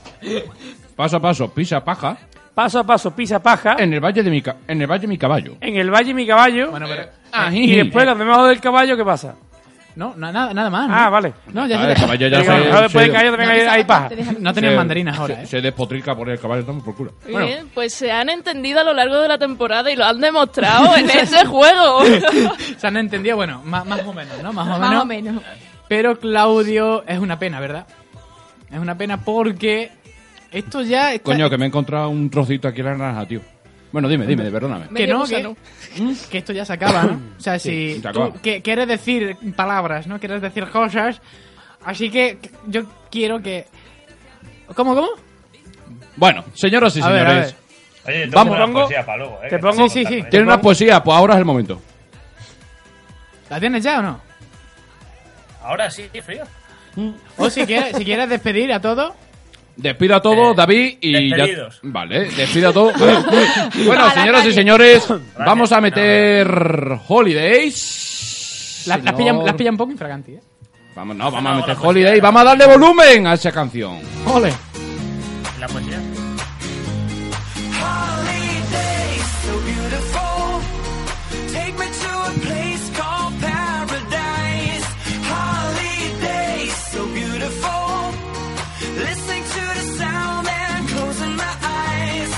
Speaker 2: Paso a paso, pisa paja.
Speaker 6: Paso a paso, pisa paja.
Speaker 2: En el valle de mi, ca- en el valle mi caballo.
Speaker 6: En el valle mi caballo.
Speaker 2: ají.
Speaker 6: y después cuando me bajo del caballo, ¿qué pasa?
Speaker 4: No, na- nada, nada más. ¿no?
Speaker 6: Ah, vale.
Speaker 4: No, ya
Speaker 2: Ah, el caballo ya
Speaker 6: Digo,
Speaker 2: se-
Speaker 6: ahora después
Speaker 2: se-
Speaker 6: del caballo también hay, hay paja.
Speaker 4: No
Speaker 2: Se-
Speaker 4: tenían mandarinas ahora,
Speaker 2: se,
Speaker 4: ¿eh?
Speaker 2: Se despotrica por el caballo, estamos por culo.
Speaker 3: Muy Bien, pues se han entendido a lo largo de la temporada y lo han demostrado en ese juego.
Speaker 4: Se han entendido, bueno, más, más o menos, ¿no? Más o
Speaker 5: Más o
Speaker 4: menos.
Speaker 5: menos.
Speaker 4: Pero Claudio es una pena, ¿verdad? Es una pena porque esto ya está...
Speaker 2: Coño, que me he encontrado un trocito aquí en la naranja, tío. Bueno, dime, dime, perdóname.
Speaker 4: que
Speaker 3: Medio
Speaker 4: no, que,
Speaker 3: gusano.
Speaker 4: que esto ya se acaba, ¿no? O sea,
Speaker 2: Sí,
Speaker 4: si
Speaker 2: se
Speaker 4: tú
Speaker 2: acaba.
Speaker 4: que- quieres decir palabras, ¿no? Quieres decir cosas, así que yo quiero que... ¿Cómo, cómo?
Speaker 2: Bueno, señoras y
Speaker 4: A ver, a
Speaker 2: señores.
Speaker 20: Oye, yo tengo
Speaker 2: Vamos,
Speaker 20: una
Speaker 2: pongo-
Speaker 20: poesía para luego, ¿eh?
Speaker 4: te
Speaker 20: que
Speaker 4: pongo-
Speaker 20: no
Speaker 4: Sí, sí,
Speaker 20: sé
Speaker 4: sí.
Speaker 20: contar, ¿eh?
Speaker 2: Tiene una poesía, pues ahora es el momento.
Speaker 4: ¿La tienes ya o no?
Speaker 20: Ahora sí, frío.
Speaker 4: O si quieres, si quieres despedir a todos...
Speaker 2: Despido a todos, David, y ya-
Speaker 4: despedidos.
Speaker 2: Vale, despido a todos. bueno, señoras y señores, vamos a meter Holidays.
Speaker 4: Las, las
Speaker 2: Señor-
Speaker 4: pillan, las pillan un poco infraganti, ¿eh?
Speaker 2: Vamos, no, vamos a meter Holidays. Vamos a darle volumen a esa canción.
Speaker 4: ¡Ole!
Speaker 20: La poesía.
Speaker 1: Holidays, so beautiful. Take me to a place called paradise. Holidays, so beautiful. Listening to the sound and closing my eyes.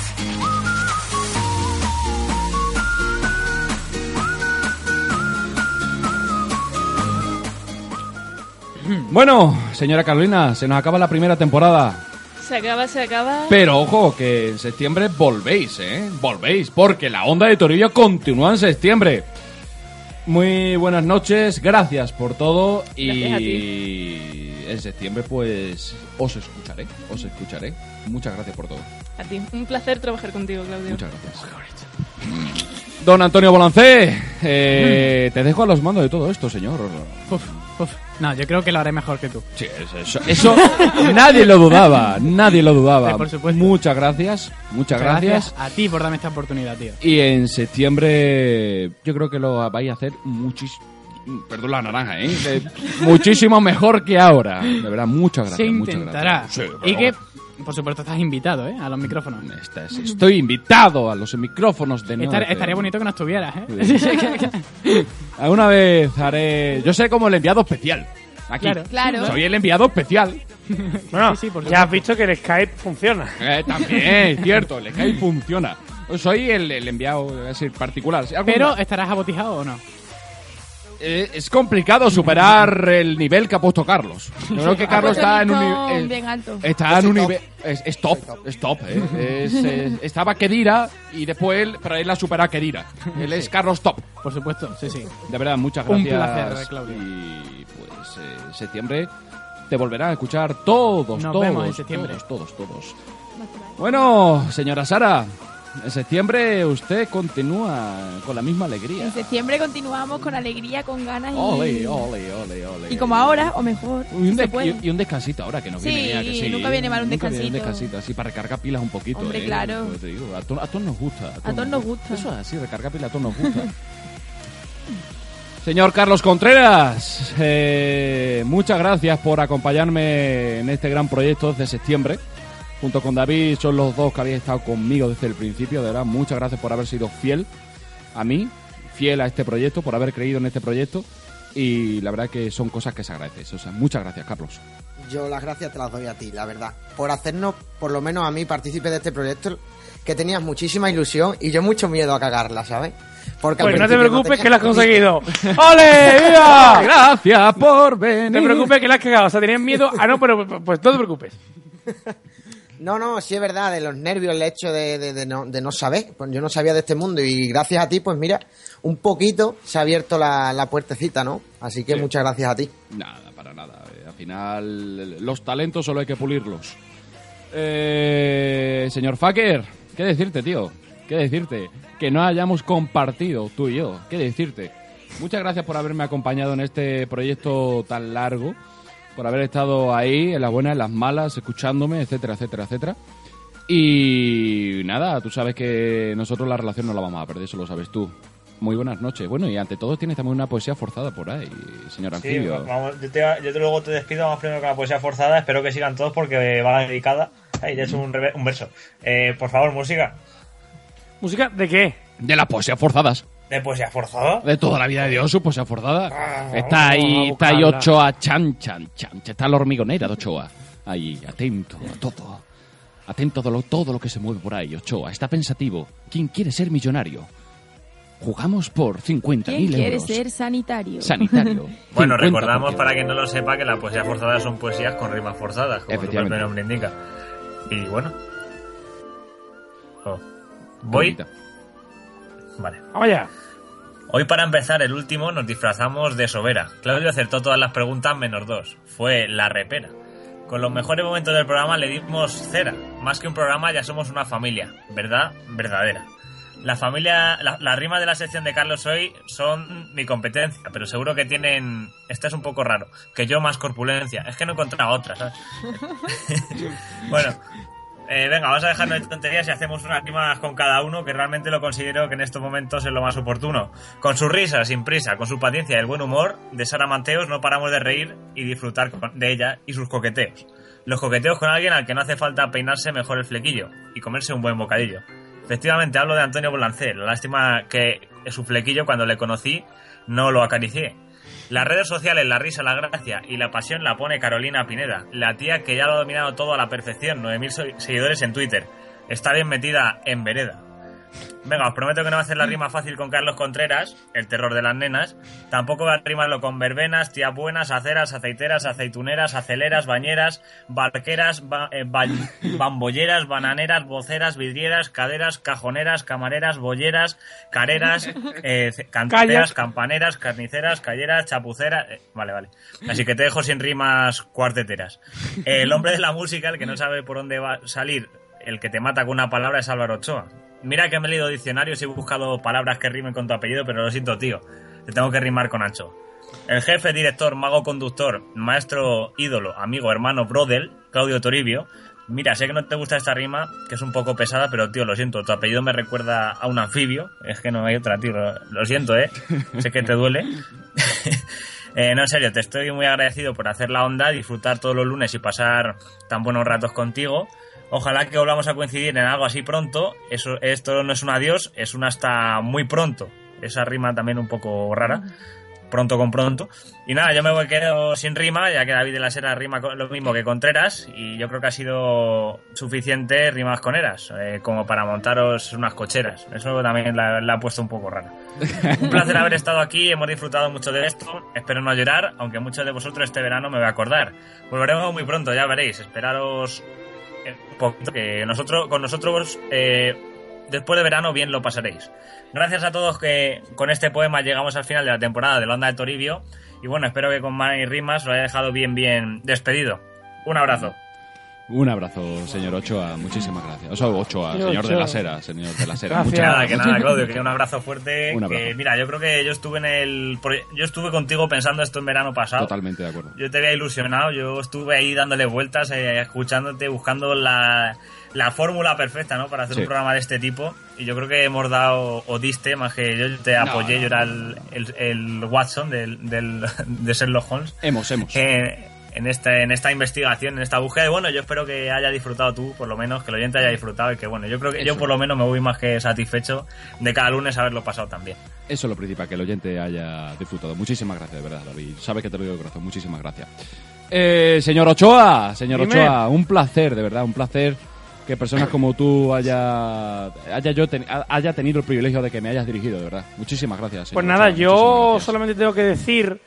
Speaker 2: Bueno, señora Carolina, se nos acaba la primera temporada.
Speaker 3: Se acaba, se acaba.
Speaker 2: Pero ojo, que en septiembre volvéis, ¿eh? Volvéis, porque la onda de Torillo continúa en septiembre. Muy buenas noches, gracias por todo
Speaker 3: Gracias a
Speaker 2: y en septiembre pues os escucharé, os escucharé. Muchas gracias por todo.
Speaker 3: A ti. Un placer trabajar contigo, Claudio.
Speaker 2: Muchas gracias. Don Antonio Bolancé,
Speaker 4: Mm.
Speaker 2: eh, te dejo a los mandos de todo esto, señor.
Speaker 4: Uf, uf. No, yo creo que lo haré mejor que tú.
Speaker 2: Sí, eso, Eso nadie lo dudaba, nadie lo dudaba.
Speaker 4: Sí, por supuesto.
Speaker 2: Muchas gracias, muchas gracias.
Speaker 4: a ti por darme esta oportunidad, tío.
Speaker 2: Y en septiembre yo creo que lo vais a hacer muchísimo. Perdón la naranja, ¿eh? Eh, Muchísimo mejor que ahora. De verdad, muchas gracias.
Speaker 4: Se
Speaker 2: muchas
Speaker 4: intentará.
Speaker 2: gracias. Sí, por
Speaker 4: y
Speaker 2: favor. este
Speaker 4: que, por supuesto, estás invitado, ¿eh? A los micrófonos.
Speaker 2: Estás, Estoy invitado a los micrófonos de nuevo.
Speaker 4: estaría bonito que nos tuvieras, ¿eh?
Speaker 2: Alguna vez haré. Yo sé como el enviado especial. Aquí.
Speaker 4: Claro, claro.
Speaker 2: Soy el enviado especial.
Speaker 21: Bueno, ya has visto que el Skype funciona.
Speaker 2: Eh, también, es cierto, el Skype funciona. Soy el, el enviado, voy a decir, particular. Si algún-
Speaker 4: Pero, ¿estarás abotijado o no?
Speaker 2: eh, es complicado superar el nivel que ha puesto Carlos. Yo creo que Carlos está en un nivel.
Speaker 5: Bien alto. Pues,
Speaker 2: Está en un nivel. Es, es top, es top. eh. Es, es- estaba Kedira y después él, pero él la supera a Kedira. Él es Carlos Top.
Speaker 4: Por supuesto, sí, sí.
Speaker 2: De verdad, muchas
Speaker 4: Un
Speaker 2: gracias.
Speaker 4: placer, Claudio.
Speaker 2: Y pues eh, septiembre te volverán a escuchar todos,
Speaker 4: Nos
Speaker 2: todos,
Speaker 4: vemos en septiembre.
Speaker 2: todos, todos, todos. Bueno, señora Sara, en septiembre usted continúa con la misma alegría.
Speaker 5: En septiembre continuamos con alegría, con ganas y...
Speaker 2: Ole, ole, ole, ole.
Speaker 5: Y como ahora, o mejor,
Speaker 2: Y un,
Speaker 5: se
Speaker 2: des-
Speaker 5: puede.
Speaker 2: y- y un descansito ahora que no
Speaker 5: Sí,
Speaker 2: viene ya que sí.
Speaker 5: nunca viene mal un
Speaker 2: Nunca viene
Speaker 5: descansito.
Speaker 2: descansito, así para recargar pilas un poquito.
Speaker 5: Hombre,
Speaker 2: ¿eh?
Speaker 5: claro.
Speaker 2: Como te digo, a todos a todos nos gusta.
Speaker 5: A todos nos gusta.
Speaker 2: Eso es así, recargar pilas a todos nos gusta. Señor Carlos Contreras, eh, muchas gracias por acompañarme en este gran proyecto desde septiembre. Junto con David, son los dos que habéis estado conmigo desde el principio. De verdad, muchas gracias por haber sido fiel a mí, fiel a este proyecto, por haber creído en este proyecto. Y la verdad que son cosas que se agradecen. O sea, muchas gracias, Carlos.
Speaker 7: Yo las gracias te las doy a ti, la verdad. Por hacernos, por lo menos a mí, partícipe de este proyecto que tenías muchísima ilusión y yo mucho miedo a cagarla, ¿sabes? Porque al
Speaker 6: Pues no te
Speaker 7: principio
Speaker 6: preocupes
Speaker 7: tenías
Speaker 6: que lo has
Speaker 7: ni-
Speaker 6: conseguido. ¡Ole! ¡Viva!
Speaker 2: Gracias por venir.
Speaker 6: No te preocupes que la has cagado. O sea, tenías miedo. Ah, no, pero pues, pues no te preocupes.
Speaker 7: No, no, sí es verdad, de los nervios, el hecho de, de- de no, de no saber. Pues yo no sabía de este mundo y gracias a ti, pues mira, un poquito se ha abierto la, la puertecita, ¿no? Así que
Speaker 2: Sí.
Speaker 7: muchas gracias a ti.
Speaker 2: Nada, para nada. Eh, Al final, los talentos solo hay que pulirlos. Eh, señor Faker, ¿qué decirte, tío? ¿Qué decirte? Que no hayamos compartido tú y yo. ¿Qué decirte? Muchas gracias por haberme acompañado en este proyecto tan largo, por haber estado ahí, en las buenas, en las malas, escuchándome, etcétera, etcétera, etcétera. Y nada, tú sabes que nosotros la relación no la vamos a perder, eso lo sabes tú. Muy buenas noches. Bueno, y ante todo tienes también una poesía forzada por ahí, señor
Speaker 8: Sí, pues,
Speaker 2: Anfibio.
Speaker 8: vamos, yo, te, yo te- luego te despido, vamos primero con la poesía forzada, espero que sigan todos porque va la dedicada. Ay, ya es un, reve- un verso. Eh, por favor, música.
Speaker 6: ¿Música de qué?
Speaker 2: De las poesías forzadas.
Speaker 8: ¿De poesía forzada?
Speaker 2: De toda la vida de Dios, su poesía forzada. Está ahí, está ahí
Speaker 8: Ah, buscarla.
Speaker 2: Ochoa, chan, chan, chan. Está la hormigonera de Ochoa. Ahí, atento a todo. Atento a lo- todo lo que se mueve por ahí, Ochoa. Está pensativo. ¿Quién quiere ser millonario? Jugamos por 50.000 euros.
Speaker 5: ¿Quién quiere ser sanitario?
Speaker 2: Sanitario.
Speaker 8: Bueno,
Speaker 2: 50%.
Speaker 8: recordamos para quien no lo sepa que la poesía forzada son poesías con rimas forzadas, como su
Speaker 2: Efectivamente.
Speaker 8: propio nombre indica. Y bueno. Oh. Voy. Vale.
Speaker 6: Vamos allá.
Speaker 8: Hoy para empezar el último nos disfrazamos de sobera. Claudio acertó todas las preguntas menos dos. Fue la repera. Con los mejores momentos del programa le dimos cera. Más que un programa ya somos una familia. ¿Verdad? Verdadera. La familia, la- las rimas de la sección de Carlos hoy son mi competencia, pero seguro que tienen... Esta es un poco raro. Que yo más corpulencia. Es que no encontraba otra, ¿sabes? Bueno, eh, venga, vamos a dejarnos de tonterías y hacemos unas rimas con cada uno, que realmente lo considero que en estos momentos es lo más oportuno. Con su risa, sin prisa, con su paciencia y el buen humor, de Sara Mateos no paramos de reír y disfrutar con- de ella y sus coqueteos. Los coqueteos con alguien al que no hace falta peinarse mejor el flequillo y comerse un buen bocadillo. Efectivamente, hablo de Antonio Bolancé. La lástima que su flequillo, cuando le conocí, no lo acaricié. Las redes sociales, la risa, la gracia y la pasión la pone Carolina Pineda, la tía que ya lo ha dominado todo a la perfección, 9.000 so- seguidores en Twitter. Está bien metida en vereda. Venga, os prometo que no va a ser la rima fácil con Carlos Contreras, el terror de las nenas. Tampoco va a rimarlo con verbenas, tías buenas, aceras, aceiteras, aceituneras, aceleras, bañeras, barqueras, ba- eh, bal- bamboyeras, bananeras, voceras, vidrieras, caderas, cajoneras, camareras, bolleras, careras, eh, ce- canteras,
Speaker 6: Callas.
Speaker 8: campaneras, carniceras, calleras, chapuceras. eh, vale, vale. Así que te dejo sin rimas cuarteteras. El hombre de la música, el que no sabe por dónde va a salir, el que te mata con una palabra es Álvaro Ochoa. Mira que me he leído diccionarios y he buscado palabras que rimen con tu apellido, pero lo siento, tío. Te tengo que rimar con Ancho. El jefe, director, mago, conductor, maestro, ídolo, amigo, hermano, brother, Claudio Toribio. Mira, sé que no te gusta esta rima, que es un poco pesada, pero tío, lo siento, tu apellido me recuerda a un anfibio. Es que no hay otra, tío. Lo, lo siento, ¿eh? Sé que te duele. Eh, no, en serio, te estoy muy agradecido por hacer la onda, disfrutar todos los lunes y pasar tan buenos ratos contigo. Ojalá que volvamos a coincidir en algo así pronto. Eso, esto no es un adiós, es un hasta muy pronto. Esa rima también un poco rara. Pronto con pronto. Y nada, yo me voy quedo sin rima, ya que David de la Sera rima con- lo mismo que Contreras. Y yo creo que ha sido suficiente rimas con eras, eh, como para montaros unas cocheras. Eso también la, la ha puesto un poco rara. Un placer haber estado aquí, hemos disfrutado mucho de esto. Espero no llorar, aunque muchos de vosotros este verano me voy a acordar. Volveremos muy pronto, ya veréis. Esperaros eh, un poquito, que nosotros, con nosotros eh, después de verano bien lo pasaréis. Gracias a todos que con este poema llegamos al final de la temporada de la Onda de Toribio. Y bueno, espero que con más rimas lo haya dejado bien, bien despedido. Un abrazo.
Speaker 2: Un abrazo, señor Ochoa. Muchísimas gracias. O sea, Ochoa,
Speaker 8: Señor
Speaker 2: señor de
Speaker 8: Ochoa.
Speaker 2: la Sera. Señor de la Sera.
Speaker 8: Gracias.
Speaker 2: Muchas
Speaker 8: Nada, que
Speaker 2: gracias.
Speaker 8: nada, Claudio, que un abrazo fuerte.
Speaker 2: Un abrazo.
Speaker 8: Que, mira, yo creo que yo estuve en el. proye- Yo estuve contigo pensando esto en verano pasado.
Speaker 2: Totalmente de acuerdo.
Speaker 8: Yo te había ilusionado, yo estuve ahí dándole vueltas, eh, escuchándote, buscando la, la fórmula perfecta, ¿no? Para hacer
Speaker 2: Sí.
Speaker 8: un programa de este tipo. Y yo creo que hemos dado, o diste, más que yo te
Speaker 2: No,
Speaker 8: apoyé,
Speaker 2: no,
Speaker 8: yo era el, el- el Watson del, del, de Sherlock Holmes.
Speaker 2: Hemos, hemos.
Speaker 8: Eh, en, esta, en esta investigación, en esta búsqueda. Y bueno, yo espero que haya disfrutado tú, por lo menos, que el oyente haya disfrutado y que bueno, yo creo que yo
Speaker 2: Eso.
Speaker 8: por lo menos me voy más que satisfecho de cada lunes haberlo pasado también.
Speaker 2: Eso es lo principal, que el oyente haya disfrutado. Muchísimas gracias, de verdad, David. Sabes que te lo digo de corazón. Muchísimas gracias. Eh, señor Ochoa, señor
Speaker 6: Dime.
Speaker 2: Ochoa, un placer, de verdad, un placer que personas como tú haya, haya, yo ten- haya tenido el privilegio de que me hayas dirigido, de verdad. Muchísimas gracias. señor
Speaker 6: Pues nada,
Speaker 2: Ochoa.
Speaker 6: yo solamente tengo que decir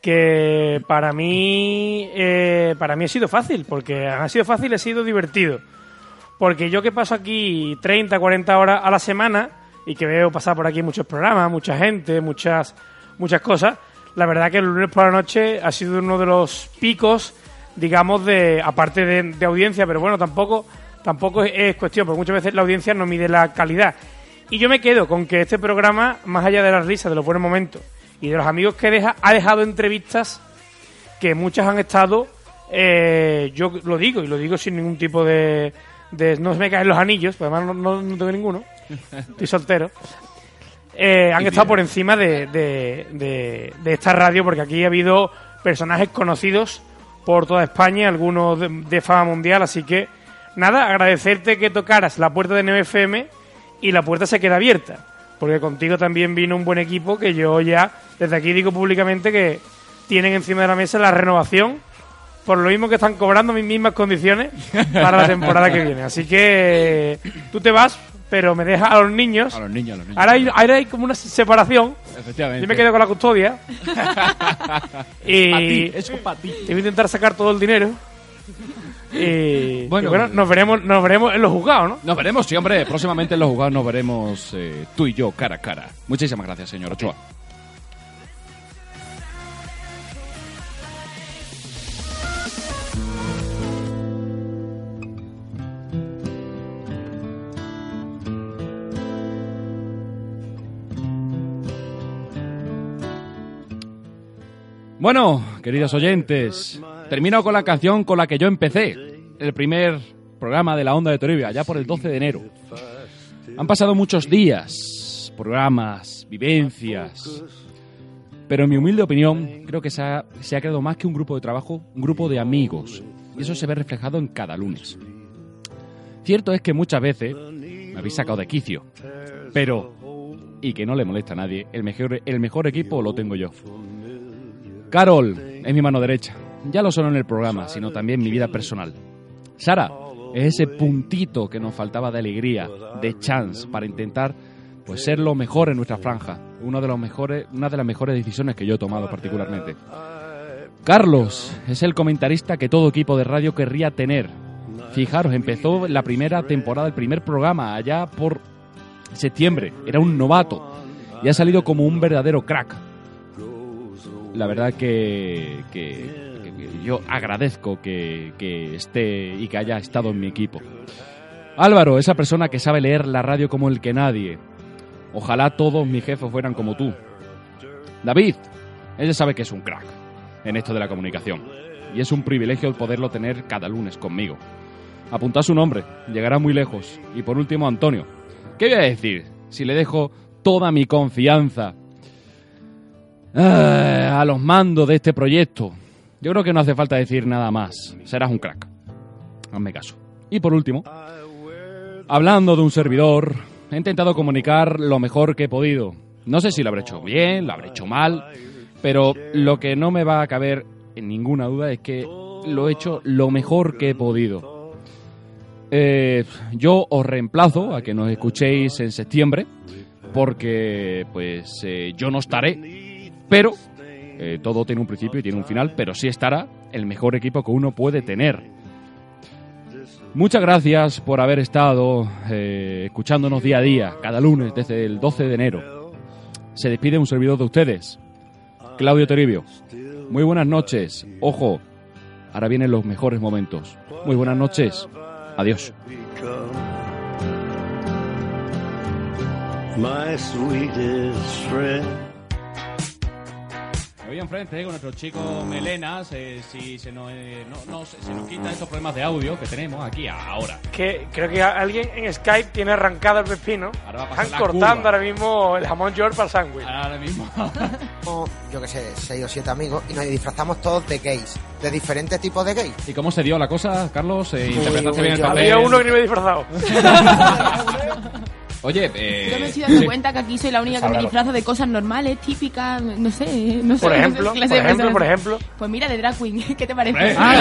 Speaker 6: que para mí eh, para mí ha sido fácil, porque ha sido fácil, ha sido divertido. Porque yo que paso aquí 30, 40 horas a la semana y que veo pasar por aquí muchos programas, mucha gente, muchas muchas cosas, la verdad que el lunes por la noche ha sido uno de los picos, digamos, de aparte de, de audiencia, pero bueno, tampoco tampoco es, es cuestión, porque muchas veces la audiencia no mide la calidad. Y yo me quedo con que este programa, más allá de las risas, de los buenos momentos y de los amigos que deja, ha dejado entrevistas que muchas han estado, eh, yo lo digo y lo digo sin ningún tipo de... de- no se me caen los anillos, pues además no, no- no tengo ninguno, estoy soltero. Eh, han
Speaker 2: Y
Speaker 6: estado
Speaker 2: bien.
Speaker 6: por encima de, de- de- de esta radio porque aquí ha habido personajes conocidos por toda España, algunos de, de fama mundial, así que nada, agradecerte que tocaras la puerta de NFM y la puerta se queda abierta, porque contigo también vino un buen equipo que yo ya desde aquí digo públicamente que tienen encima de la mesa la renovación por lo mismo que están cobrando mis mismas condiciones para la temporada que viene. Así que tú te vas, pero me dejas a los niños.
Speaker 2: A los niños, a los niños.
Speaker 6: Ahora hay, ahora hay como una separación.
Speaker 2: Efectivamente.
Speaker 6: Yo me quedo con la custodia. y
Speaker 2: Pa' ti, eso pa' ti.
Speaker 6: Te voy a intentar sacar todo el dinero. Y
Speaker 2: Bueno.
Speaker 6: y nos veremos, nos veremos en los juzgados, ¿no?
Speaker 2: Nos veremos, sí, hombre. Próximamente en los jugados nos veremos eh, tú y yo cara a cara. Muchísimas gracias, señor Ochoa. Bueno, queridos oyentes, termino con la canción con la que yo empecé el primer programa de la Onda de Toribio, allá por el 12 de enero. Han pasado muchos días, programas, vivencias, pero en mi humilde opinión creo que se ha, se ha creado más que un grupo de trabajo, un grupo de amigos, y eso se ve reflejado en cada lunes. Cierto es que muchas veces me habéis sacado de quicio, pero, y que no le molesta a nadie, el mejor, el mejor equipo lo tengo yo. Carol es mi mano derecha. Ya lo sonó en el programa, sino también mi vida personal. Sara Es ese puntito que nos faltaba de alegría, de chance, para intentar pues ser lo mejor en nuestra franja. Uno de los mejores, una de las mejores decisiones que yo he tomado particularmente. Carlos es el comentarista que todo equipo de radio querría tener. Fijaros, empezó la primera temporada, el primer programa, allá por septiembre. Era un novato y ha salido como un verdadero crack. La verdad que, que- que yo agradezco que, que esté y que haya estado en mi equipo. Álvaro, esa persona que sabe leer la radio como el que nadie. Ojalá todos mis jefes fueran como tú. David, ella sabe que es un crack en esto de la comunicación. Y es un privilegio el poderlo tener cada lunes conmigo. Apuntad su nombre, llegará muy lejos. Y por último, Antonio. ¿Qué voy a decir si le dejo toda mi confianza ah, a los mandos de este proyecto? Yo creo que no hace falta decir nada más. Serás un crack. Hazme caso. Y por último, hablando de un servidor, he intentado comunicar lo mejor que he podido. No sé si lo habré hecho bien, lo habré hecho mal, pero lo que no me va a caber en ninguna duda es que lo he hecho lo mejor que he podido. Eh, yo os reemplazo a que nos escuchéis en septiembre, porque pues eh, yo no estaré, pero eh, todo tiene un principio y tiene un final, pero sí estará el mejor equipo que uno puede tener. Muchas gracias por haber estado eh, escuchándonos día a día, cada lunes desde el 12 de enero. Se despide un servidor de ustedes, Claudio Toribio. Muy buenas noches. Ojo, ahora vienen los mejores momentos. Muy buenas noches. Adiós.
Speaker 13: My sweetest friend.
Speaker 22: Me voy enfrente eh, con nuestro chico Melenas. eh, si se nos, eh, no- no, se- se nos quitan estos problemas de audio que tenemos aquí ahora.
Speaker 6: Que creo que a- alguien en Skype tiene arrancado el pepino.
Speaker 22: Ahora va a pasar
Speaker 6: Están
Speaker 22: la
Speaker 6: cortando
Speaker 22: Cuba.
Speaker 6: ahora mismo el jamón york para el sándwich.
Speaker 22: Ahora mismo.
Speaker 7: Somos, yo que sé, seis o siete amigos y nos disfrazamos todos de gays, de diferentes tipos de gays. Pues,
Speaker 2: ¿Y cómo se dio la cosa, Carlos? Eh, ¿Interpretaste
Speaker 7: uy,
Speaker 2: bien el
Speaker 7: yo-
Speaker 2: papel?
Speaker 7: había
Speaker 6: uno que no iba disfrazado.
Speaker 2: Oye,
Speaker 5: Yo me
Speaker 2: eh,
Speaker 5: estoy dando
Speaker 2: sí.
Speaker 5: cuenta que aquí soy la única que me
Speaker 2: Háblalo.
Speaker 5: disfrazo de cosas normales, típicas, no sé, no sé.
Speaker 6: Por
Speaker 5: no sé
Speaker 6: ejemplo,
Speaker 5: qué clase
Speaker 6: por ejemplo,
Speaker 5: de personas
Speaker 6: por
Speaker 5: soy.
Speaker 6: ejemplo.
Speaker 5: Pues mira, de drag queen, ¿qué te parece?
Speaker 2: Ah,
Speaker 8: Eh.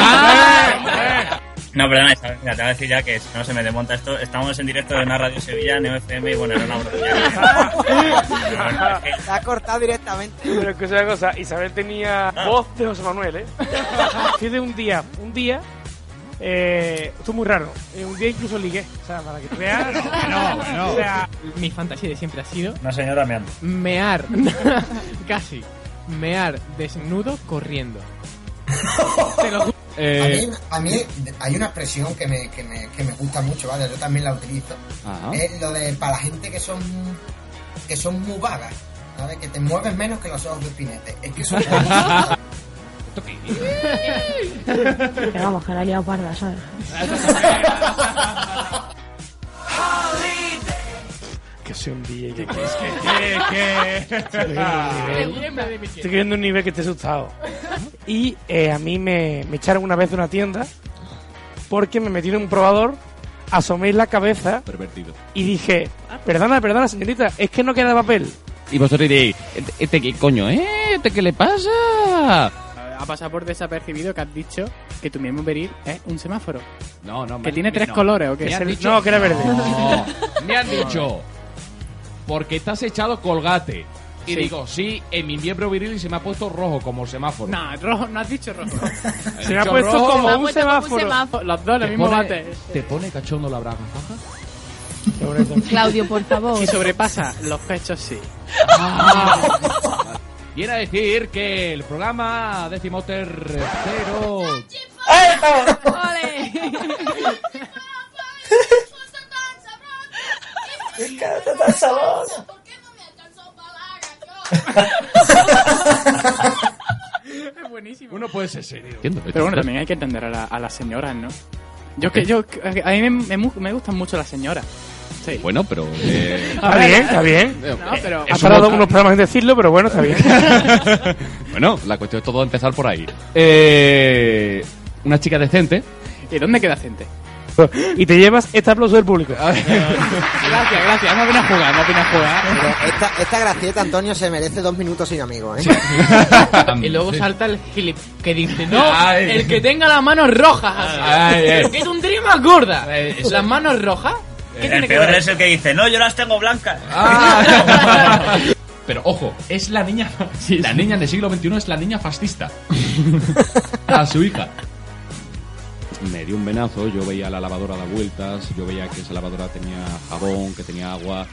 Speaker 8: Ah. No, perdona, Isabel, mira, te voy a decir ya que si no se me desmonta esto. Estamos en directo de una radio Sevilla, Neo FM y bueno, era una broma.
Speaker 7: Se ha cortado directamente.
Speaker 6: Pero escucha una cosa, Isabel tenía voz de José Manuel, ¿eh? Fui de un día, un día, eh, esto es muy raro, eh, un día incluso ligué, o sea, para que tú veas...
Speaker 4: no.
Speaker 6: O sea,
Speaker 4: Mi fantasía de siempre ha sido
Speaker 8: Una señora meando.
Speaker 4: mear, casi, mear desnudo corriendo. Te lo ju-
Speaker 2: Eh,
Speaker 7: A mí hay una expresión que me, que me, que me gusta mucho, ¿vale? Yo también la utilizo.
Speaker 2: Ajá.
Speaker 7: Es lo de para la gente que son que son muy vagas, ¿sabes? Que te mueves menos que los ojos de un pinete. Es que eso es
Speaker 1: Pero vamos, que la he liado parda, ¿sabes?
Speaker 6: que soy un DJ. Que,
Speaker 23: que- que-
Speaker 6: Estoy viendo un nivel- estoy viendo un nivel que te asustado. Y eh, a mí me, me echaron una vez de una tienda porque me metí en un probador, asomé la cabeza
Speaker 2: Pervertido.
Speaker 6: y dije, "Ah, perdona, perdona, señorita, es que no queda papel.
Speaker 2: Y vosotros diréis, ¿este qué coño, eh? ¿Este qué le pasa?
Speaker 4: Ha pasado por desapercibido que has dicho que tu mismo veril es un semáforo.
Speaker 2: No, no.
Speaker 4: Que
Speaker 2: me-
Speaker 4: tiene tres
Speaker 2: no.
Speaker 4: colores, ¿o qué?
Speaker 2: Me han
Speaker 4: Se-
Speaker 2: dicho-
Speaker 4: no, que era verde.
Speaker 2: No, me han dicho, porque estás echado colgate. Y
Speaker 4: Sí.
Speaker 2: digo, sí, en mi miembro viril y se me ha puesto rojo como el semáforo.
Speaker 4: No, rojo, no has dicho rojo.
Speaker 2: Se me ha puesto como Se me ha un puesto como un semáforo. semáforo.
Speaker 4: Los dos, el
Speaker 2: Te
Speaker 4: mismo
Speaker 2: pone-
Speaker 4: bate.
Speaker 2: ¿Te pone cachondo la braga faja?
Speaker 5: Claudio, por favor.
Speaker 4: Si sobrepasa los pechos, sí.
Speaker 2: Ah. Viene a decir que el programa decimotercero...
Speaker 4: Es buenísimo.
Speaker 2: Uno puede ser serio.
Speaker 4: Pero bueno, también hay que entender a, la- a las señoras, ¿no? Yo que yo a mí me, me mu- me gustan mucho las señoras. Sí.
Speaker 2: Bueno, pero... eh,
Speaker 6: Está bien, está bien.
Speaker 4: No, pero
Speaker 6: Ha tardado unos programas en decirlo, pero bueno, está bien.
Speaker 2: Bueno, la cuestión es todo empezar por ahí. Eh, una chica decente.
Speaker 4: ¿Y dónde queda gente?
Speaker 24: Y te llevas este aplauso del público.
Speaker 4: Gracias, gracias. Hemos venido a jugar, hemos venido a
Speaker 2: ¿eh?
Speaker 4: jugar.
Speaker 7: Esta, esta gracieta, Antonio, se merece dos minutos sin amigos, ¿eh?
Speaker 4: Y luego salta el gilip que dice, no, el que tenga las manos rojas. así".
Speaker 7: Ay, ay.
Speaker 4: Que es un trío más gorda. ¿Las manos rojas? ¿Qué tiene
Speaker 8: El
Speaker 4: que
Speaker 8: peor
Speaker 4: ver?
Speaker 8: es el que dice, no, yo las tengo blancas.
Speaker 18: Pero ojo, es la niña. la niña del siglo XXI es la niña fascista. a su hija.
Speaker 2: me dio un venazo, yo veía la lavadora dar vueltas, yo veía que esa lavadora tenía jabón, que tenía agua.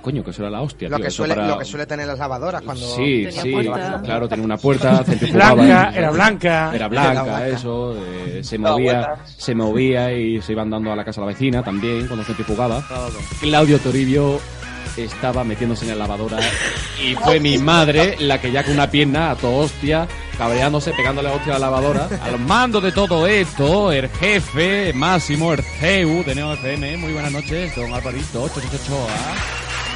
Speaker 2: Coño, que eso era la hostia,
Speaker 7: Lo
Speaker 2: tío,
Speaker 7: que,
Speaker 2: eso
Speaker 7: suele,
Speaker 2: para-
Speaker 7: lo que suele tener las lavadoras cuando...
Speaker 2: Sí, sí, claro, tenía una puerta centrifugaba.
Speaker 24: Blanca, era blanca.
Speaker 2: Era
Speaker 24: Era
Speaker 2: blanca,
Speaker 24: blanca.
Speaker 2: eso, eh, se
Speaker 24: Daba
Speaker 2: movía,
Speaker 24: vueltas.
Speaker 2: se movía y se iban dando a la casa de la vecina también cuando centrifugaba. Claudio Toribio estaba metiéndose en la lavadora y fue mi madre la que ya con una pierna a toda hostia, cabreándose, pegándole a hostia a la lavadora. Al mando de todo esto, el jefe máximo, el CEU de Neo FM. Muy buenas noches, don Alvarito, 888A.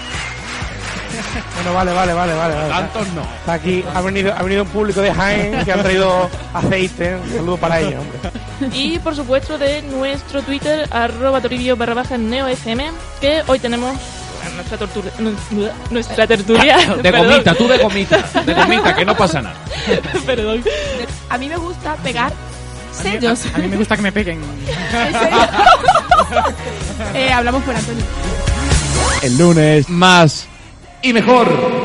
Speaker 24: Bueno, vale, vale, vale, vale. vale.
Speaker 2: Tantos no.
Speaker 24: Está aquí, ha venido, ha venido un público de Jaén que han traído aceite. Un saludo para ellos, hombre.
Speaker 3: Y por supuesto de nuestro Twitter, arroba toribio barra baja neo FM, que hoy tenemos a nuestra tortura. nu- Nuestra tertulia.
Speaker 2: De
Speaker 3: perdón.
Speaker 2: gomita, tú de gomita, de gomita, que no pasa nada.
Speaker 3: Perdón.
Speaker 5: A mí me gusta pegar sellos.
Speaker 4: A mí me gusta que me peguen.
Speaker 5: Eh, hablamos por Antonio.
Speaker 2: El lunes más y mejor.